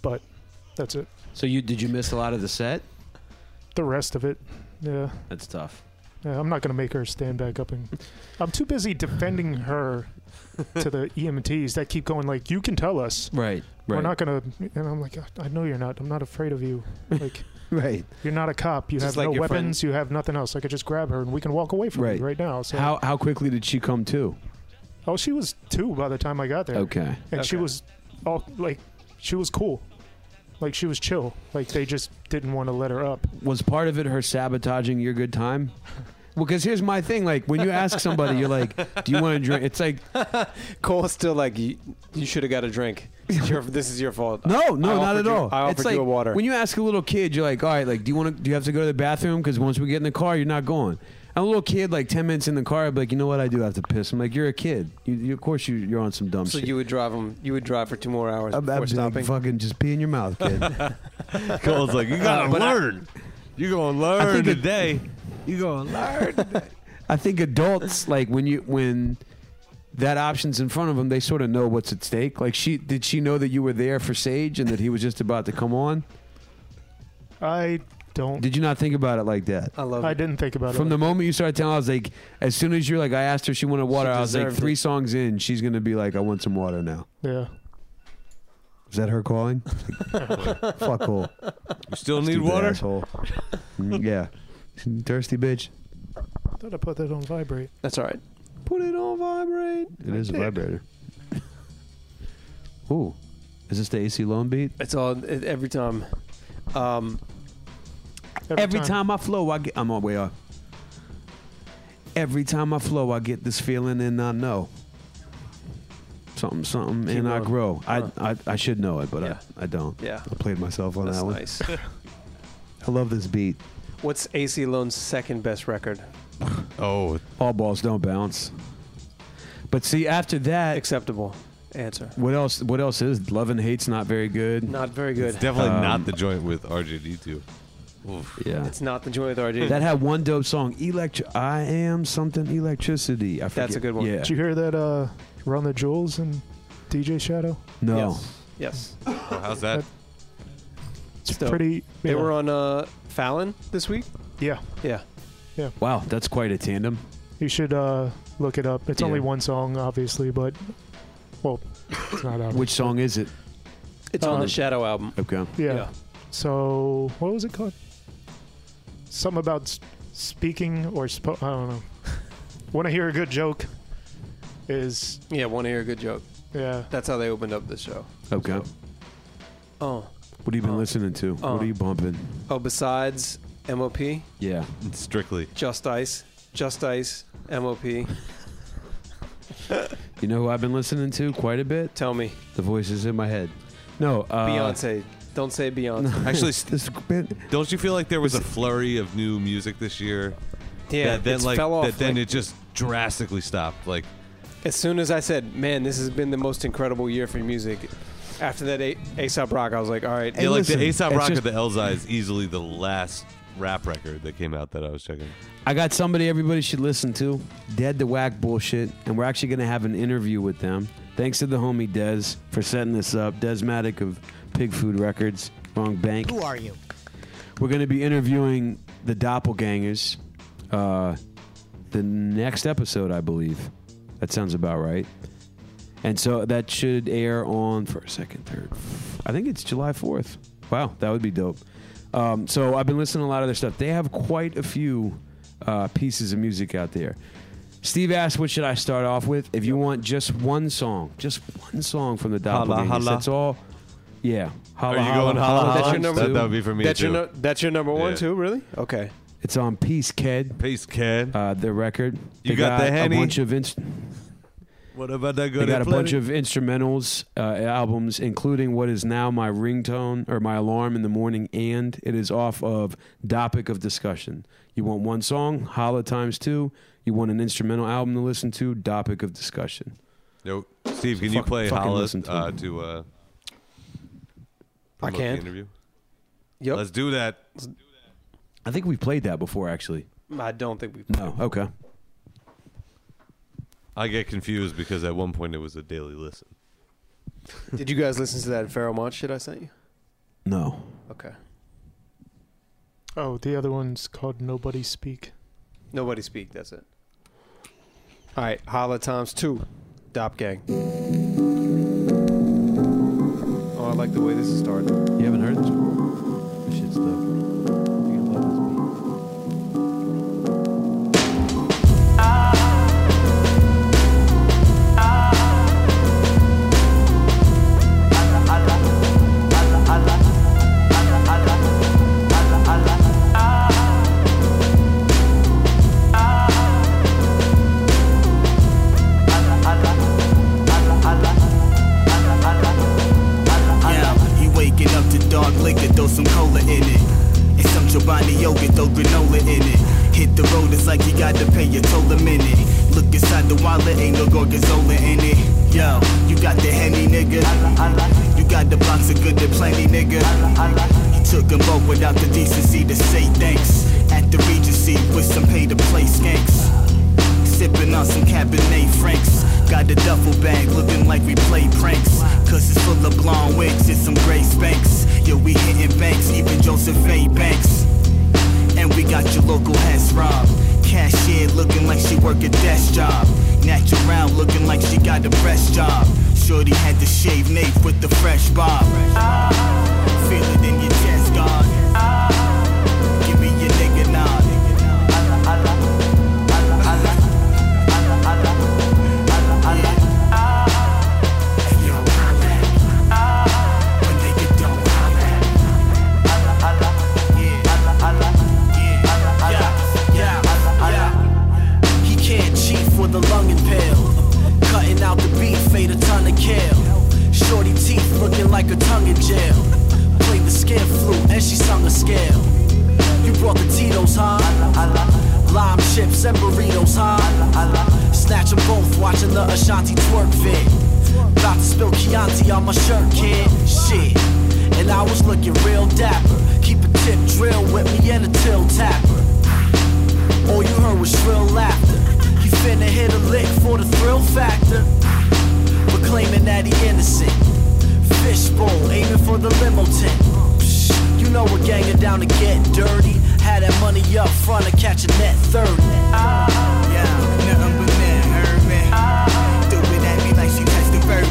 Speaker 10: but that's it.
Speaker 7: So you did you miss a lot of the set?
Speaker 10: The rest of it, yeah.
Speaker 7: That's tough.
Speaker 10: Yeah, I'm not gonna make her stand back up and I'm too busy defending her to the EMTs that keep going like you can tell us.
Speaker 7: Right.
Speaker 10: We're not gonna and I'm like I know you're not. I'm not afraid of you. Like
Speaker 1: Right.
Speaker 10: you're not a cop. You
Speaker 9: Just
Speaker 10: have
Speaker 9: like
Speaker 10: no
Speaker 9: your friend-
Speaker 10: weapons. You have nothing else. I could just grab her and we can walk away from
Speaker 7: Right.
Speaker 10: you right now. So
Speaker 7: How how quickly did she come to?
Speaker 10: Oh, she was 2 by the time I got there.
Speaker 7: Okay.
Speaker 10: And she
Speaker 9: Okay.
Speaker 10: was all like she was cool. Like she was chill. Like they just didn't want to let her up.
Speaker 7: was part of it her sabotaging your good time? Well, because here's my thing: like when you ask somebody, you're like, "Do you want to drink?" It's like,
Speaker 9: Cole's still like you. You should have got a drink. It's your- this is your fault.
Speaker 7: no,
Speaker 9: I
Speaker 7: no, not
Speaker 9: offered
Speaker 7: at
Speaker 9: you-
Speaker 7: all.
Speaker 9: I
Speaker 7: it's
Speaker 9: offered
Speaker 7: like
Speaker 9: you a water.
Speaker 7: When you ask a little kid, you're like, "All right, like, do you want to? Do you have to go to the bathroom? Because once we get in the car, you're not going." And a little kid, like ten minutes in the car, I'd be like, "You know what? I do have to piss." I'm like, "You're a kid. You, you of course you, you're on some dumb
Speaker 9: so
Speaker 7: shit."
Speaker 9: you would drive him. You would drive for two more hours
Speaker 1: I'm,
Speaker 9: before
Speaker 1: I'm just
Speaker 9: stopping.
Speaker 1: fucking just pee in your mouth, kid.
Speaker 2: Cole's like, you gotta learn. You're gonna
Speaker 7: I
Speaker 2: learn
Speaker 7: think it-
Speaker 2: today. You're gonna learn.
Speaker 7: I think adults like when you when that option's in front of them, they sort of know what's at stake. Like she did she know that you were there for Sage and that he was just about to come on?
Speaker 10: I don't
Speaker 7: Did you not think about it like that?
Speaker 9: I love
Speaker 10: I
Speaker 9: it.
Speaker 10: didn't think about
Speaker 7: From
Speaker 10: it.
Speaker 7: the moment you started telling, I was like, as soon as you're like, I asked her if she wanted water, I was like,
Speaker 9: deserved
Speaker 7: three
Speaker 9: it.
Speaker 7: songs in, she's gonna be like, I want some water now.
Speaker 10: yeah.
Speaker 1: Is that her calling? Fuck cool.
Speaker 2: You still need water?
Speaker 1: Asshole. Mm, yeah. Thirsty bitch.
Speaker 10: Thought I put that on vibrate.
Speaker 9: That's all right.
Speaker 7: Put it on vibrate.
Speaker 1: It is a vibrator. Ooh. Is this the AC Lone beat?
Speaker 9: It's all it, every time. Um,
Speaker 10: Every,
Speaker 7: Every time I flow, I get. I'm on way off. Every time I flow, I get this feeling, and I know something, something,
Speaker 9: Keep
Speaker 7: and I
Speaker 9: going.
Speaker 7: grow.
Speaker 9: Huh.
Speaker 7: I, I I should know it, but
Speaker 9: Yeah.
Speaker 7: I, I don't.
Speaker 9: yeah,
Speaker 1: I played myself on
Speaker 9: that's
Speaker 1: that one.
Speaker 9: nice.
Speaker 1: I love this beat.
Speaker 9: What's AC Lone's second best record?
Speaker 2: Oh,
Speaker 7: All balls don't bounce. But see, after that,
Speaker 9: Acceptable answer.
Speaker 7: what else? What else is love and hate's not very good.
Speaker 9: Not very
Speaker 2: it's
Speaker 9: good.
Speaker 2: definitely
Speaker 7: Um,
Speaker 2: not the joint with RJD2.
Speaker 7: Yeah.
Speaker 9: It's not the Joy Authority.
Speaker 7: That had one dope song, Electri- I am something electricity. I forget.
Speaker 9: That's a good one.
Speaker 7: Yeah.
Speaker 10: Did you hear that? Uh, Run the Jewels and DJ Shadow.
Speaker 7: No.
Speaker 9: Yes.
Speaker 2: how's that?
Speaker 10: It's pretty.
Speaker 9: They
Speaker 10: yeah.
Speaker 9: were on uh, Fallon this week.
Speaker 10: Yeah,
Speaker 9: Yeah.
Speaker 7: Wow, that's quite a tandem.
Speaker 10: you should uh, look it up. It's only
Speaker 7: Yeah.
Speaker 10: one song, obviously, but well, it's not out.
Speaker 7: Which song is it?
Speaker 9: It's
Speaker 10: on
Speaker 9: on
Speaker 10: Uh, the
Speaker 9: the Shadow album.
Speaker 7: Okay.
Speaker 10: yeah.
Speaker 9: yeah.
Speaker 10: So what was it called? Something about s- speaking or spo- I don't know. Want to hear a good joke? Is
Speaker 9: Yeah, want to hear a good joke.
Speaker 10: yeah.
Speaker 9: That's how they opened up the show.
Speaker 7: Okay.
Speaker 9: Oh.
Speaker 7: What have you been listening to?
Speaker 9: uh.
Speaker 7: what are you bumping?
Speaker 9: Oh, besides MOP,
Speaker 7: Yeah.
Speaker 2: Strictly.
Speaker 9: Just Ice, Just Ice, MOP.
Speaker 7: You know who I've been listening to quite a bit?
Speaker 9: Tell me,
Speaker 7: The voices in my head. No, uh,
Speaker 9: Beyonce. Don't say Beyonce.
Speaker 2: Actually, s-
Speaker 7: This band,
Speaker 2: don't you feel like there was a flurry of new music this year?
Speaker 9: Yeah,
Speaker 2: That then
Speaker 9: it's
Speaker 2: like
Speaker 9: fell off.
Speaker 2: that then
Speaker 9: like,
Speaker 2: it just drastically stopped. Like
Speaker 9: as soon as I said, "Man, this has been the most incredible year for music," after that A- ASAP Rock, I was like, "All right,
Speaker 2: yeah, like
Speaker 7: listen,
Speaker 2: the Aesop
Speaker 7: it's
Speaker 2: Rock
Speaker 7: just-
Speaker 2: of the Elza is easily the last rap record that came out that I was checking.
Speaker 7: I got somebody everybody should listen to. Dead to Whack Bullshit. And we're actually going to have an interview with them. Thanks to the homie Dez for setting this up. Desmatic of Pig Food Records, Wrong Bank.
Speaker 13: Who are you?
Speaker 7: We're going to be interviewing the doppelgangers. Uh, the next episode, I believe. That sounds about right. And so that should air on for a second, third. I think it's July 4th. Wow, that would be dope. Um, so I've been listening to a lot of their stuff. They have quite a few uh, pieces of music out there. Steve asked, "What should I start off with?" If you want just one song, just one song from the
Speaker 2: Holla,
Speaker 7: doppelgangers,
Speaker 2: holla.
Speaker 7: that's all. Yeah, holla,
Speaker 2: Are you going holla,
Speaker 9: That's
Speaker 2: holla?
Speaker 9: your number
Speaker 2: That,
Speaker 9: two?
Speaker 2: that would be for me
Speaker 9: that's
Speaker 2: too.
Speaker 9: your no- that's your number one
Speaker 2: Yeah.
Speaker 9: too, really? Okay,
Speaker 7: It's on Peace Ked,
Speaker 2: Peace, kid.
Speaker 7: uh, the record.
Speaker 2: You
Speaker 7: They
Speaker 2: got the
Speaker 7: a
Speaker 2: Henny?
Speaker 7: bunch of inst-
Speaker 2: what about that
Speaker 7: They
Speaker 2: good?
Speaker 7: got a bunch of instrumentals uh, albums, including what is now my ringtone or my alarm in the morning, and it is off of Topic of Discussion. You want one song, Holla Times Two. You want an instrumental album to listen to, Topic of Discussion.
Speaker 2: Yo, Steve, can you
Speaker 7: Fuck-
Speaker 2: play
Speaker 7: fucking
Speaker 2: Hollis
Speaker 7: listen to
Speaker 2: uh,
Speaker 7: him.
Speaker 2: to uh,
Speaker 9: I
Speaker 2: promote the
Speaker 9: can.
Speaker 2: interview?
Speaker 9: Yep.
Speaker 2: Let's do that.
Speaker 7: I think we've played that before, actually.
Speaker 9: I don't think we.
Speaker 7: No, okay.
Speaker 2: I get confused because at one point it was a daily listen.
Speaker 9: Did you guys listen to that Pharaoh Monch shit I sent you?
Speaker 7: No.
Speaker 9: Okay.
Speaker 10: Oh, the other one's called Nobody Speak.
Speaker 9: Nobody speak. That's it. All right, Holla Times two, Dop Gang. Oh, I like the way this is started.
Speaker 7: You haven't heard this before? This shit's dope. You're gonna love this beat.
Speaker 13: Yeah, you waking up to dark liquor, throw some cola in it. And some Chobani yogurt, throw granola in it. Hit the road, it's like you gotta pay your toll a minute. Look inside the wallet, ain't no gorgonzola in it. Yo, you got the henny, nigga. You got the box of good and plenty, nigga. You took them both without the decency to say thanks. At the Regency with some pay to play skanks. Sipping on some Cabernet Franks. Got the duffel bag looking like we play pranks. Cause it's full of blonde wigs and some gray spanks. Yo, we hitting banks, even Joseph A. Banks. And we got your local Hess Rob. Cashier looking like she work a desk job. Natural looking like she got the best job. Uh, Shorty had to shave Nate with the fresh bob. Feel it in your chest, God. Give me your nigga nod. He can't cheat for the lung impaled. Cutting out the beat, fade a ton of kale. Shorty teeth looking like a tongue in jail. Played the scare flute and she sung a scale. You brought the Tito's, huh? Lime chips and burritos, huh? Snatch 'em both, watching the Ashanti twerk vid. About to spill Chianti on my shirt, kid. Shit. And I was looking real dapper. Keep it
Speaker 14: chick drill with me and a till tapper. All you heard was shrill laughter. He finna hit a lick for the thrill factor. But claiming that he innocent. Fishbowl, aiming for the limo tent. Psh, You know we're gangin' down to get dirty. Had that money up front to catch a net 30. Ah, yeah, nothing but men, heard me. Stupid at me like she touched the bird.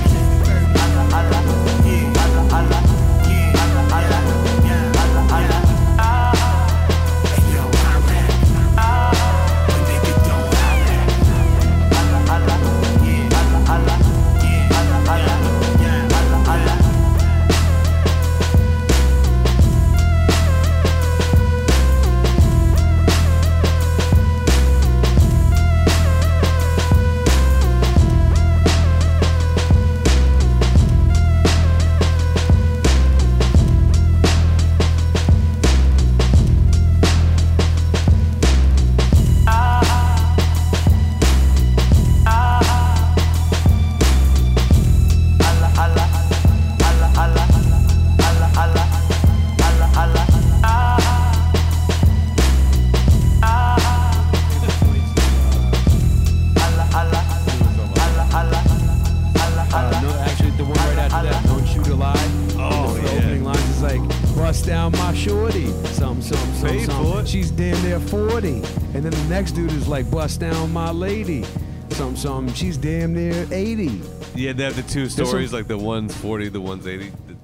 Speaker 7: Uh, no, actually, the one right after that, don't shoot a lie.
Speaker 2: Oh,
Speaker 7: the
Speaker 2: yeah.
Speaker 7: opening lines is like, bust down my shorty. Something, something, something.
Speaker 1: Paid
Speaker 7: something.
Speaker 1: for it.
Speaker 7: She's damn near 40. And then the next dude is like, bust down my lady. Something, something. She's damn near 80.
Speaker 2: Yeah, they have the two
Speaker 7: There's
Speaker 2: stories,
Speaker 7: some-
Speaker 2: like the one's 40, the one's 80. The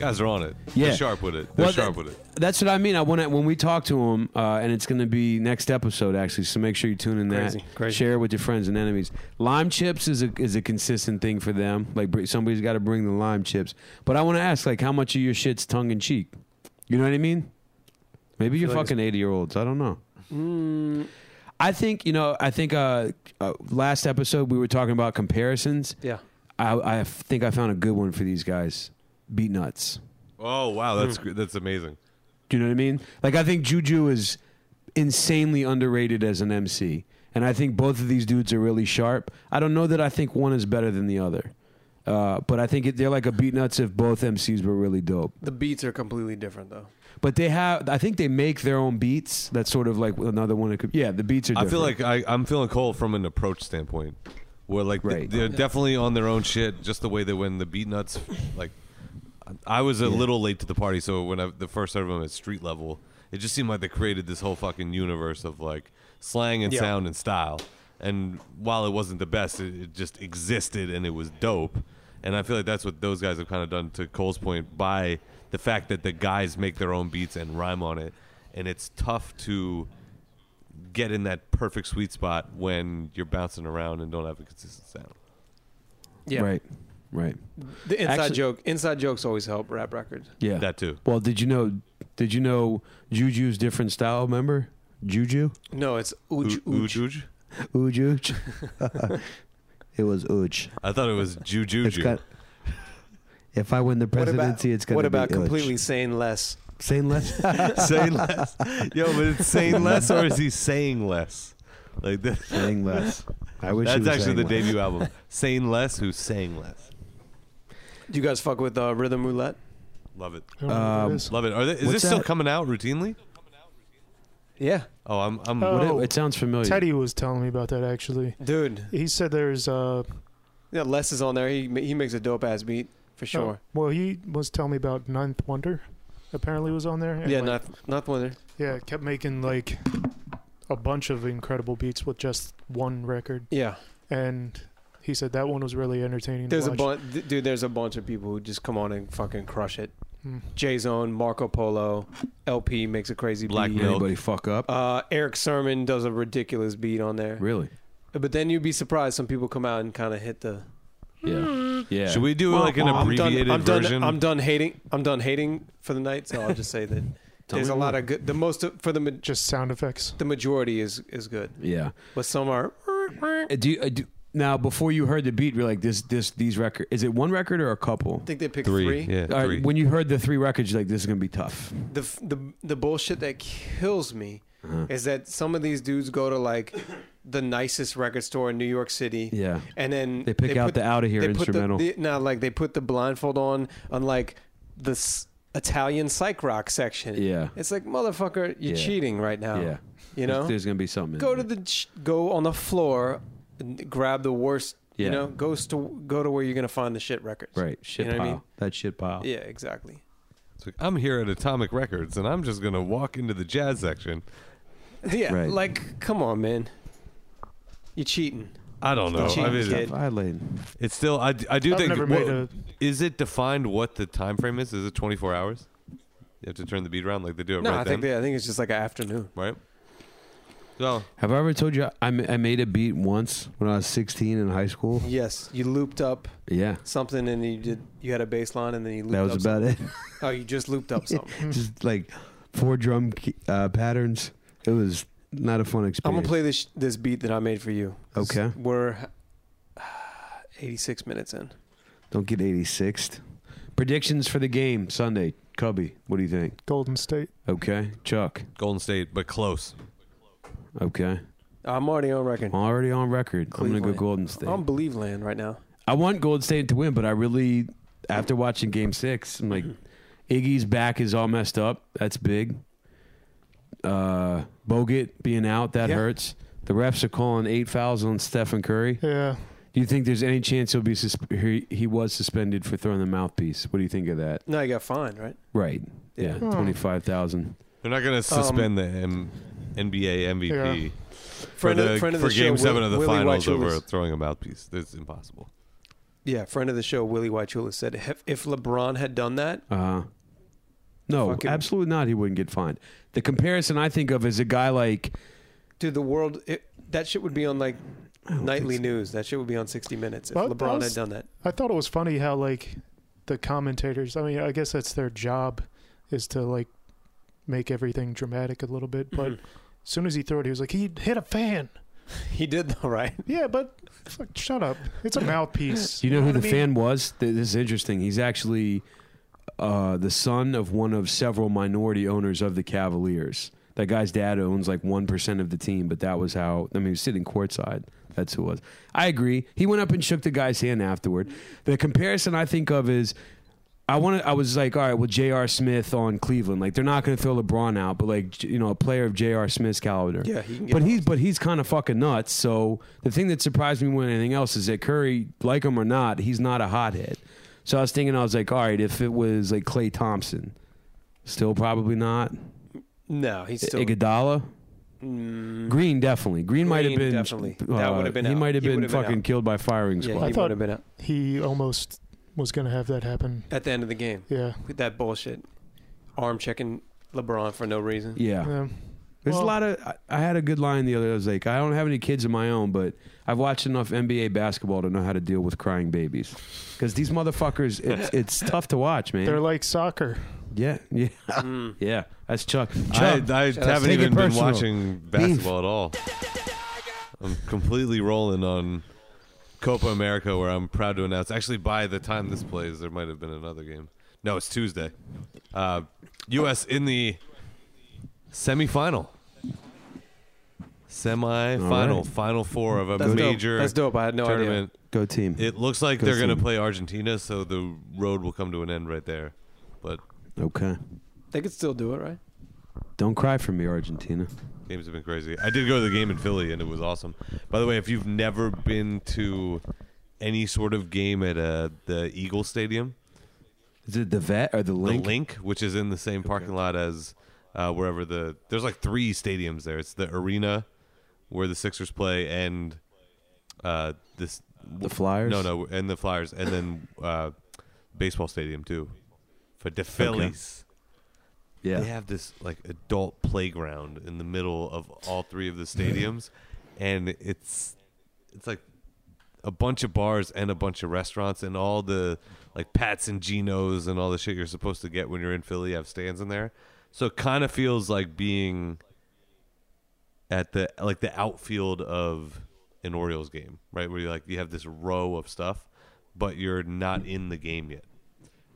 Speaker 2: guys are on it.
Speaker 7: Yeah.
Speaker 2: They're sharp with it. They're
Speaker 7: Well,
Speaker 2: sharp
Speaker 7: that-
Speaker 2: with it.
Speaker 7: That's what I mean. I want to when we talk to him, uh, and it's going to be next episode actually. So make sure you tune in.
Speaker 9: Crazy,
Speaker 7: that
Speaker 9: crazy.
Speaker 7: share it with your friends and enemies. Lime chips is a is a consistent thing for them. Like br- somebody's got to bring the lime chips. But I want to ask, like, how much of your shit's tongue in cheek? You know what I mean? Maybe you're
Speaker 9: feel like
Speaker 7: fucking eighty year olds. I don't know.
Speaker 9: Mm,
Speaker 7: I think you know. I think uh, uh, last episode we were talking about comparisons.
Speaker 9: yeah.
Speaker 7: I, I think I found a good one for these guys. Beat nuts.
Speaker 2: Oh, wow. That's, gr- that's amazing.
Speaker 7: Do you know what I mean? Like I think Juju is insanely underrated as an MC, and I think both of these dudes are really sharp. I don't know that I think one is better than the other, uh, but I think it, they're like a beat nuts if both MCs were really dope.
Speaker 9: The beats are completely different though.
Speaker 7: But they have, I think they make their own beats. That's sort of like another one. That could, yeah, the beats are.
Speaker 2: I
Speaker 7: Different.
Speaker 2: feel like I, I'm feeling Cole from an approach standpoint, where like th-
Speaker 7: Right.
Speaker 2: they're definitely on their own shit. Just the way that when the beat nuts, like I was a little late to the party, so when I the first heard of them at street level, it just seemed like they created this whole fucking universe of like slang and
Speaker 12: Yeah.
Speaker 2: sound and style. And while it wasn't the best, it, it just existed and it was dope. And I feel like that's what those guys have kind of done to Cole's point by the fact that the guys make their own beats and rhyme on it, and it's tough to get in that perfect sweet spot when you're bouncing around and don't have a consistent sound.
Speaker 9: Yeah.
Speaker 7: Right. Right.
Speaker 9: The inside
Speaker 7: Actually-
Speaker 9: joke. Inside jokes always help rap records.
Speaker 7: Yeah.
Speaker 2: That too.
Speaker 7: Well, did you know? Did you know Juju's different style? Remember Juju?
Speaker 9: No, it's ooch ooch.
Speaker 1: Ujuj. it was Uj.
Speaker 2: I thought it was Juju.
Speaker 1: It's got- if I win the presidency, it's gonna
Speaker 9: What
Speaker 1: be
Speaker 9: about
Speaker 1: Uj.
Speaker 9: completely saying less?
Speaker 1: Saying less.
Speaker 2: saying less. Yo, but it's saying less or is he saying less? Like that.
Speaker 1: Saying less. I wish he
Speaker 2: That's
Speaker 1: was
Speaker 2: actually
Speaker 1: saying
Speaker 2: the
Speaker 1: less.
Speaker 2: debut album. Saying less, who's saying less?
Speaker 9: Do you guys fuck with uh, Rhythm Roulette?
Speaker 2: Love it.
Speaker 9: I don't know what that Um, is.
Speaker 2: Love it. Are they, is
Speaker 9: What's
Speaker 2: this still
Speaker 9: that?
Speaker 2: coming out routinely?
Speaker 9: Yeah.
Speaker 2: Oh, I'm. I'm
Speaker 10: Oh.
Speaker 7: It sounds familiar.
Speaker 10: Teddy was telling me about that actually.
Speaker 9: Dude.
Speaker 10: He said there's uh
Speaker 9: Yeah, Les is on there. He ma- he makes a dope ass beat
Speaker 10: Oh,
Speaker 9: for sure.
Speaker 10: well, he was telling me about Ninth Wonder. Apparently was on there. and,
Speaker 9: Yeah,
Speaker 10: like,
Speaker 9: not not one there.
Speaker 10: Yeah, kept making like a bunch of incredible beats with just one record.
Speaker 9: Yeah.
Speaker 10: And he said that one was really entertaining.
Speaker 9: There's
Speaker 10: to
Speaker 9: a
Speaker 10: watch.
Speaker 9: bunch, dude. There's a bunch of people who just come on and fucking crush it.
Speaker 10: Hmm.
Speaker 9: J Zone, Marco Polo, LP makes a crazy
Speaker 7: Black
Speaker 9: beat.
Speaker 7: Milk. Anybody fuck up?
Speaker 9: Uh, Eric Sermon does a ridiculous beat on there.
Speaker 7: Really?
Speaker 9: But then you'd be surprised. Some people come out and kind of hit the.
Speaker 7: Yeah. Yeah.
Speaker 2: Should we do like an
Speaker 9: I'm done-
Speaker 2: abbreviated
Speaker 9: I'm done,
Speaker 2: version?
Speaker 9: I'm done hating. I'm done hating for the night. So I'll just say that
Speaker 7: Tell
Speaker 9: there's
Speaker 7: me
Speaker 9: a lot of good. The most of- for the ma-
Speaker 10: just sound effects.
Speaker 9: The majority is is good,
Speaker 7: Yeah.
Speaker 9: but some are.
Speaker 7: Uh, Do you, uh, do, now before you heard the beat, you're like this, this, these record. Is it one record or a couple?
Speaker 9: I think they picked three.
Speaker 7: All right, When you heard the three records, you're like this is gonna be tough.
Speaker 9: the f- the the bullshit that kills me
Speaker 7: Uh-huh.
Speaker 9: is that some of these dudes go to like the nicest record store in New York City.
Speaker 7: Yeah.
Speaker 9: And then
Speaker 7: They pick out the outta here
Speaker 9: they put the-
Speaker 7: instrumental.
Speaker 9: the- no, like they put the blindfold on on like this Italian psych rock section.
Speaker 7: Yeah.
Speaker 9: It's like motherfucker, you're
Speaker 7: Yeah.
Speaker 9: cheating right now.
Speaker 7: Yeah.
Speaker 9: You know?
Speaker 7: There's gonna be something. in
Speaker 9: go to the sh- go on the floor and grab the worst
Speaker 7: Yeah.
Speaker 9: you know goes to go to where you're gonna find the shit records
Speaker 7: Right. Shit
Speaker 9: you know
Speaker 7: pile.
Speaker 9: what i mean
Speaker 7: That shit pile.
Speaker 9: yeah exactly
Speaker 2: It's like, I'm here at Atomic Records and I'm just going to walk into the jazz section.
Speaker 9: yeah
Speaker 2: Right.
Speaker 9: like come on man you're cheating
Speaker 2: I don't know.
Speaker 9: You're cheating,
Speaker 2: I mean,
Speaker 9: kid.
Speaker 2: It's still. I, d- I do
Speaker 9: I've
Speaker 2: think.
Speaker 9: never made a-
Speaker 2: Is it defined what the time frame is? Is it 24 hours? You have to turn the beat around like they do it
Speaker 9: no
Speaker 2: right
Speaker 9: i
Speaker 2: then.
Speaker 9: think they, i think it's just like an afternoon
Speaker 2: right So
Speaker 1: Have I ever told you I, ma- I made a beat once when I was 16 in high school?
Speaker 9: yes you looped up
Speaker 1: Yeah.
Speaker 9: something and you did you had a bass line and then you looped
Speaker 1: That
Speaker 9: up
Speaker 1: was about it.
Speaker 9: something. oh you just looped up something
Speaker 1: Just like four drum key- uh, patterns. It was not a fun
Speaker 9: i'm
Speaker 1: experience.
Speaker 9: gonna play this this beat that i made for you
Speaker 1: Okay.
Speaker 9: we're 86 minutes in
Speaker 1: Don't get 86th. Predictions for the game Sunday. Cubby, what do you think?
Speaker 10: Golden State.
Speaker 1: Okay. Chuck.
Speaker 2: Golden State, but close.
Speaker 1: Okay.
Speaker 9: i'm already on record
Speaker 1: Already on record. I'm going to
Speaker 9: Cleveland.
Speaker 1: go Golden State.
Speaker 9: i'm believe land right now
Speaker 7: I want Golden State to win, but I really, after watching Game Six, I'm like, Iggy's back is all messed up. That's big. Uh, Bogut being out that
Speaker 10: Yeah.
Speaker 7: hurts. The refs are calling eight fouls on Stephen Curry.
Speaker 10: Yeah.
Speaker 7: Do you think there's any chance he'll be sus- he, he was suspended for throwing the mouthpiece? What do you think of that?
Speaker 9: no you got fined right
Speaker 7: Right. Yeah.
Speaker 9: Yeah.
Speaker 7: Twenty five thousand.
Speaker 2: They're not going to suspend the M- NBA MVP
Speaker 9: Um, Yeah.
Speaker 2: for,
Speaker 9: Friend of-
Speaker 2: the,
Speaker 9: friend of
Speaker 2: uh, for
Speaker 9: the
Speaker 2: Game
Speaker 9: show,
Speaker 2: Seven
Speaker 9: Will-
Speaker 2: of the
Speaker 9: Willie
Speaker 2: finals over
Speaker 9: Wachulis.
Speaker 2: throwing a mouthpiece. It's impossible.
Speaker 9: Yeah, friend of the show, Willie Waichula said if, if LeBron had done that,
Speaker 7: Uh huh. No,
Speaker 9: Fucking-
Speaker 7: absolutely not. He wouldn't get fined. The comparison I think of is a guy like
Speaker 9: dude, the world it, that shit would be on like nightly news. That shit would be on 60 Minutes if
Speaker 10: Well, that
Speaker 9: LeBron
Speaker 10: was-
Speaker 9: had done that.
Speaker 10: I thought it was funny how like the commentators. I mean, I guess that's their job, is to like make everything dramatic a little bit. But as
Speaker 9: Mm-hmm.
Speaker 10: soon as he threw it, he was like, he hit a fan.
Speaker 9: He did though, right?
Speaker 10: Yeah, but fuck, shut up. It's a mouthpiece.
Speaker 7: Do you know who
Speaker 10: what
Speaker 7: the
Speaker 10: I mean?
Speaker 7: fan was? Th- This is interesting. He's actually uh, the son of one of several minority owners of the Cavaliers. That guy's dad owns like 1% of the team, but that was how, I mean, he was sitting courtside. That's who it was. I agree. He went up and shook the guy's hand afterward. The comparison I think of is I want to. I was like, all right, well, J.R. Smith on Cleveland, like they're not going to throw LeBron out, but like j- you know, a player of J.R. Smith's caliber.
Speaker 9: Yeah, he can get
Speaker 7: but he's but he's kind of fucking nuts. So the thing that surprised me more than anything else is that Curry, like him or not, he's not a hothead. So I was thinking, I was like, all right, if it was like Clay Thompson, still probably not.
Speaker 9: No, he's still Mm.
Speaker 7: Iguodala. Green definitely. Green, might have
Speaker 9: Green,
Speaker 7: been uh,
Speaker 9: definitely. That would've been
Speaker 7: He
Speaker 9: out.
Speaker 7: might have
Speaker 9: He
Speaker 7: been
Speaker 9: would've been
Speaker 7: fucking
Speaker 9: out.
Speaker 7: killed by firing
Speaker 9: Yeah,
Speaker 7: squad.
Speaker 9: he
Speaker 10: I thought
Speaker 9: would've been out.
Speaker 10: he almost was gonna have that happen.
Speaker 9: at the end of the game.
Speaker 10: Yeah.
Speaker 9: with that bullshit, arm checking LeBron for no reason.
Speaker 7: Yeah. There's a lot of. I, I had a good line the other day. I was like, I don't have any kids of my own, but I've watched enough NBA basketball to know how to deal with crying babies. Because these motherfuckers, it's, it's tough to watch, man.
Speaker 10: They're like soccer.
Speaker 7: yeah, yeah,
Speaker 9: Mm.
Speaker 7: yeah. That's Chuck. Chuck
Speaker 2: I, I
Speaker 7: Chuck,
Speaker 2: haven't
Speaker 7: take it
Speaker 2: even been
Speaker 7: personal.
Speaker 2: watching basketball at all. I'm completely rolling on Copa America, where I'm proud to announce. Actually, by the time this plays, there might have been another game. No, it's Tuesday. Uh, U.S. in the semifinal, semi-final,
Speaker 7: All right.
Speaker 2: final four of a
Speaker 9: That's dope.
Speaker 2: major
Speaker 9: That's dope. I had no idea.
Speaker 2: tournament.
Speaker 7: Go team.
Speaker 2: It looks like
Speaker 7: Go
Speaker 2: they're going to
Speaker 7: team.
Speaker 2: play Argentina, so the road will come to an end right there. But
Speaker 7: Okay.
Speaker 9: They could still do it, right?
Speaker 7: Don't cry for me, Argentina.
Speaker 2: Games have been crazy. I did go to the game in Philly, and it was awesome. By the way, if you've never been to any sort of game at uh, the Eagle Stadium,
Speaker 7: Is it the vet or the link?
Speaker 2: the Link, which is in the same parking lot as uh, wherever the there's like three stadiums there. It's the arena where the Sixers play, and uh, this
Speaker 7: The Flyers?
Speaker 2: No, no, and the Flyers, and then uh, baseball stadium too for the Phillies.
Speaker 7: Yeah.
Speaker 2: They have this like adult playground in the middle of all three of the stadiums and it's it's like a bunch of bars and a bunch of restaurants and all the like Pats and Geno's and all the shit you're supposed to get when you're in Philly have stands in there. So it kind of feels like being at the like the outfield of an Orioles game, right? Where you like you have this row of stuff, but you're not in the game yet.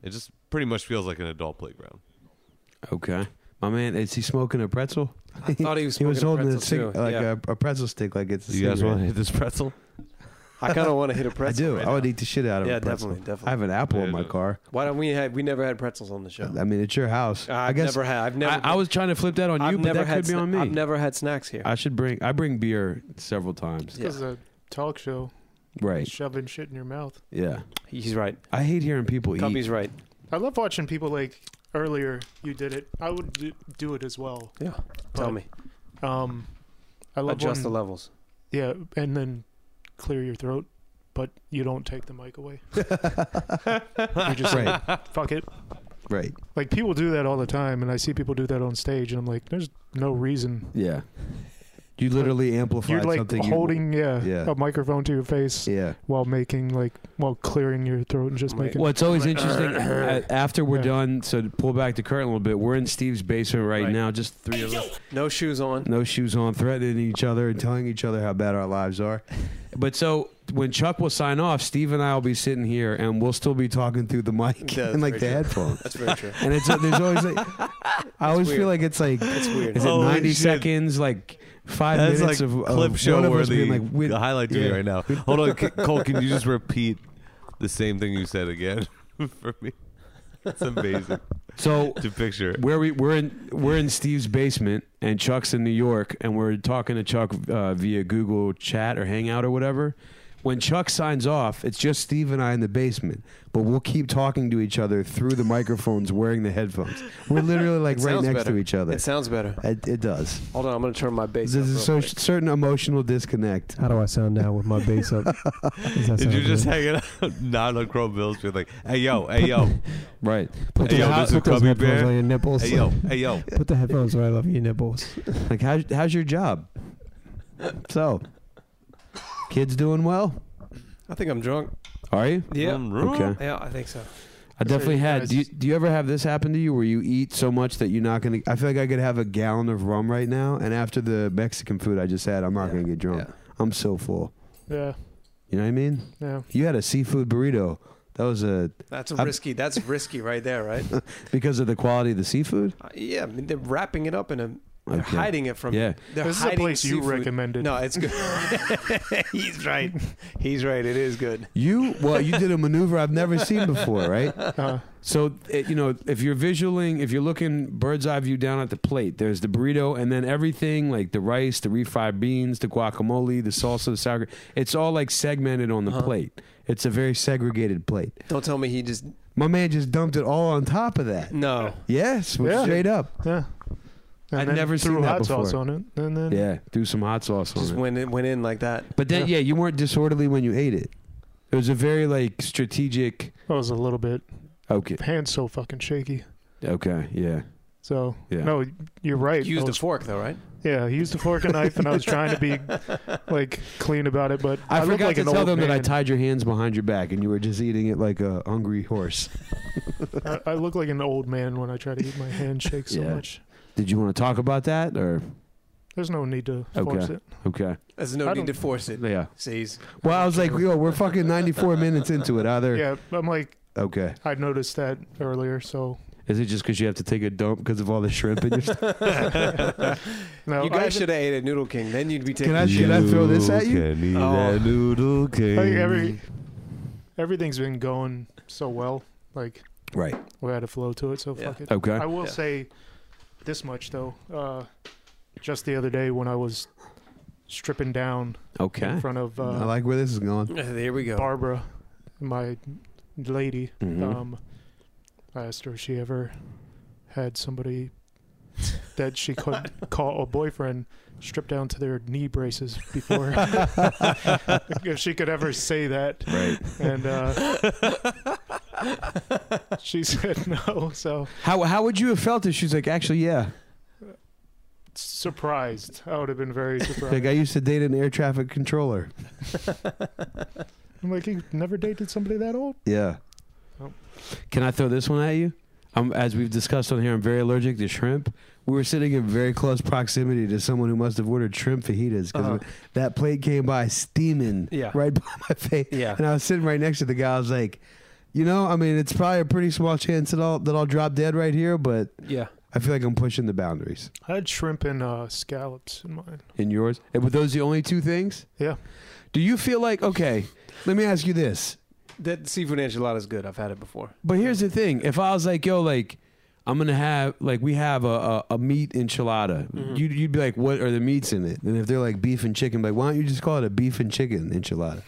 Speaker 2: It just pretty much feels like an adult playground.
Speaker 7: Okay. My man, is he smoking a pretzel?
Speaker 9: I thought he was
Speaker 1: he was
Speaker 9: smoking a
Speaker 1: holding
Speaker 9: pretzel,
Speaker 1: a cig-
Speaker 9: too.
Speaker 1: like
Speaker 9: Yeah.
Speaker 1: a, a pretzel stick, like it's. A
Speaker 2: You guys
Speaker 1: cigarette.
Speaker 2: want to hit this pretzel?
Speaker 9: I kind of want to hit a pretzel.
Speaker 1: I do.
Speaker 9: right
Speaker 1: I would
Speaker 9: now.
Speaker 1: eat the shit out of
Speaker 9: Yeah,
Speaker 1: a pretzel.
Speaker 9: definitely, definitely.
Speaker 1: I have an apple in my car.
Speaker 9: Why don't we have? We never had pretzels on the show. Uh,
Speaker 1: I mean, it's your house.
Speaker 9: I've never had. I've never.
Speaker 7: I, I was trying to flip that on
Speaker 9: I've
Speaker 7: you, but
Speaker 9: never
Speaker 7: that
Speaker 9: had
Speaker 7: could be
Speaker 9: sna-
Speaker 7: on me.
Speaker 9: I've never had snacks here.
Speaker 7: I should bring. I bring beer several times.
Speaker 10: Because a talk show.
Speaker 7: Right.
Speaker 10: Shoving shit in your mouth.
Speaker 7: Yeah.
Speaker 9: He's right.
Speaker 7: I hate hearing people eat.
Speaker 9: Cubby's right.
Speaker 10: I love watching people like earlier you did it. I would do, do it as well.
Speaker 9: Yeah. Tell me.
Speaker 10: Um, I love
Speaker 9: Adjust
Speaker 10: when-
Speaker 9: the levels.
Speaker 10: Yeah, and then clear your throat, but you don't take the mic away. you just
Speaker 1: Right.
Speaker 10: like, fuck it.
Speaker 1: Right.
Speaker 10: Like people do that all the time, and I see people do that on stage, and I'm like, there's no reason.
Speaker 1: Yeah. You literally amplify
Speaker 10: You're like
Speaker 1: something. you-
Speaker 10: holding yeah,
Speaker 1: Yeah.
Speaker 10: a microphone to your face
Speaker 1: Yeah.
Speaker 10: while making like while clearing your throat and just making.
Speaker 7: Well, it's always interesting. uh, after we're done, so to pull back the curtain a little bit, we're in Steve's basement right, now, just three of us.
Speaker 9: No shoes on.
Speaker 1: No shoes on, threatening each other and telling each other how bad our lives are.
Speaker 7: But so when Chuck will sign off, Steve and I will be sitting here and we'll still be talking through the mic
Speaker 1: Yeah,
Speaker 7: and like the
Speaker 1: that's very true.
Speaker 7: headphones.
Speaker 1: That's very true.
Speaker 7: And it's there's always like I always feel
Speaker 1: weird.
Speaker 7: like it's like
Speaker 1: That's weird.
Speaker 7: Is it
Speaker 1: Holy
Speaker 7: 90
Speaker 1: shit.
Speaker 7: seconds? Like five
Speaker 2: That's
Speaker 7: minutes
Speaker 2: like
Speaker 7: of of
Speaker 2: clip show
Speaker 7: one of us
Speaker 2: worthy.
Speaker 7: being like with-
Speaker 2: the highlight to
Speaker 7: Yeah.
Speaker 2: me right now. Hold on, C- Cole. Can you just repeat the same thing you said again for me? It's amazing.
Speaker 7: So
Speaker 2: to picture.
Speaker 7: where we we're in we're in Steve's basement and Chuck's in New York and we're talking to Chuck uh, via Google Chat or Hangout or whatever. When Chuck signs off, it's just Steve and I in the basement, but we'll keep talking to each other through the microphones wearing the headphones. We're literally like
Speaker 9: It
Speaker 7: right
Speaker 9: sounds
Speaker 7: next
Speaker 9: better.
Speaker 7: to each other.
Speaker 9: It sounds better.
Speaker 1: It, it does.
Speaker 9: Hold on, I'm gonna turn my bass.
Speaker 1: There's a
Speaker 9: up
Speaker 1: so- certain emotional disconnect.
Speaker 15: How do I sound now with my bass up? Does that
Speaker 2: Did you
Speaker 15: sound
Speaker 2: just
Speaker 15: good?
Speaker 2: hanging out, not on Chrome Bills, being like, "Hey yo, hey yo,
Speaker 7: right?
Speaker 15: Put
Speaker 2: hey
Speaker 15: the-
Speaker 2: yo,
Speaker 15: how-
Speaker 2: this is
Speaker 15: put those
Speaker 2: Cubby
Speaker 15: headphones
Speaker 2: Bear.
Speaker 15: on your nipples.
Speaker 2: Hey yo, hey yo,
Speaker 15: Put the headphones right off your nipples.
Speaker 7: Like how, how's your job? So, kids doing well?
Speaker 9: I think I'm drunk.
Speaker 7: Are you?
Speaker 9: Yeah.
Speaker 7: Okay.
Speaker 9: Yeah, I think so.
Speaker 7: I definitely had. Do you, do you ever have this happen to you where you eat so much that you're not going to? I feel like I could have a gallon of rum right now, and after the Mexican food I just had, I'm not going to get drunk. I'm so full.
Speaker 10: yeah,
Speaker 7: You know what I mean?
Speaker 10: Yeah.
Speaker 7: You had a seafood burrito. That was a.
Speaker 9: That's
Speaker 7: I'm-
Speaker 9: risky. That's risky right there, right?
Speaker 7: because of the quality of the seafood.
Speaker 9: Uh, Yeah, I mean, they're wrapping it up in a. They're
Speaker 7: Okay.
Speaker 9: hiding it from.
Speaker 7: Yeah.
Speaker 9: they're
Speaker 10: This is a
Speaker 9: hiding
Speaker 10: place you
Speaker 9: seafood.
Speaker 10: recommended.
Speaker 9: No, it's good. He's right. He's right. It is good.
Speaker 7: You well, you did a maneuver I've never seen before, right?
Speaker 10: Uh,
Speaker 7: So it, you know, if you're visualing, if you're looking bird's eye view down at the plate, there's the burrito, and then everything like the rice, the refried beans, the guacamole, the salsa, the sour. gr- It's all like segmented on the
Speaker 10: Uh-huh.
Speaker 7: plate. It's a very segregated plate.
Speaker 9: Don't tell me he just.
Speaker 7: My man just dumped it all on top of that.
Speaker 9: No.
Speaker 7: Yes, with-
Speaker 10: Yeah.
Speaker 7: straight up.
Speaker 10: yeah. And
Speaker 7: I'd
Speaker 10: then
Speaker 7: never
Speaker 10: threw
Speaker 7: seen that
Speaker 10: hot
Speaker 7: before.
Speaker 10: sauce on it, and then
Speaker 7: Yeah, do some hot sauce on
Speaker 9: Just
Speaker 7: it.
Speaker 9: went in, went in like that.
Speaker 7: But then, yeah. you weren't disorderly when you ate it. It was a very like strategic.
Speaker 10: I was a little bit
Speaker 7: Okay.
Speaker 10: hands so fucking shaky.
Speaker 7: Okay. Yeah.
Speaker 10: So
Speaker 7: Yeah.
Speaker 10: no, you're right.
Speaker 9: You used
Speaker 10: I
Speaker 9: a
Speaker 10: was-
Speaker 9: fork though, right?
Speaker 10: Yeah, he used a fork and knife, and I was trying to be like clean about it, but
Speaker 7: I,
Speaker 10: look
Speaker 7: forgot
Speaker 10: like
Speaker 7: to
Speaker 10: an
Speaker 7: tell
Speaker 10: old
Speaker 7: them that I
Speaker 10: man.
Speaker 7: tied your hands behind your back and you were just eating it like a hungry horse.
Speaker 10: I, I look like an old man when I try to eat my handshake so much.
Speaker 7: Did you want to talk about that or
Speaker 10: There's no need to
Speaker 7: okay?
Speaker 10: force it.
Speaker 7: Okay.
Speaker 9: There's no
Speaker 10: I
Speaker 9: need to
Speaker 10: don't-
Speaker 9: force it.
Speaker 7: Yeah.
Speaker 9: Sees.
Speaker 7: Well, I was like, yo, we're fucking 94 minutes into it. Either
Speaker 10: Yeah, I'm like
Speaker 7: okay.
Speaker 10: I noticed that earlier, so
Speaker 7: Is it just because you have to take a dump because of all the shrimp in your? St-
Speaker 10: no.
Speaker 9: you
Speaker 10: I
Speaker 9: guys
Speaker 10: haven't-
Speaker 9: should have ate at Noodle King. Then you'd be taking.
Speaker 7: Can I- can I throw this at you?
Speaker 2: Can eat
Speaker 9: Oh.
Speaker 2: that noodle
Speaker 10: I
Speaker 2: king.
Speaker 10: think every everything's been going so well. Like
Speaker 7: right.
Speaker 10: we had a flow to it, so fuck it.
Speaker 7: Okay.
Speaker 10: I will
Speaker 7: Yeah.
Speaker 10: say this much though. Uh, just the other day when I was stripping down
Speaker 7: Okay.
Speaker 10: in front of uh,
Speaker 1: I like where this is going.
Speaker 9: There we go.
Speaker 10: Barbara, my lady.
Speaker 7: Mm-hmm.
Speaker 1: Mhm.
Speaker 10: Um, I asked her if she ever had somebody that she could call a boyfriend stripped down to their knee braces before if she could ever say that
Speaker 7: Right.
Speaker 10: and uh, she said no so
Speaker 7: How how would you have felt if she's like, actually, yeah.
Speaker 10: surprised i would have been very surprised
Speaker 1: Like I used to date an air traffic controller.
Speaker 10: i'm like you never dated somebody that old
Speaker 7: Yeah.
Speaker 10: Oh.
Speaker 7: Can I throw this one at you? I'm, as we've discussed on here, I'm very allergic to shrimp. We were sitting in very close proximity to someone who must have ordered shrimp fajitas because that plate came by steaming
Speaker 1: Yeah.
Speaker 7: right by my face.
Speaker 1: Yeah.
Speaker 7: And I was sitting right next to the guy. I was like, you know, I mean, it's probably a pretty small chance that I'll, that I'll drop dead right here, but
Speaker 9: Yeah.
Speaker 7: I feel like I'm pushing the boundaries.
Speaker 10: I had shrimp and uh, scallops in mine.
Speaker 7: In yours, and were those the only two things?
Speaker 10: Yeah.
Speaker 7: Do you feel like okay? Let me ask you this.
Speaker 9: That seafood enchilada is good. I've had it before.
Speaker 7: But here's the thing: if I was like, yo, like, I'm gonna have like we have a a, a meat enchilada,
Speaker 2: Mm-hmm.
Speaker 7: you'd, you'd be like, what are the meats in it? And if they're like beef and chicken, like, why don't you just call it a beef and chicken enchilada?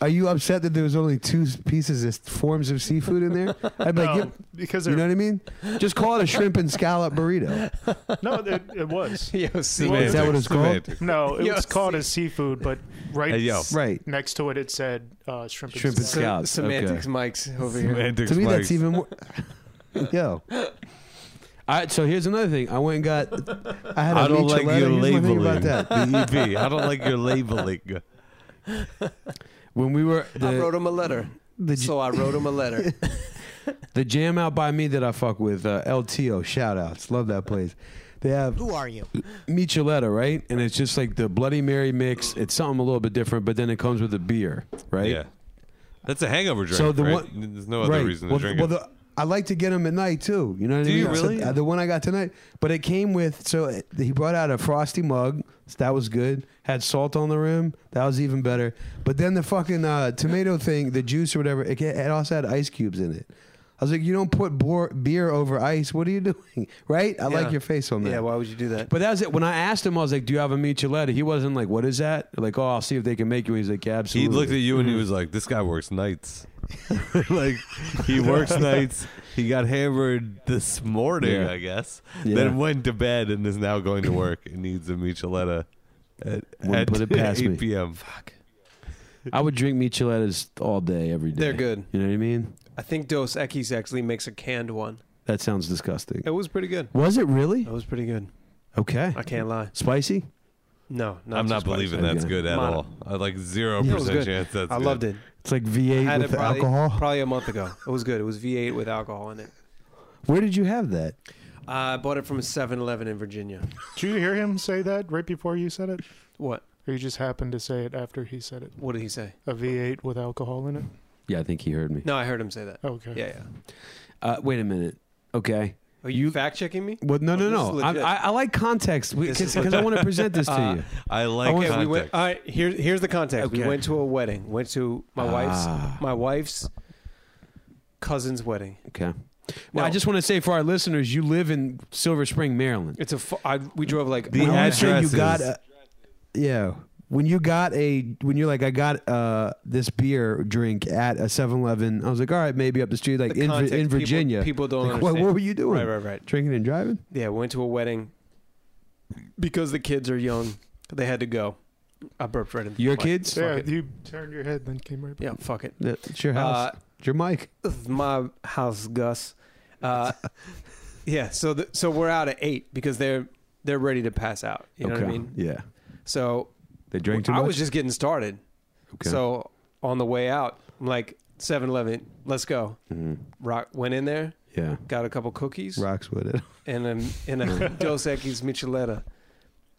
Speaker 7: Are you upset that there was only two pieces of forms of seafood in there? I'd be like,
Speaker 10: No,
Speaker 7: yep.
Speaker 10: because
Speaker 7: you know
Speaker 10: they're-
Speaker 7: what I mean. Just call it a shrimp and scallop burrito.
Speaker 10: No, it, it was.
Speaker 9: Yo,
Speaker 7: Is that what it's called? semantics.
Speaker 10: No, it
Speaker 9: Yo,
Speaker 10: was called as seafood, but right,
Speaker 7: Hey, yo. Right.
Speaker 10: next to it, it said uh, shrimp and
Speaker 7: Shrimp and
Speaker 10: scallops.
Speaker 7: scallops, okay. Semantics
Speaker 9: Mike's over
Speaker 7: here.
Speaker 2: Semantics
Speaker 7: to me,
Speaker 2: Mike's.
Speaker 7: that's even more. Yo. I, so here's another thing. I went and got. I had a
Speaker 2: I don't like
Speaker 7: michelada.
Speaker 2: your
Speaker 7: Here's my
Speaker 2: labeling.
Speaker 7: thing about that.
Speaker 2: The EV. I don't like your labeling.
Speaker 7: When we were,
Speaker 9: I
Speaker 7: the-
Speaker 9: wrote him a letter. so I wrote him a letter.
Speaker 7: The jam out by me that I fuck with, uh, LTO, shout outs. Love that place. They have. Who are you? Michelada, right? And it's just like the Bloody Mary mix. It's something a little bit different, but then it comes with a beer, right?
Speaker 2: Yeah. That's a hangover drink.
Speaker 7: So the
Speaker 2: right?
Speaker 7: one,
Speaker 2: There's no other
Speaker 7: right.
Speaker 2: reason to
Speaker 7: well,
Speaker 2: drink
Speaker 7: well,
Speaker 2: it.
Speaker 7: The, I like to get them at night too. You know what
Speaker 2: Do
Speaker 7: I mean?
Speaker 2: you
Speaker 7: So,
Speaker 2: really?
Speaker 7: uh, the one I got tonight, but it came with so it, he brought out a frosty mug. So that was good. Had salt on the rim. That was even better. But then the fucking uh, tomato thing, the juice or whatever, it, ca- it also had ice cubes in it. I was like, you don't put boor, beer over ice. What are you doing? Right? I
Speaker 9: Yeah.
Speaker 7: like your face on that.
Speaker 9: Yeah, why would you do that?
Speaker 7: But that was it. When I asked him, I was like, "Do you have a michelada?" He wasn't like, "What is that?" Like, "Oh, I'll see if they can make you." He's like, "Yeah,
Speaker 2: he
Speaker 7: absolutely."
Speaker 2: looked at you and he was like, "This guy works nights. like he works nights. He got hammered this morning,
Speaker 7: Yeah.
Speaker 2: I guess.
Speaker 7: Yeah.
Speaker 2: Then went to bed and is now going to work and needs a michelada at,
Speaker 7: Wouldn't
Speaker 2: at
Speaker 7: put it past
Speaker 2: 8
Speaker 7: me.
Speaker 2: p.m. Fuck.
Speaker 7: I would drink micheladas all day, every day.
Speaker 9: They're good.
Speaker 7: You know what I mean?
Speaker 9: I think Dos Equis actually makes a canned one.
Speaker 7: That sounds disgusting.
Speaker 9: It was pretty good.
Speaker 7: Was it really?
Speaker 9: That was pretty good.
Speaker 7: Okay.
Speaker 9: I can't lie.
Speaker 7: Spicy?
Speaker 9: No, not
Speaker 2: I'm
Speaker 9: too
Speaker 2: not believing
Speaker 9: spicy.
Speaker 2: that's good at all. I like zero
Speaker 9: It was
Speaker 2: percent
Speaker 9: good.
Speaker 2: chance that's.
Speaker 9: I
Speaker 2: good.
Speaker 9: loved it.
Speaker 7: It's like
Speaker 9: I
Speaker 7: V8
Speaker 9: had
Speaker 7: with
Speaker 9: it probably,
Speaker 7: alcohol.
Speaker 9: probably a month ago. It was good. It was V8 with alcohol in it.
Speaker 7: Where did you have that?
Speaker 9: I bought it from a 7-Eleven in Virginia.
Speaker 10: Did you hear him say that right before you said it?
Speaker 9: What?
Speaker 10: Or you just happened to say it after he said it?
Speaker 9: What did he say?
Speaker 10: A V8 with alcohol in it.
Speaker 7: Yeah, I think he heard me.
Speaker 9: No, I heard him say that.
Speaker 10: Okay.
Speaker 9: Yeah, yeah.
Speaker 7: Uh, wait a minute. Okay.
Speaker 9: Are you, fact checking me?
Speaker 7: Well, no,
Speaker 9: Oh,
Speaker 7: no,
Speaker 9: this
Speaker 7: no.
Speaker 9: is
Speaker 7: I,
Speaker 9: legit.
Speaker 7: I, I like context
Speaker 9: This is
Speaker 7: because I want to present this to
Speaker 9: Uh,
Speaker 7: you.
Speaker 2: I like
Speaker 9: Okay,
Speaker 2: context.
Speaker 9: we went, all right, here, here's the context. We
Speaker 7: Okay.
Speaker 9: went to a wedding. Went to my
Speaker 7: Ah.
Speaker 9: wife's my wife's cousin's wedding.
Speaker 7: Okay. Well, I just want to say for our listeners, you live in Silver Spring, Maryland.
Speaker 9: It's a fu- I, we drove like
Speaker 7: When
Speaker 9: an
Speaker 7: you
Speaker 9: hour and a
Speaker 7: say
Speaker 9: half.
Speaker 7: you got a, yeah. When you got a when you're like I got uh this beer drink at a 7-Eleven, I was like, all right, maybe up the street, like
Speaker 9: The
Speaker 7: in,
Speaker 9: context
Speaker 7: in
Speaker 9: people-
Speaker 7: Virginia.
Speaker 9: people don't
Speaker 7: Like, what,
Speaker 9: understand.
Speaker 7: what were you doing?
Speaker 9: Right, right, right.
Speaker 7: Drinking and driving.
Speaker 9: Yeah, we went to a wedding because the kids are young. They had to go. I burped right in the
Speaker 7: Your
Speaker 9: mic.
Speaker 7: kids?
Speaker 9: Fuck
Speaker 10: yeah,
Speaker 9: it.
Speaker 10: you turned your head, then came right back.
Speaker 9: Yeah, fuck it.
Speaker 7: It's your house.
Speaker 9: Uh,
Speaker 7: it's your mic.
Speaker 9: This is my house, Gus. Uh, yeah, so the, so we're out at eight because they're they're ready to pass out. You know what I mean?
Speaker 7: Yeah.
Speaker 9: So
Speaker 7: They drank too
Speaker 9: I
Speaker 7: much.
Speaker 9: was just getting started.
Speaker 7: Okay.
Speaker 9: So on the way out, I'm like 7-Eleven, let's go. Rock went in there,
Speaker 7: Mm-hmm. yeah.
Speaker 9: got a couple cookies,
Speaker 7: Rocks with it.
Speaker 9: and a, and a Dos Equis Michelada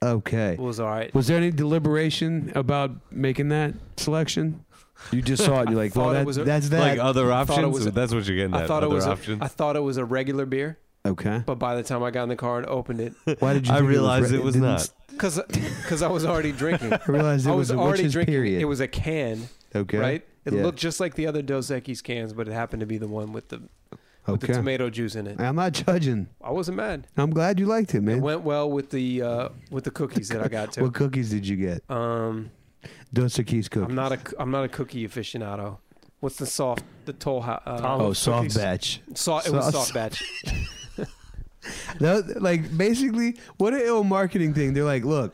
Speaker 7: Okay.
Speaker 9: was all right.
Speaker 7: Was there any deliberation about making that selection? You just saw it. You're like, well,
Speaker 9: Thought it
Speaker 7: that,
Speaker 9: was a-
Speaker 7: that's that.
Speaker 2: like other
Speaker 9: I thought it
Speaker 2: options.
Speaker 9: was a-
Speaker 2: that's what you're getting
Speaker 9: I
Speaker 2: at.
Speaker 9: thought
Speaker 2: other
Speaker 9: it was
Speaker 2: options.
Speaker 9: A, I thought it was a regular beer,
Speaker 7: okay.
Speaker 9: but by the time I got in the car and opened it,
Speaker 7: Why did you?
Speaker 2: I
Speaker 7: think
Speaker 2: realized
Speaker 7: re-
Speaker 2: it was
Speaker 7: didn't
Speaker 2: not.
Speaker 9: because because I was already drinking.
Speaker 7: I realized it
Speaker 9: I
Speaker 7: was,
Speaker 9: was
Speaker 7: a
Speaker 9: already
Speaker 7: witch's
Speaker 9: drinking.
Speaker 7: period.
Speaker 9: It was a can,
Speaker 7: okay.
Speaker 9: right? It
Speaker 7: Yeah.
Speaker 9: looked just like the other Dos Equis cans, but it happened to be the one with the with the
Speaker 7: Okay.
Speaker 9: tomato juice in it.
Speaker 7: I'm not judging.
Speaker 9: I wasn't mad.
Speaker 7: I'm glad you liked it,
Speaker 9: It
Speaker 7: man.
Speaker 9: went well with the uh, with the cookies that I got
Speaker 7: What
Speaker 9: to.
Speaker 7: cookies did you get?
Speaker 9: Um,
Speaker 7: Dos Equis cookies.
Speaker 9: I'm not a I'm not a cookie aficionado. What's the soft the toll? Uh,
Speaker 7: oh, soft
Speaker 9: cookies?
Speaker 7: batch.
Speaker 9: So, it was
Speaker 7: Soft-
Speaker 9: soft batch.
Speaker 7: That was- like basically, what an ill marketing thing. They're like, look,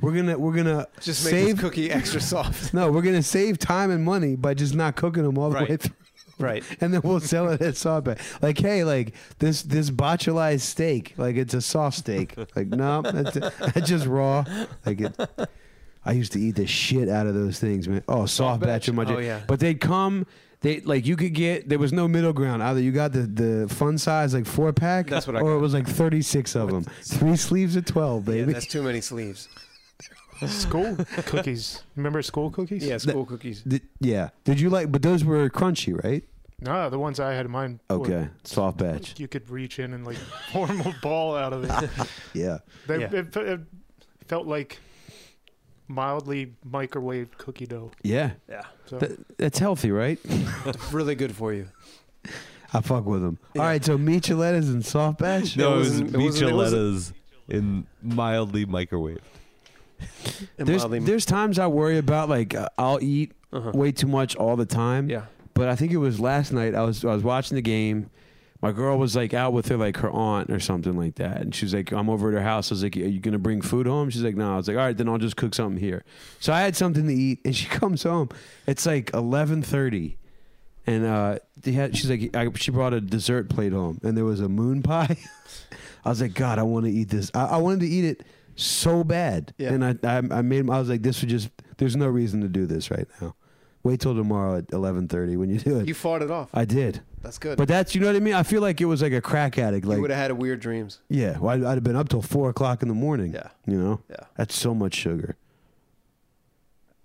Speaker 7: we're gonna we're gonna
Speaker 9: Just make
Speaker 7: save
Speaker 9: this cookie extra soft.
Speaker 7: no, we're gonna save time and money by just not cooking them all the
Speaker 9: Right.
Speaker 7: way through.
Speaker 9: Right.
Speaker 7: and then we'll sell it at soft batch. Like, hey, like this this botulized steak, like it's a soft steak. Like, no, that's, that's just raw. Like it. I used to eat the shit out of those things, man. Oh, soft batch of my.
Speaker 9: Oh, yeah.
Speaker 7: But they'd come. They like you could get. There was no middle ground. Either you got the the fun size like four pack.
Speaker 9: That's what I
Speaker 7: Or
Speaker 9: got.
Speaker 7: it was like thirty six of them. Three sleeves of twelve,
Speaker 9: Yeah,
Speaker 7: baby.
Speaker 9: that's too many sleeves.
Speaker 10: School cookies. Remember school cookies?
Speaker 9: Yeah, school cookies.
Speaker 7: Did- yeah. Did you like? But those were crunchy, right?
Speaker 10: No, the ones I had in mind. were-
Speaker 7: Okay, soft batch.
Speaker 10: You could reach in and like form a ball out of it.
Speaker 7: Yeah.
Speaker 10: They,
Speaker 7: Yeah.
Speaker 10: It, it felt like mildly microwaved cookie dough.
Speaker 7: Yeah.
Speaker 10: So
Speaker 7: Th- that's healthy, right?
Speaker 9: really good for you.
Speaker 7: I fuck with them. All right, so micheletas and soft batch.
Speaker 2: No, it was micheletas in mildly microwave.
Speaker 7: There's, there's times I worry about like uh, I'll eat
Speaker 9: uh-huh.
Speaker 7: way too much all the time. Yeah. But I think it was last night. I was I was watching the game. My girl was like out with her like her aunt or something like that, and she was like, "I'm over at her house." I was like, "Are you gonna bring food home?" She's like, "No." I was like, "All right, then I'll just cook something here." So I had something to eat, and she comes home. It's like 11:30. And uh, they had, she's like, I, she brought a dessert plate home, and there was a moon pie. I was like, God, I want to eat this. I, I wanted to eat it so bad, and I, I, I made. I was like, this would just. There's no reason to do this right now. Wait till tomorrow at 11:30 when you do it.
Speaker 9: You fought it off.
Speaker 7: I did.
Speaker 9: That's good.
Speaker 7: But that's you know what I mean. I feel like it was like a crack addict. Like
Speaker 9: you would have had a weird dreams.
Speaker 7: yeah, well, I'd, I'd have been up till four o'clock in the morning. Yeah, you know.
Speaker 9: Yeah,
Speaker 7: that's so much sugar.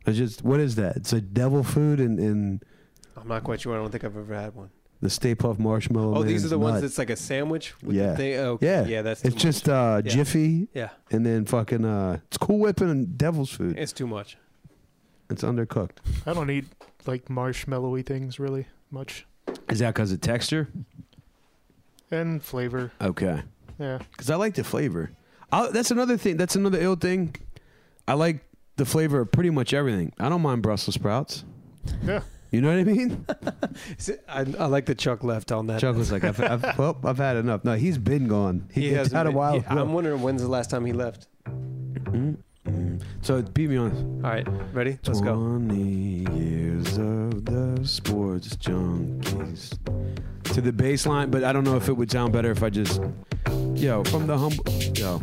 Speaker 7: It's just what is that? It's a devil food and and
Speaker 9: I'm not quite sure. I don't think I've ever had one.
Speaker 7: the Stay Puft Marshmallow.
Speaker 9: Oh, these
Speaker 7: Man's
Speaker 9: are the ones
Speaker 7: nut.
Speaker 9: that's like a sandwich. With
Speaker 7: yeah.
Speaker 9: The thing. Oh, Okay.
Speaker 7: yeah,
Speaker 9: Yeah. That's
Speaker 7: it's
Speaker 9: too
Speaker 7: just
Speaker 9: much.
Speaker 7: uh,
Speaker 9: Yeah.
Speaker 7: Jiffy.
Speaker 9: Yeah.
Speaker 7: and then fucking uh, it's Cool Whip and Devil's Food.
Speaker 9: It's too much.
Speaker 7: It's undercooked.
Speaker 10: I don't eat like marshmallowy things really much,
Speaker 7: Is that because of texture?
Speaker 10: and flavor.
Speaker 7: Okay.
Speaker 10: Yeah.
Speaker 7: Because I like the flavor. I, that's another thing. That's another ill thing. I like the flavor of pretty much everything. I don't mind Brussels sprouts.
Speaker 10: Yeah.
Speaker 7: You know what I mean?
Speaker 9: I, I like the Chuck left on that.
Speaker 7: Chuck was like, I've, I've, well, I've had enough. No, he's been gone. He,
Speaker 9: He
Speaker 7: gets
Speaker 9: hasn't
Speaker 7: out a
Speaker 9: been-
Speaker 7: while
Speaker 9: he- I'm wondering when's the last time he left.
Speaker 7: Mm-hmm. So beat me on.
Speaker 9: All right, ready? Let's go.
Speaker 7: Twenty years of the sports junkies. To the bass line, but I don't know if it would sound better if I just, yo, from the humble, yo.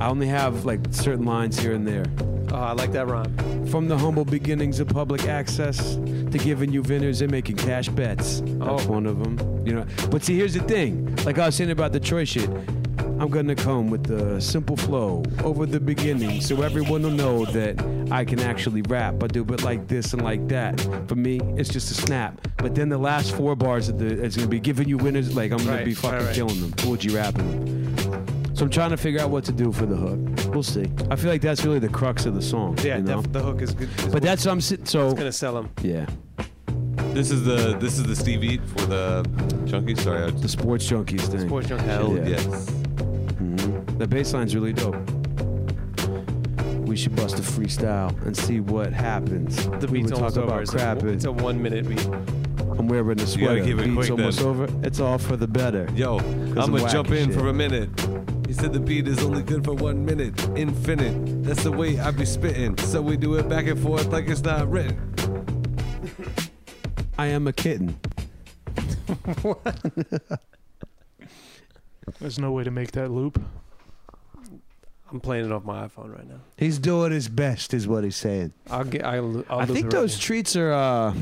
Speaker 7: I only have like certain lines here and there.
Speaker 9: Oh, I like that rhyme.
Speaker 7: From the humble beginnings of public access to giving you vendors and making cash bets. That's
Speaker 16: Oh.
Speaker 7: one of them. You know, but see, here's the thing. Like I was saying about Detroit shit, I'm gonna come with the simple flow over the beginning, so everyone will know that I can actually rap. I do it like this and like that. For me, it's just a snap. But then the last four bars of the is gonna be giving you winners. Like I'm gonna
Speaker 16: Right,
Speaker 7: be fucking
Speaker 16: right, right.
Speaker 7: killing them. Fuji rapping. So I'm trying to figure out what to do for the hook. We'll see. I feel like that's really the crux of the song.
Speaker 9: Yeah,
Speaker 7: you know?
Speaker 9: def- the hook is good. is
Speaker 7: But that's what I'm sitting. So it's
Speaker 9: gonna sell him.
Speaker 7: Yeah.
Speaker 2: This is the this is the Steve Eat for the Chunky. Sorry, I
Speaker 7: The sports junkies thing.
Speaker 2: Sports junkies. Hell yes.
Speaker 7: Mhm. The bass line's really dope. We should bust a freestyle and see what happens.
Speaker 9: The
Speaker 7: we
Speaker 9: beat's
Speaker 7: were
Speaker 9: almost
Speaker 7: talking
Speaker 9: over.
Speaker 7: about
Speaker 9: It's
Speaker 7: crap.
Speaker 9: a, it's a one minute beat.
Speaker 7: I'm wearing a
Speaker 2: You
Speaker 7: sweater.
Speaker 2: gotta give it
Speaker 7: Beat's
Speaker 2: quick
Speaker 7: almost
Speaker 2: then.
Speaker 7: over. It's all for the better.
Speaker 2: Yo, I'm gonna jump in for a minute. He said the beat is only good for one minute, infinite. That's the way I be spitting. So we do it back and forth like it's not written.
Speaker 7: I am a kitten.
Speaker 10: There's no way to make that loop.
Speaker 9: I'm playing it off my iPhone right now.
Speaker 7: He's doing his best, is what he's saying.
Speaker 9: I'll get. I'll, I'll
Speaker 7: I
Speaker 9: do
Speaker 7: think
Speaker 9: the
Speaker 7: those treats are uh,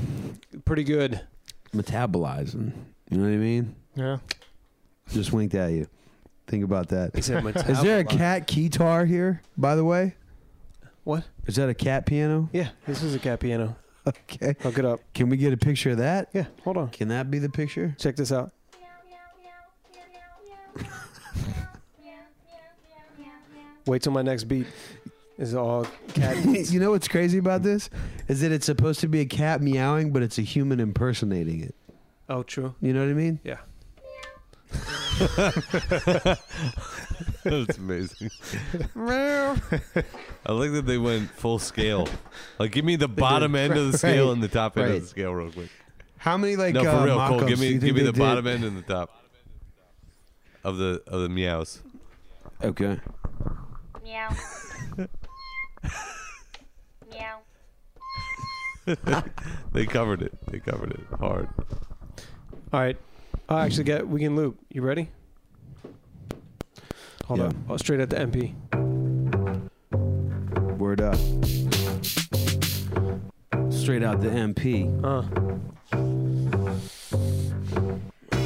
Speaker 9: pretty good.
Speaker 7: Metabolizing. You know what I mean?
Speaker 10: Yeah.
Speaker 7: Just winked at you. Think about that.
Speaker 9: He said
Speaker 7: Is there a
Speaker 9: metabolize.
Speaker 7: cat guitar here, by the way?
Speaker 9: What?
Speaker 7: Is that a cat piano?
Speaker 9: Yeah, this is a cat piano.
Speaker 7: Okay.
Speaker 9: Hook it up.
Speaker 7: Can we get a picture of that?
Speaker 9: Yeah, hold on.
Speaker 7: Can that be the picture?
Speaker 9: Check this out. Wait till my next beat is all cat.
Speaker 7: you know what's crazy about this? Is that it's supposed to be a cat meowing, but it's a human impersonating it.
Speaker 9: oh, true.
Speaker 7: You know what I mean?
Speaker 9: Yeah.
Speaker 2: That's amazing. I like that they went full scale. Like, give me the bottom end of the scale
Speaker 7: Right,
Speaker 2: and the top end
Speaker 7: right.
Speaker 2: of the scale, real quick.
Speaker 7: How many like
Speaker 2: no, for
Speaker 7: uh,
Speaker 2: real, Cole.
Speaker 7: mock-ups
Speaker 2: Give
Speaker 7: do
Speaker 2: me,
Speaker 7: you
Speaker 2: give
Speaker 7: think
Speaker 2: me the
Speaker 7: they did?
Speaker 2: bottom end and the top of the of the meows.
Speaker 7: Okay.
Speaker 17: Meow. Meow.
Speaker 2: they covered it. They covered it hard.
Speaker 9: All right. I actually get. We can loop. You ready? Hold
Speaker 7: Yeah.
Speaker 9: on. Oh, straight at the MP.
Speaker 7: Word up. Straight out the MP.
Speaker 9: Uh.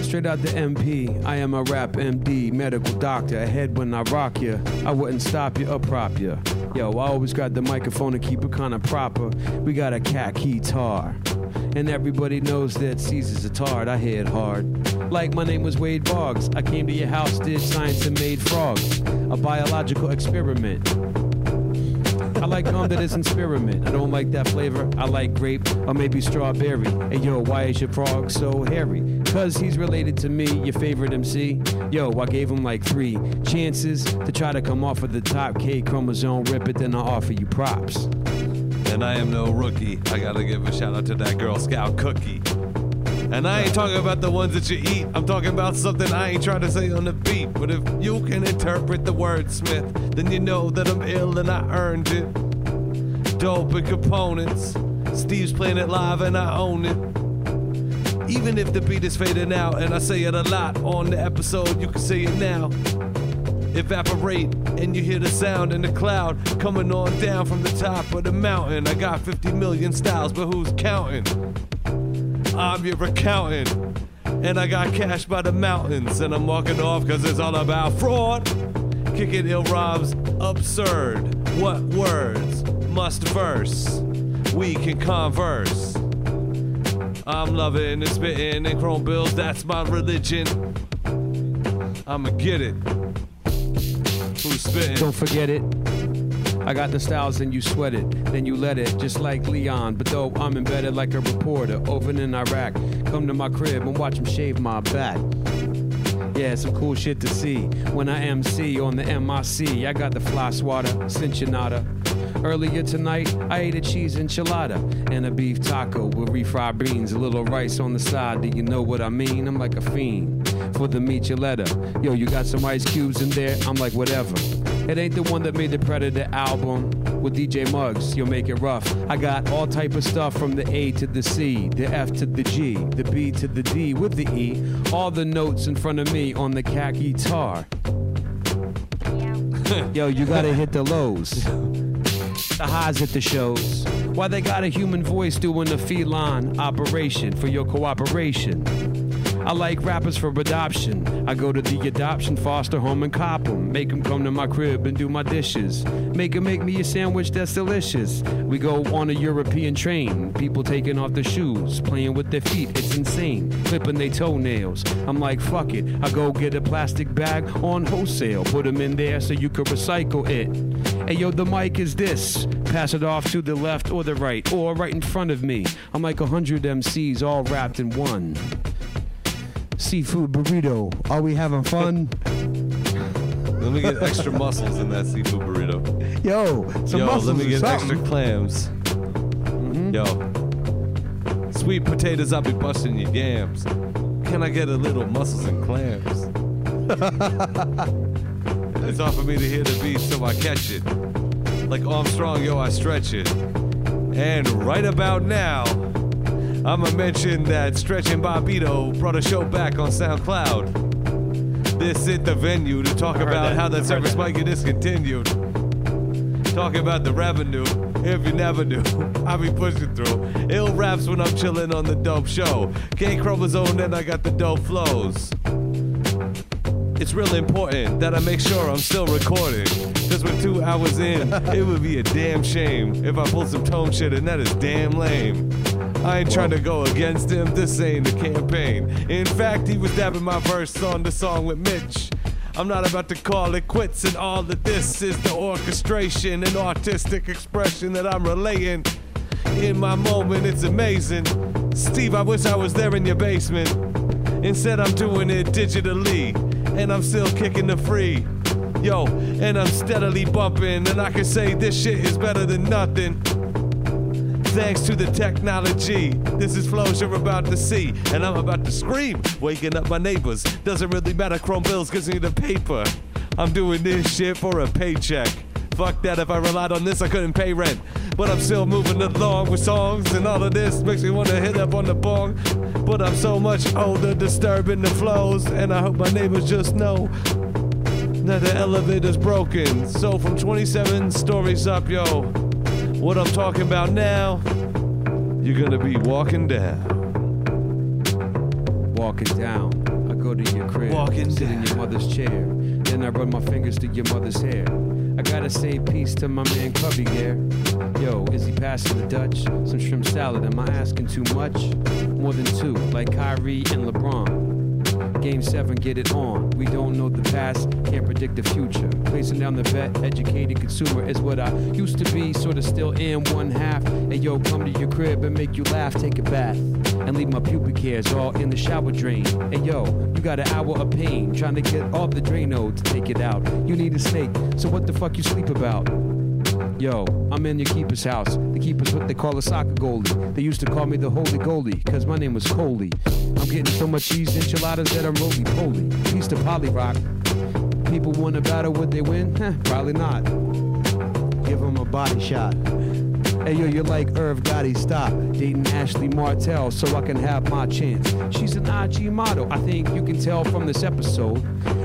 Speaker 7: straight out the MP. I am a rap MD, medical doctor. Ahead when I rock ya, I wouldn't stop ya or prop ya. Yo, I always got the microphone to keep it kinda proper. We got a cat guitar. And everybody knows that Caesar's a tard. I hit hard. Like my name was Wade Boggs. I came to your house, did science and made frogs. A biological experiment. I like gum that isn't spearmint. I don't like that flavor. I like grape or maybe strawberry. Hey yo, why is your frog so hairy? Cause he's related to me, your favorite MC. Yo, I gave him like three chances to try to come off of the top K chromosome, rip it, then I offer you props.
Speaker 1: And I am no rookie. I gotta give a shout out to that Girl Scout cookie. And I ain't talking about the ones that you eat. I'm talking about something I ain't trying to say on the beat. But if you can interpret the wordsmith, then you know that I'm ill and I earned it. Dope and components. Steve's playing it live and I own it. Even if the beat is fading out, and I say it a lot on the episode, you can say it now. Evaporate, and you hear the sound in the cloud coming on down from the top of the mountain. I got 50 million styles, but who's counting? I'm your accountant, and I got cash by the mountains, and I'm walking off because it's all about fraud. Kicking ill rhymes, absurd. What words must verse? We can converse. I'm loving and spitting and chrome bills, that's my religion. I'ma get it. Who's spitting?
Speaker 7: Don't forget it. I got the styles and you sweat it, then you let it, just like Leon. But though I'm embedded like a reporter over in Iraq, come to my crib and watch him shave my back. Yeah, some cool shit to see when I MC on the MIC. I got the fly swatter, cincinnata. Earlier tonight, I ate a cheese enchilada and a beef taco with refried beans, a little rice on the side. Do you know what I mean? I'm like a fiend for the meat Yo, you got some ice cubes in there? I'm like, whatever. It ain't the one that made the Predator album with DJ Muggs. You'll make it rough. I got all type of stuff from the A to the C, the F to the G, the B to the D with the E. All the notes in front of me on the cat guitar. Yo, you gotta hit the lows. The highs at the shows. Why they got a human voice doing a feline operation for your cooperation. I like rappers for adoption. I go to the adoption foster home and cop 'em. Make 'em come to my crib and do my dishes. Make 'em make me a sandwich that's delicious. We go on a European train. People taking off their shoes, playing with their feet. It's insane. Clipping their toenails. I'm like, fuck it. I go get a plastic bag on wholesale. Put 'em in there so you can recycle it. Hey yo, the mic is this. Pass it off to the left or the right or right in front of me. I'm like 100 MCs all wrapped in one seafood burrito. Are we having fun?
Speaker 1: Let me get extra mussels in that seafood burrito.
Speaker 2: Yo, some
Speaker 1: Yo,
Speaker 2: mussels
Speaker 1: let
Speaker 2: or
Speaker 1: me get
Speaker 2: something.
Speaker 1: extra clams. Yo,
Speaker 18: Mm-hmm.
Speaker 1: sweet potatoes, I'll be busting your yams. Can I get a little mussels and clams? it's hard for me to hear the beat, so I catch it. Like Armstrong, yo, I stretch it. And right about now, I'ma mention that Stretching Bobito brought a show back on SoundCloud. This is the venue to talk
Speaker 18: heard
Speaker 1: about
Speaker 18: that.
Speaker 1: how
Speaker 18: I
Speaker 1: that
Speaker 18: heard
Speaker 1: service
Speaker 18: that.
Speaker 1: might get discontinued. Talking about the revenue, if you never knew, I be pushing through. Ill raps when I'm chilling on the dope show. Gay chromosome, then I got the dope flows. It's real important that I make sure I'm still recording. Cause we're two hours in, it would be a damn shame if I pull some tone shit and that is damn lame. I ain't trying to go against him, this ain't a campaign. In fact, he was dabbing my verse on the song with Mitch. I'm not about to call it quits, and all of this is the orchestration and artistic expression that I'm relaying. In my moment, it's amazing. Steve, I wish I was there in your basement. Instead, I'm doing it digitally, and I'm still kicking the free. Yo, and I'm steadily bumping, and I can say this shit is better than nothing. Thanks to the technology, this is flows you're about to see, and I'm about to scream, waking up my neighbors. Doesn't really matter, Chrome Bills gives me the paper. I'm doing this shit for a paycheck. Fuck that, if I relied on this, I couldn't pay rent. But I'm still moving along with songs, and all of this makes me wanna hit up on the bong. But I'm so much older, disturbing the flows, and I hope my neighbors just know now the elevator's broken. So from 27 stories up, yo, what I'm talking about now, you're gonna be walking down.
Speaker 7: Walking down. I go to your crib, sit in your mother's chair. Then I run my fingers through your mother's hair. I gotta say peace to my man Cubby Gear. Yo, is he passing the Dutch? Some shrimp salad, am I asking too much? More than two, like Kyrie and LeBron. Game seven, get it on. We don't know the past, can't predict the future. Placing down the bet, educated consumer is what I used to be, sort of still am one half. Hey yo, come to your crib and make you laugh, take a bath, and leave my pubic hairs all in the shower drain. Hey yo, you got an hour of pain, trying to get off the Drano to take it out. You need a snake, so what the fuck you sleep about? Yo, I'm in your keeper's house. The keeper's what they call a soccer goalie. They used to call me the holy goalie, cause my name was Coley. I'm getting so much cheese enchiladas that I'm roly poly. Piece to poly rock. People want to battle, would they win? Heh, probably not. Give them a body shot. Hey yo, you're like Irv Gotti, stop dating Ashley Martell so I can have my chance. She's an IG model, I think you can tell from this episode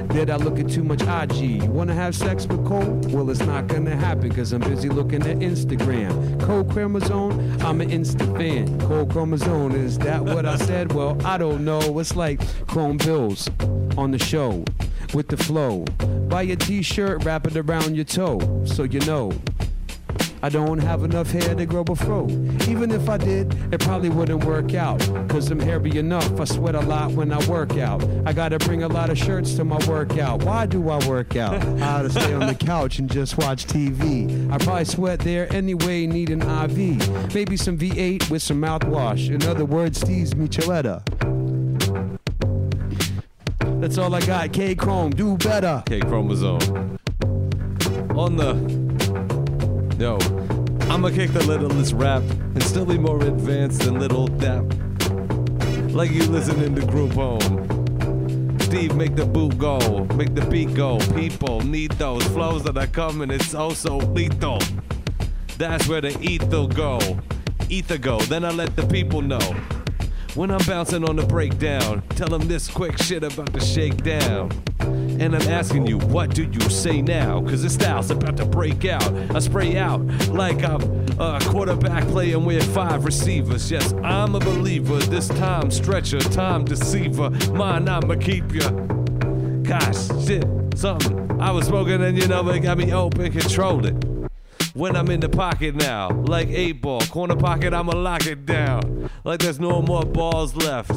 Speaker 7: that I look at too much IG. You wanna have sex with Cole? Well, it's not gonna happen because I'm busy looking at Instagram. Cole chromosome, I'm an instant fan. Cole chromosome, is that what I said? Well, I don't know. It's like Chrome Bills on the show with the flow. Buy a t shirt, wrap it around your toe so you know. I don't have enough hair to grow a fro. Even if I did, it probably wouldn't work out. Cause I'm hairy enough, I sweat a lot when I work out. I gotta bring a lot of shirts to my workout. Why do I work out? I ought to stay on the couch and just watch TV. I probably sweat there anyway, need an IV. Maybe some V8 with some mouthwash. In other words, Steve's Micheletta. That's all I got. K Chrome, do better.
Speaker 1: K chromosome. On the yo, I'ma kick the littlest rap and still be more advanced than little dap. Like you listening to group home. Steve, make the boot go, make the beat go. People need those flows that are coming. It's oh so lethal. That's where the ether go, ether go. Then I let the people know. When I'm bouncing on the breakdown, tell them this quick shit about the shakedown. And I'm asking you, what do you say now? Cause this style's about to break out. I spray out like I'm a quarterback playing with five receivers. Yes, I'm a believer. This time stretcher, time deceiver. Mine, I'ma keep ya. Gosh, shit, something. I was smoking and you know it got me open, controlled it. When I'm in the pocket now, like eight ball, corner pocket, I'ma lock it down. Like there's no more balls left.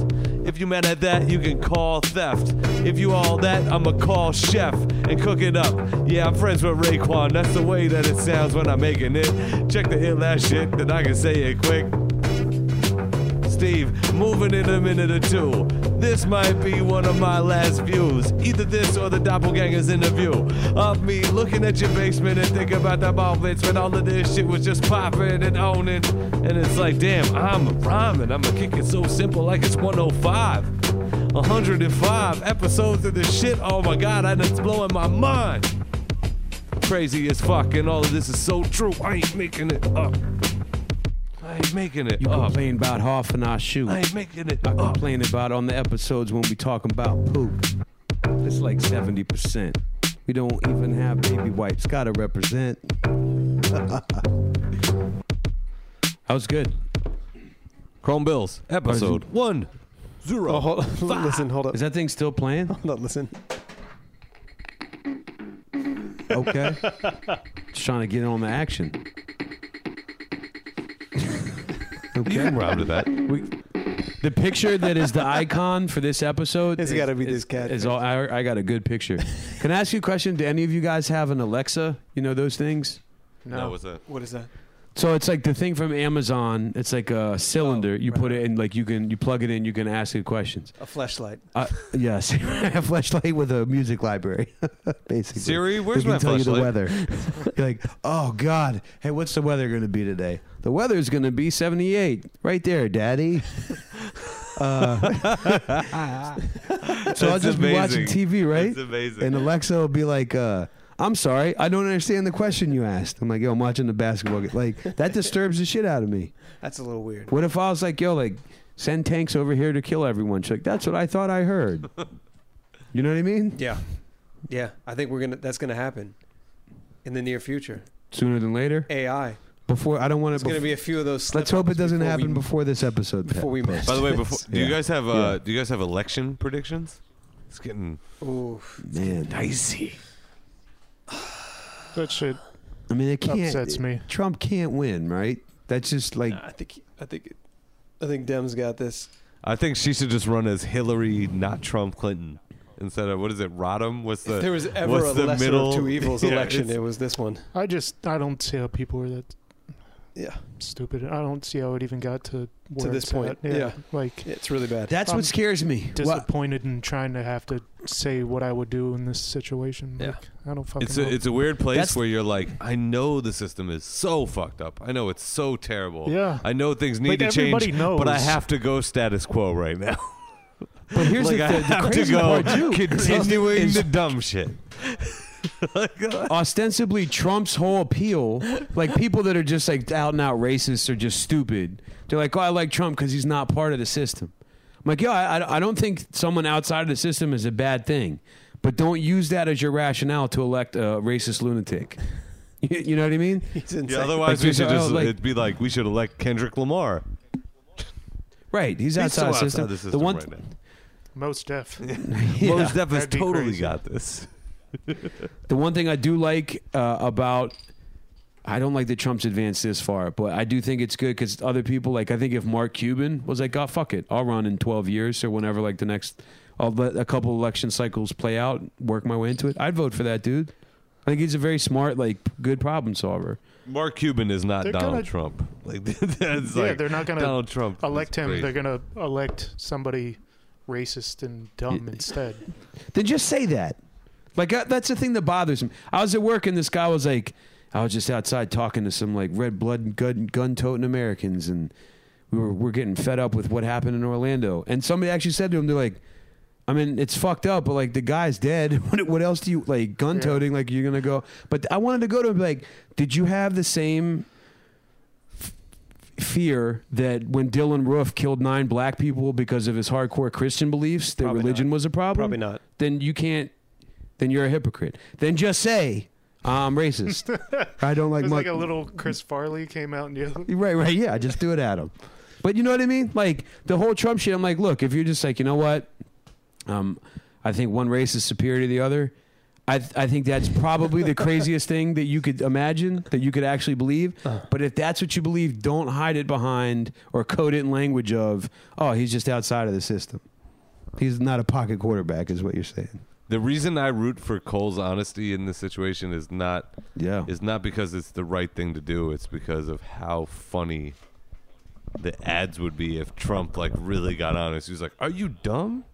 Speaker 1: If you mad at that, you can call theft. If you all that, I'ma call chef and cook it up. Yeah, I'm friends with Raekwon, that's the way that it sounds when I'm making it. Check the ill ass shit, then I can say it quick. Steve, moving in a minute or two. This might be one of my last views. Either this or the doppelganger's interview. Of me looking at your basement and thinking about the moments when all of this shit was just popping and owning. And it's like, damn, I'm rhyming. I'm going to kick it so simple like it's 105. 105 episodes of this shit. Oh my god, I it's blowing my mind. Crazy as fuck, and all of this is so true. I ain't making it up. I ain't making it
Speaker 7: You
Speaker 2: Oh.
Speaker 1: up.
Speaker 7: complain about half and I shoot.
Speaker 1: I ain't making it
Speaker 7: I complain about on the episodes when we talking about poop. It's like 70%. We don't even have baby wipes. Gotta represent. that was good.
Speaker 1: Chrome Bills, episode one, zero.
Speaker 9: Oh, hold, listen, hold up.
Speaker 7: Is that thing still playing?
Speaker 9: Hold up, listen.
Speaker 7: Okay. Just trying to get on the action. okay.
Speaker 1: You can rhyme to that.
Speaker 7: We, the picture that is the icon for this episode
Speaker 9: It's
Speaker 7: is-
Speaker 9: gotta be
Speaker 7: is-
Speaker 9: this cat.
Speaker 7: Is all, I, I got a good picture. Can I ask you a question? Do any of you guys have an Alexa? You know those things?
Speaker 1: No, what's that?
Speaker 9: What is that?
Speaker 7: So it's like the thing from Amazon. It's like a cylinder.
Speaker 9: Oh,
Speaker 7: you put it in, like you can you plug it in. You can ask it questions.
Speaker 9: A flashlight.
Speaker 7: Uh, yes.
Speaker 2: a flashlight with a music library, basically.
Speaker 1: Siri, where's
Speaker 2: they can
Speaker 1: my
Speaker 2: tell you the
Speaker 1: flashlight?
Speaker 2: weather. You're like, oh God, hey, what's the weather going to be today?
Speaker 7: the weather's gonna be seventy eight right there, Daddy.
Speaker 2: Uh, so I'll
Speaker 1: That's
Speaker 2: just be watching
Speaker 1: amazing.
Speaker 2: TV, right?
Speaker 1: That's amazing.
Speaker 2: And Alexa will be like, uh, "I'm sorry, I don't understand the question you asked." I'm like, "Yo, I'm watching the basketball game." Like that disturbs the shit out of me.
Speaker 9: That's a little weird.
Speaker 7: What if I was like, yo, like send tanks over here to kill everyone? She's like, that's what I thought I heard. You know what I mean?
Speaker 9: Yeah, yeah. I think we're gonna. That's gonna happen in the near future.
Speaker 7: Sooner than later.
Speaker 9: AI.
Speaker 2: Before I don't want
Speaker 9: There's
Speaker 2: to.
Speaker 9: gonna be a few of those.
Speaker 2: Let's hope
Speaker 9: slip-ups
Speaker 2: it doesn't
Speaker 9: before
Speaker 2: happen
Speaker 9: we-
Speaker 2: before this episode.
Speaker 9: before we
Speaker 2: posts.
Speaker 9: miss.
Speaker 1: By the way, before, do you
Speaker 2: Yeah.
Speaker 1: guys have uh, do you guys have election predictions?
Speaker 2: It's getting
Speaker 1: Man,
Speaker 2: dicey.
Speaker 10: That shit.
Speaker 1: I mean, it can't.
Speaker 10: Upsets me.
Speaker 1: Trump can't win, right? That's just like
Speaker 9: I think I think I think Dem's got this.
Speaker 2: I think she should just run as Hillary, not Trump Clinton, instead of what is it, Rodham? What's the
Speaker 9: if there was ever
Speaker 2: what's
Speaker 9: a
Speaker 2: the
Speaker 9: lesser
Speaker 2: middle
Speaker 9: of two evils
Speaker 2: Yeah,
Speaker 9: election,
Speaker 2: it's-
Speaker 9: it was this one.
Speaker 10: I just I don't see how people are that
Speaker 9: yeah
Speaker 10: stupid. I don't see how it even got to where
Speaker 9: to this
Speaker 10: it's
Speaker 9: point.
Speaker 10: at.
Speaker 9: yeah.
Speaker 10: like
Speaker 9: it's really bad.
Speaker 10: I'm
Speaker 1: me.
Speaker 10: Disappointed in trying to have to say what I would do in this situation.
Speaker 9: Yeah.
Speaker 10: Like, I don't fucking.
Speaker 2: It's a,
Speaker 10: know.
Speaker 2: it's a weird place
Speaker 10: That's-
Speaker 2: where you're like, I know the system is so fucked up. I know it's so terrible.
Speaker 10: Yeah.
Speaker 2: I know things need
Speaker 10: Like,
Speaker 2: to change,
Speaker 10: everybody
Speaker 2: but I
Speaker 10: knows.
Speaker 2: have to go status quo right now.
Speaker 7: But here's
Speaker 2: like,
Speaker 7: the,
Speaker 2: I
Speaker 7: thing, the
Speaker 2: have
Speaker 7: crazy
Speaker 2: to go
Speaker 7: part too.
Speaker 2: continuing
Speaker 7: is-
Speaker 2: the dumb shit.
Speaker 7: ostensibly Trump's whole appeal, like people that are just like out and out racist or just stupid, they're like, oh, I like Trump because he's not part of the system. I'm like, yeah, I, I- I don't think someone outside of the system is a bad thing, but don't use that as your rationale to elect a racist lunatic. You, you know what I mean?
Speaker 2: Yeah, otherwise,
Speaker 7: Like,
Speaker 2: we should
Speaker 7: oh,
Speaker 2: just
Speaker 7: like-
Speaker 2: it'd be like we should elect Kendrick Lamar.
Speaker 7: right. He's outside,
Speaker 2: so
Speaker 7: the system.
Speaker 2: outside the
Speaker 7: The
Speaker 2: system
Speaker 7: one
Speaker 2: right now.
Speaker 10: most deaf.
Speaker 2: Mos Def has
Speaker 10: That'd be
Speaker 2: totally
Speaker 10: crazy.
Speaker 2: got this.
Speaker 7: The one thing I do like uh, about I don't like that Trump's advanced this far, but I do think it's good because other people like I think if Mark Cuban was like, "Oh fuck it, I'll run in twelve years or whenever like the next, I'll let a couple election cycles play out, work my way into it," I'd vote for that dude. I think he's a very smart, like good problem solver.
Speaker 2: Mark Cuban is not
Speaker 10: They're
Speaker 2: Donald
Speaker 10: gonna-
Speaker 2: Trump. Like that's
Speaker 10: yeah,
Speaker 2: like
Speaker 10: they're not going to
Speaker 2: Donald Trump.
Speaker 10: elect
Speaker 2: is
Speaker 10: him.
Speaker 2: great.
Speaker 10: They're going to elect somebody racist and dumb instead.
Speaker 7: Then just say that. Like uh, that's the thing that bothers me. I was at work and this guy was like, I was just outside talking to some like red blood gun gun toting Americans, and we were we're getting fed up with what happened in Orlando. And somebody actually said to him, they're like, I mean, it's fucked up, but like the guy's dead. What what else do you like gun toting? Like you're gonna go? But I wanted to go to him like, did you have the same fear that when Dylan Roof killed nine black people because of his hardcore Christian beliefs, that religion was a problem? Probably
Speaker 9: not.
Speaker 7: Then you can't. Then you're a hypocrite. Then just say I'm racist.
Speaker 1: I don't
Speaker 10: It
Speaker 1: like
Speaker 10: was
Speaker 1: my.
Speaker 10: like a little Chris Farley came out and yelled.
Speaker 7: right, right, yeah. Just do it at him. But you know what I mean? Like the whole Trump shit. I'm like, look, if you're just like, you know what? Um, I think one race is superior to the other. I, th- I think that's probably the craziest thing that you could imagine that you could actually believe. But if that's what you believe, don't hide it behind or code it in language of, oh, he's just outside of the system.
Speaker 1: He's not a pocket quarterback, is what you're saying.
Speaker 2: The reason I root for Cole's honesty in this situation is not yeah is not because it's the right thing to do. It's because of how funny the ads would be if Trump like really got honest. He was like, "Are you dumb?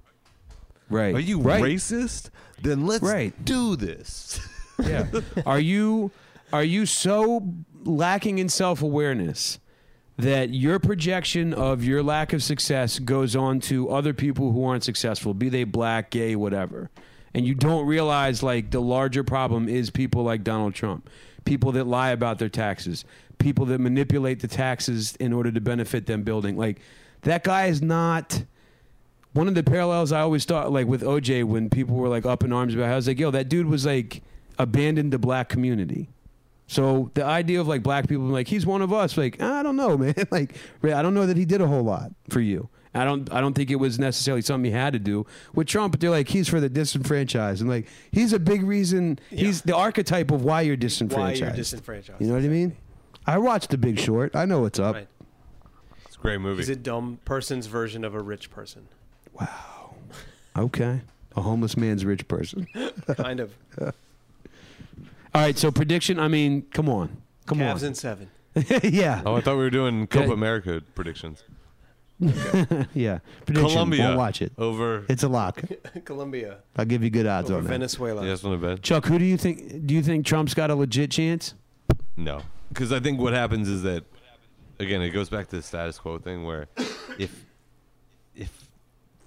Speaker 7: Right?
Speaker 2: Are you
Speaker 7: right.
Speaker 2: racist? Then let's do this."
Speaker 7: Yeah. are you are you so lacking in self awareness that your projection of your lack of success goes on to other people who aren't successful, be they black, gay, whatever. And you don't realize like the larger problem is people like Donald Trump, people that lie about their taxes, people that manipulate the taxes in order to benefit them building. Like that guy is not one of the parallels I always thought, like with OJ, when people were like up in arms about, it, I was like, yo, that dude was like abandoned the black community. So the idea of like black people, being like he's one of us, like I don't know, man. Like I don't know that he did a whole lot for you. I don't. I don't think it was necessarily something he had to do with Trump. They're like he's for the disenfranchised, and like he's a big reason. He's the archetype of why you're disenfranchised.
Speaker 9: disenfranchised,
Speaker 1: You know what I mean? I watched The Big Short. I know what's up.
Speaker 9: Right.
Speaker 2: It's a great movie.
Speaker 9: He's a dumb person's version of a rich person.
Speaker 1: Okay, a homeless man's rich person.
Speaker 9: kind of.
Speaker 7: All right. So prediction. I mean, come on, come
Speaker 9: Cavs
Speaker 7: on.
Speaker 9: in seven.
Speaker 7: yeah.
Speaker 2: Oh, I thought we were doing Copa America predictions.
Speaker 1: yeah. Prediction.
Speaker 2: Colombia
Speaker 1: Won't watch it.
Speaker 2: over-
Speaker 1: It's a lock.
Speaker 9: Colombia.
Speaker 1: I'll give you good odds
Speaker 9: Over
Speaker 1: on that.
Speaker 9: Venezuela.
Speaker 2: Yes, one of the best.
Speaker 7: Chuck, who do you think? Do you think Trump's got a legit chance?
Speaker 2: No, because I think what happens is that again, it goes back to the status quo thing where if if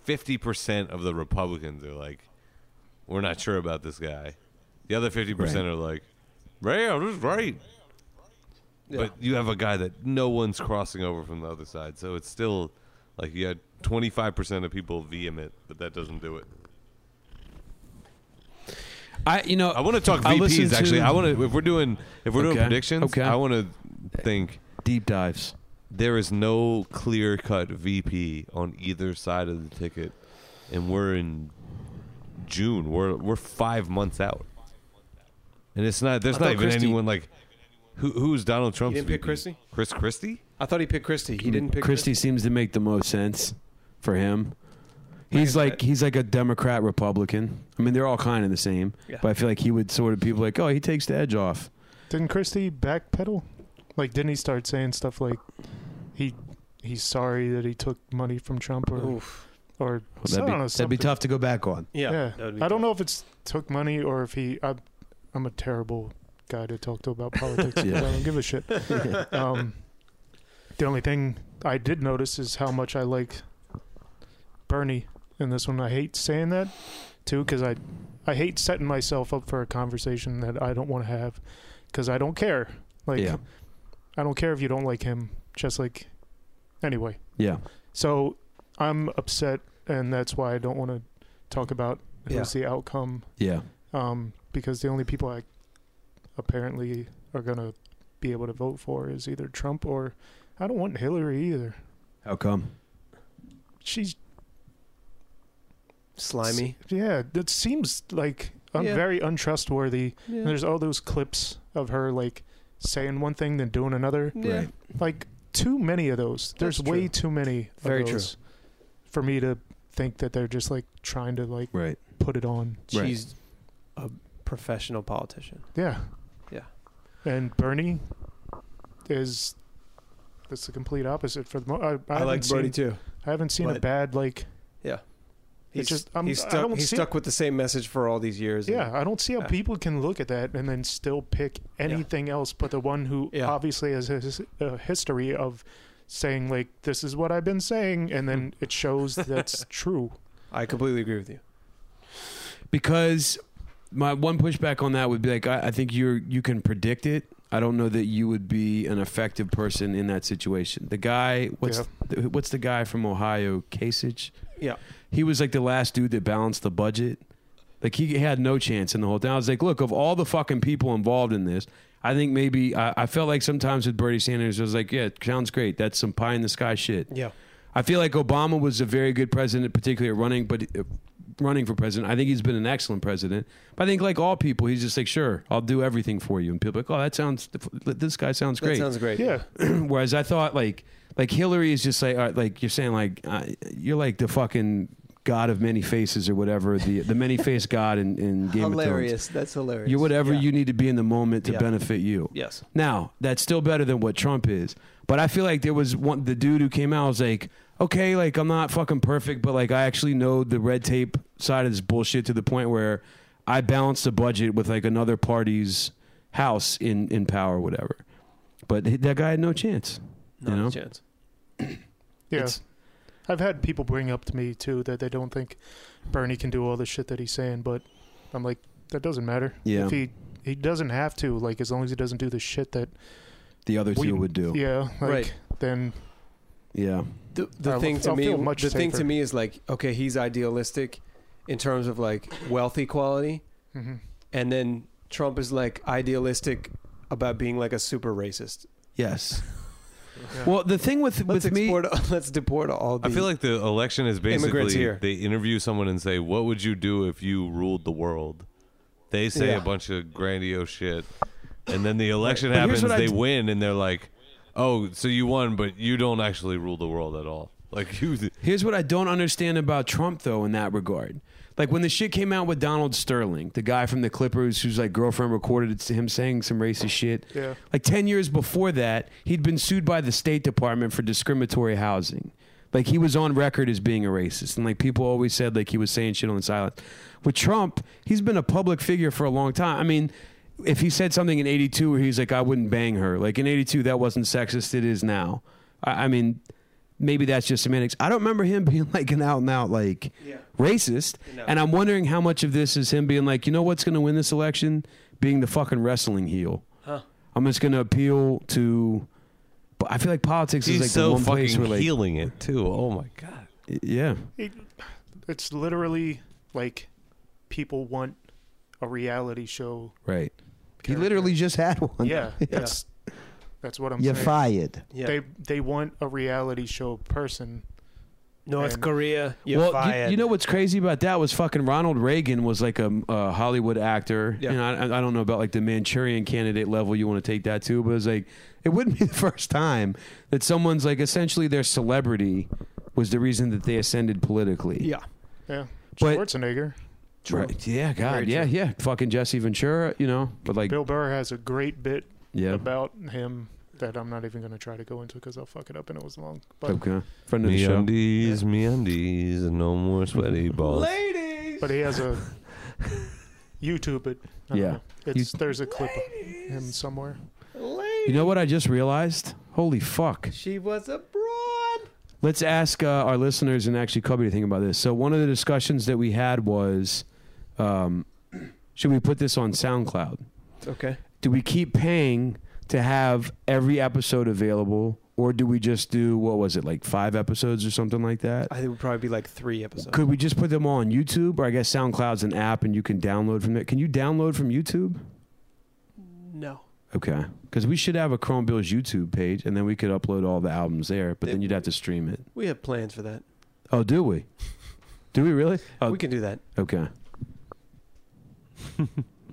Speaker 2: fifty percent of the Republicans are like, we're not sure about this guy, the other fifty percent are like, Ray, I was right. But you have a guy that no one's crossing over from the other side, so it's still like you had twenty five percent of people vehement, but that doesn't do it.
Speaker 7: I you know
Speaker 2: I want to talk
Speaker 7: I
Speaker 2: VPs
Speaker 7: listened to-
Speaker 2: actually. I want to if we're doing if we're
Speaker 7: Okay,
Speaker 2: doing predictions,
Speaker 7: okay.
Speaker 2: I want to think
Speaker 7: deep dives.
Speaker 2: There is no clear cut VP on either side of the ticket, and we're in June. We're we're five months out, and it's not.
Speaker 9: I
Speaker 2: There's
Speaker 9: thought
Speaker 2: not even
Speaker 9: Christie-
Speaker 2: anyone like who who's Donald Trump.
Speaker 9: didn't pick Christie?
Speaker 2: Chris Christie.
Speaker 9: I thought he picked Christie. He didn't pick
Speaker 7: Christie seems to make the most sense for him. He's like he's like a Democrat Republican. I mean, they're all kind of the same,
Speaker 10: Yeah.
Speaker 7: but I feel like he would sort of people like, oh, he takes the edge off.
Speaker 10: Didn't Christie backpedal? Like, didn't he start saying stuff like he he's sorry that he took money from Trump or or
Speaker 1: that'd,
Speaker 10: I
Speaker 1: be,
Speaker 10: don't know,
Speaker 1: that'd be
Speaker 10: something.
Speaker 1: tough to go back on.
Speaker 10: Yeah, I don't know if it's took money or if he. I, I'm a terrible guy to talk to about politics. 'cause
Speaker 1: Yeah.
Speaker 10: I don't give a shit. um, the only thing I did notice is how much I like Bernie in this one. I hate saying that too because I, I hate setting myself up for a conversation that I don't want to have because I don't care. Like,
Speaker 7: Yeah.
Speaker 10: I don't care if you don't like him. Just like, anyway.
Speaker 7: Yeah.
Speaker 10: So I'm upset, and that's why I don't want to talk about who's the outcome.
Speaker 7: Yeah.
Speaker 10: Um, because the only people I apparently are gonna be able to vote for is either Trump or I don't want Hillary either.
Speaker 7: How come?
Speaker 10: She's
Speaker 9: Slimy.
Speaker 10: S- yeah, that seems like I'm
Speaker 9: Yeah.
Speaker 10: very untrustworthy.
Speaker 9: Yeah.
Speaker 10: And there's all those clips of her like saying one thing then doing another.
Speaker 9: Yeah. Right.
Speaker 10: Like too many of those. There's
Speaker 9: That's
Speaker 10: way
Speaker 9: true.
Speaker 10: too many. Of
Speaker 9: Very true.
Speaker 10: those For me to think that they're just like trying to like
Speaker 7: right.
Speaker 10: put it on.
Speaker 9: She's a professional politician.
Speaker 10: Yeah.
Speaker 9: Yeah.
Speaker 10: And Bernie is that's the complete opposite for the mo- I, I,
Speaker 9: I
Speaker 10: haven't
Speaker 9: like
Speaker 10: seen,
Speaker 9: Bernie, too.
Speaker 10: I haven't seen a
Speaker 9: But-
Speaker 10: bad like
Speaker 9: Yeah.
Speaker 10: It's
Speaker 9: He's
Speaker 10: just- I'm-
Speaker 9: he's
Speaker 10: I
Speaker 9: stuck,
Speaker 10: don't
Speaker 9: he's
Speaker 10: see-
Speaker 9: stuck with the same message for all these years. and-
Speaker 10: yeah, I don't see how
Speaker 9: Yeah.
Speaker 10: people can look at that and then still pick anything else but the one who obviously has a, his- a history of saying like this is what I've been saying and then
Speaker 9: Hmm.
Speaker 10: it shows that's true.
Speaker 9: I completely agree with you.
Speaker 7: because my one pushback on that would be like I, I think you're you can predict it. I don't know that you would be an effective person in that situation. The guy, what's the, what's the guy from Ohio, Kasich?
Speaker 9: Yeah.
Speaker 7: he was like the last dude that balanced the budget. Like he had no chance in the whole thing. I was like, look, of all the fucking people involved in this, I think maybe I, I felt like sometimes with Bernie Sanders, I was like, yeah, sounds great. That's some pie in the sky shit.
Speaker 9: Yeah.
Speaker 7: I feel like Obama was a very good president, particularly at running, but uh, running for president. I think he's been an excellent president. But I think, like all people, he's just like, sure, I'll do everything for you. And people are like, oh, that sounds, this guy sounds
Speaker 9: That
Speaker 7: great.
Speaker 9: sounds great.
Speaker 10: Yeah.
Speaker 7: Whereas I thought, like, like Hillary is just like, uh, like you're saying, like, uh, you're like the fucking god of many faces or whatever, the the many faced god in, in Game of Thrones.
Speaker 9: hilarious. That's hilarious.
Speaker 7: You're whatever you need to be in the moment to
Speaker 9: Yeah.
Speaker 7: benefit you.
Speaker 9: Yes.
Speaker 7: Now, that's still better than what Trump is. But I feel like there was one the dude who came out was like, okay, like I'm not fucking perfect, but like I actually know the red tape side of this bullshit to the point where I balance the budget with like another party's house in in power or whatever. But he- that guy had no chance.
Speaker 9: Not
Speaker 7: you know?
Speaker 9: a chance.
Speaker 10: Yeah. I've had people bring up to me too that they don't think Bernie can do all the shit that he's saying, but I'm like, that doesn't matter.
Speaker 7: Yeah.
Speaker 10: If he he doesn't have to, like as long as he doesn't do the shit that
Speaker 7: The other
Speaker 10: we-
Speaker 7: two would do.
Speaker 10: Yeah. Like
Speaker 9: Right.
Speaker 10: then
Speaker 7: Yeah.
Speaker 9: The, the
Speaker 10: I'll-
Speaker 9: thing to
Speaker 10: I'll
Speaker 9: me,
Speaker 10: feel much
Speaker 9: the thing
Speaker 10: safer.
Speaker 9: to me is like, okay, he's idealistic in terms of like wealth equality,
Speaker 10: Mhm.
Speaker 9: and then Trump is like idealistic about being like a super racist.
Speaker 7: Yes. Well, the thing with
Speaker 9: let's with me, let's deport all. The,
Speaker 2: I feel like the election is
Speaker 9: Immigrants
Speaker 2: basically
Speaker 9: here.
Speaker 2: they interview someone and say, "What would you do if you ruled the world?" They say
Speaker 9: Yeah.
Speaker 2: a bunch of grandiose shit, and then the election
Speaker 7: But here's
Speaker 2: happens.
Speaker 7: what I
Speaker 2: They
Speaker 7: d-
Speaker 2: win, and they're like, "Oh, so you won, but you don't actually rule the world at all." Like you,
Speaker 7: Here's what I don't understand about Trump, though, in that regard. Like when the shit came out with Donald Sterling, the guy from the Clippers whose like girlfriend recorded it- him saying some racist shit.
Speaker 10: Yeah.
Speaker 7: Like ten years before that, he'd been sued by the State Department for discriminatory housing. Like he was on record as being a racist, and like people always said like he was saying shit on the silent. With Trump, he's been a public figure for a long time. I mean, if he said something in '82 where he's like, "I wouldn't bang her," like in '82 that wasn't sexist. It is now. I, I mean, maybe that's just semantics. I don't remember him being like an out and out like racist. And I'm wondering how much of this is him being like, you know what's going to win this election? Being the fucking wrestling heel.
Speaker 9: Huh.
Speaker 7: I'm just going to appeal to. But I feel like politics
Speaker 2: he's
Speaker 7: is like the
Speaker 2: so
Speaker 7: one place
Speaker 2: fucking
Speaker 7: where like,
Speaker 2: healing it too. Oh my god!
Speaker 7: y- yeah,
Speaker 10: it, it's literally like people want a reality show.
Speaker 7: right.
Speaker 1: He literally just had one.
Speaker 10: Yeah, that's that's what I'm
Speaker 1: You're
Speaker 10: saying.
Speaker 1: fired.
Speaker 10: They they want a reality show person
Speaker 9: North Korea, you're
Speaker 7: well,
Speaker 9: fired.
Speaker 7: You, you know what's crazy about that was fucking Ronald Reagan was like a, a Hollywood actor,
Speaker 9: Yeah.
Speaker 7: and I, I don't know about like the Manchurian Candidate level. You want to take that too, but it's like it wouldn't be the first time that someone's like essentially their celebrity was the reason that they ascended politically.
Speaker 10: Yeah. Yeah.
Speaker 7: But-
Speaker 10: Schwarzenegger.
Speaker 7: Right. Yeah. God.
Speaker 10: Very
Speaker 7: Yeah.
Speaker 10: true.
Speaker 7: Yeah. Fucking Jesse Ventura. You know. But like.
Speaker 10: Bill Burr has a great bit
Speaker 7: Yeah.
Speaker 10: about him that I'm not even going to try to go into because I'll fuck it up and it was long. But
Speaker 7: Okay. Friend of the
Speaker 2: me
Speaker 7: show.
Speaker 2: undies, me undies, no more sweaty balls.
Speaker 10: ladies. But he has a YouTube it. I don't
Speaker 7: Yeah.
Speaker 10: know. It's there's a clip of him somewhere.
Speaker 7: You know what I just realized? Holy fuck.
Speaker 9: She was abroad.
Speaker 7: Let's ask uh, our listeners and actually Cubby to think about this. So one of the discussions that we had was, um, should we put this on SoundCloud?
Speaker 9: Okay.
Speaker 7: Do we keep paying to have every episode available, or do we just do what was it like five episodes or something like that?
Speaker 9: I think it would probably be like three episodes.
Speaker 7: Could we just put them all on YouTube, or I guess SoundCloud's an app and you can download from it? Can you download from YouTube?
Speaker 9: No.
Speaker 7: Okay, because we should have a Chrome Bills YouTube page, and then we could upload all the albums there. But then you'd have to stream it.
Speaker 9: We have plans for that.
Speaker 7: Oh, do we? Do we really? Oh,
Speaker 9: we can do that.
Speaker 7: Okay.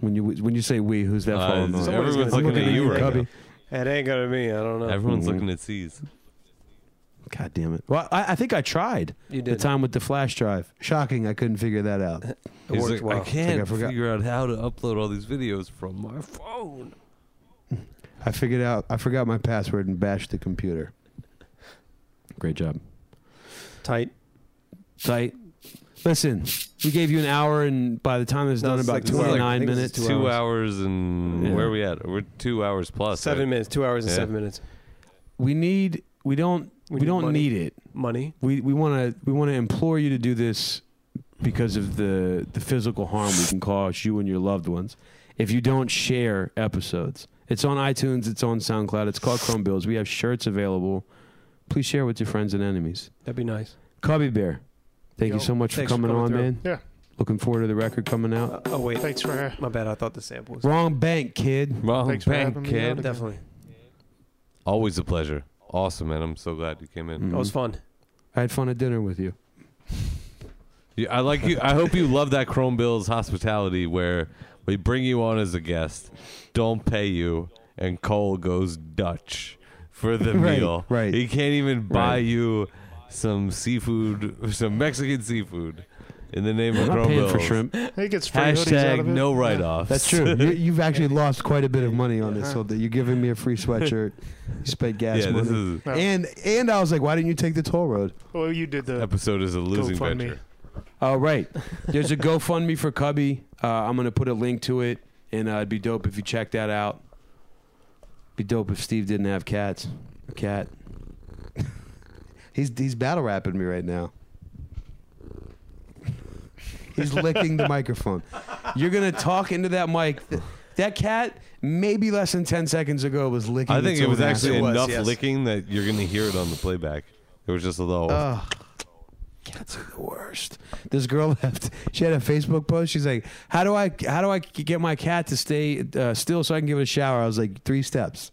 Speaker 7: when you when you say we, who's that
Speaker 2: Uh,
Speaker 7: following?
Speaker 2: is
Speaker 7: on?
Speaker 2: everyone's Someone's looking looking at at you you, right Cubby.
Speaker 9: It ain't gonna be. I don't know.
Speaker 2: Everyone's
Speaker 7: Mm-hmm.
Speaker 2: looking at C's.
Speaker 7: God damn it! Well, I, I think I tried.
Speaker 9: You
Speaker 7: the
Speaker 9: did.
Speaker 7: time with the flash drive. Shocking! I couldn't figure that out.
Speaker 2: He's like, I
Speaker 7: It's like I
Speaker 2: can't
Speaker 7: forgot.
Speaker 2: figure out how to upload all these videos from my phone.
Speaker 1: I figured out. I forgot my password and bashed the computer.
Speaker 7: Great job.
Speaker 9: Tight.
Speaker 7: Tight. Listen, we gave you an hour, and by the time it's
Speaker 9: No,
Speaker 7: done,
Speaker 9: it's
Speaker 7: about
Speaker 9: like two hours.
Speaker 7: twenty
Speaker 9: I
Speaker 7: nine
Speaker 9: think it's
Speaker 7: minutes.
Speaker 9: two
Speaker 2: Two hours and
Speaker 7: Yeah.
Speaker 2: where are we at? We're two hours
Speaker 7: Oh,
Speaker 2: plus.
Speaker 9: Seven
Speaker 2: right?
Speaker 9: minutes. Two hours and
Speaker 2: Yeah.
Speaker 9: seven minutes.
Speaker 7: We need. We don't.
Speaker 9: We
Speaker 7: We,
Speaker 9: need
Speaker 7: don't
Speaker 9: money.
Speaker 7: need it.
Speaker 9: Money.
Speaker 7: We we want to. We want to implore you to do this because of the the physical harm we can cause you and your loved ones if you don't share episodes. It's on iTunes. It's on SoundCloud. It's called Chrome Bills. We have shirts available. Please share with your friends and enemies.
Speaker 9: That'd be nice.
Speaker 7: Cubby Bear, thank
Speaker 10: Yo,
Speaker 7: you so much for
Speaker 9: thanks for
Speaker 7: coming,
Speaker 9: coming
Speaker 7: on,
Speaker 9: through.
Speaker 7: man.
Speaker 10: Yeah.
Speaker 7: Looking forward to the record coming out.
Speaker 9: Oh wait.
Speaker 10: Thanks for
Speaker 9: My bad. I thought the sample was.
Speaker 7: Wrong bank, kid.
Speaker 2: Wrong
Speaker 10: Thanks for
Speaker 2: bank,
Speaker 10: having me
Speaker 2: kid.
Speaker 10: on.
Speaker 9: Definitely.
Speaker 2: Always a pleasure. Awesome, man. I'm so glad you came in.
Speaker 7: Mm.
Speaker 9: That was fun.
Speaker 7: I had fun at dinner with you.
Speaker 2: Yeah, I like you. I hope you love that Chrome Bills hospitality where we bring you on as a guest, don't pay you, and Cole goes Dutch for the
Speaker 1: Right,
Speaker 2: meal.
Speaker 1: right.
Speaker 2: He can't even buy
Speaker 1: Right.
Speaker 2: you some seafood, some Mexican seafood in the name of
Speaker 7: I'm not
Speaker 2: Chrome
Speaker 7: paying
Speaker 2: Bills.
Speaker 7: for shrimp.
Speaker 10: He gets free hoodies out
Speaker 2: Hashtag
Speaker 10: of it.
Speaker 2: no write offs.
Speaker 1: That's true. you, you've actually lost quite a bit of money on this. So that you're giving me a free sweatshirt. You spent gas
Speaker 2: Yeah,
Speaker 1: money.
Speaker 2: this is-
Speaker 1: and and I was like, why didn't you take the toll road?
Speaker 10: Well, you did the
Speaker 2: episode is a losing
Speaker 10: GoFundMe.
Speaker 2: venture.
Speaker 7: Oh, right. There's a GoFundMe for Cubby. Uh, I'm going to put a link to it, and uh, it'd be dope if you check that out. Be dope if Steve didn't have cats. A cat.
Speaker 1: He's he's battle rapping me right now. He's licking the microphone.
Speaker 7: You're going to talk into that mic. That cat, maybe less than 10 seconds ago, was licking
Speaker 2: I think
Speaker 7: its
Speaker 2: it
Speaker 7: own
Speaker 2: was
Speaker 7: ass.
Speaker 2: actually
Speaker 7: It was,
Speaker 2: enough
Speaker 7: yes.
Speaker 2: licking that you're going to hear it on the playback. It was just a little.
Speaker 1: Ugh.
Speaker 7: Cats are the worst.
Speaker 1: This girl left. She had a Facebook post. She's like,
Speaker 7: How do I how do I get my cat to stay uh, still so I can give it a shower? I was like, three steps.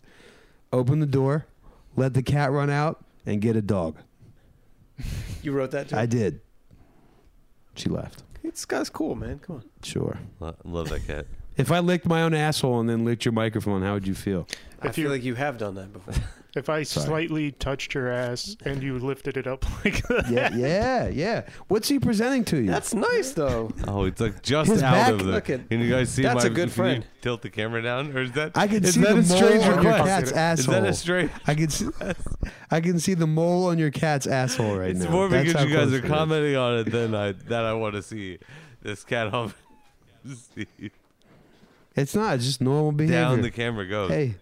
Speaker 1: "Open the door, let the cat run out, and get a dog."
Speaker 9: You wrote that too.
Speaker 1: I did.
Speaker 7: She left.
Speaker 9: This guy's cool, man. Come on.
Speaker 7: Sure.
Speaker 2: Lo- Love that cat.
Speaker 7: If I licked my own asshole and then licked your microphone, how would you feel?
Speaker 9: I
Speaker 10: If
Speaker 9: feel
Speaker 10: you-
Speaker 9: like you have done that before.
Speaker 10: If I
Speaker 7: Sorry.
Speaker 10: slightly touched your ass and you lifted it up like that,
Speaker 1: Yeah, yeah, yeah. What's he presenting to you?
Speaker 9: That's nice though.
Speaker 2: Oh, it's like just
Speaker 1: His
Speaker 2: out
Speaker 1: back-
Speaker 2: of the.
Speaker 9: Look at-
Speaker 2: can you guys see
Speaker 9: That's
Speaker 2: my?
Speaker 9: a good
Speaker 2: can you
Speaker 9: friend.
Speaker 2: tilt the camera down, or is that?
Speaker 1: I can
Speaker 2: is
Speaker 1: see
Speaker 2: that
Speaker 1: the
Speaker 2: a strange
Speaker 1: mole on your
Speaker 2: request?
Speaker 1: cat's
Speaker 2: Is
Speaker 1: asshole.
Speaker 2: that a strange?
Speaker 1: I can see, I can see the mole on your cat's asshole right
Speaker 2: It's
Speaker 1: now.
Speaker 2: more
Speaker 1: That's
Speaker 2: because
Speaker 1: how
Speaker 2: you guys
Speaker 1: close
Speaker 2: are
Speaker 1: it is.
Speaker 2: commenting on it than I that I want to see this cat hump. See,
Speaker 1: It's not. It's just normal behavior.
Speaker 2: down the camera goes.
Speaker 1: Hey,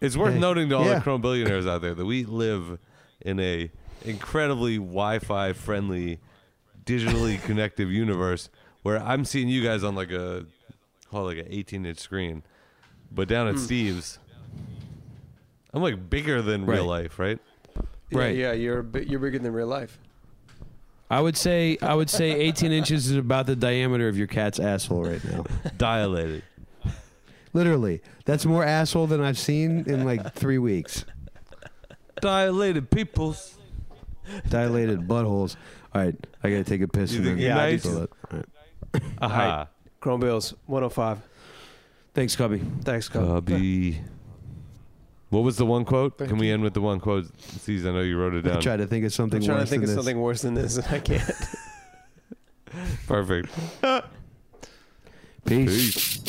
Speaker 2: it's worth
Speaker 1: Hey.
Speaker 2: noting to all
Speaker 1: Yeah.
Speaker 2: the Chrome billionaires out there that we live in a incredibly Wi-Fi friendly, digitally connective universe where I'm seeing you guys on like a, call it like an 18 inch screen, but down at Steve's, I'm like bigger than real
Speaker 7: Right.
Speaker 2: life, right?
Speaker 9: Yeah,
Speaker 7: Right.
Speaker 9: Yeah, you're bi- you're bigger than real life.
Speaker 7: I would say I would say 18 inches is about the diameter of your cat's asshole right now.
Speaker 2: Dilated.
Speaker 1: literally, that's more asshole than I've seen in like three weeks.
Speaker 2: Dilated peoples.
Speaker 7: Dilated buttholes. All right, I gotta take a piss.
Speaker 9: You
Speaker 7: and
Speaker 9: think
Speaker 7: then
Speaker 9: yeah, I do.
Speaker 7: fill it. All right.
Speaker 9: All right. Chrome Bills, 105.
Speaker 19: Thanks, Cubby.
Speaker 9: Thanks, Cubby.
Speaker 2: Cubby. What was the one quote?
Speaker 9: Thank
Speaker 2: Can we end with the one quote? C's, I know you wrote it down.
Speaker 7: I tried to think of something.
Speaker 9: I'm trying
Speaker 7: worse
Speaker 9: to think
Speaker 7: than
Speaker 9: of
Speaker 7: this.
Speaker 9: something worse than this, and I can't.
Speaker 2: Perfect.
Speaker 7: Peace.
Speaker 2: Peace.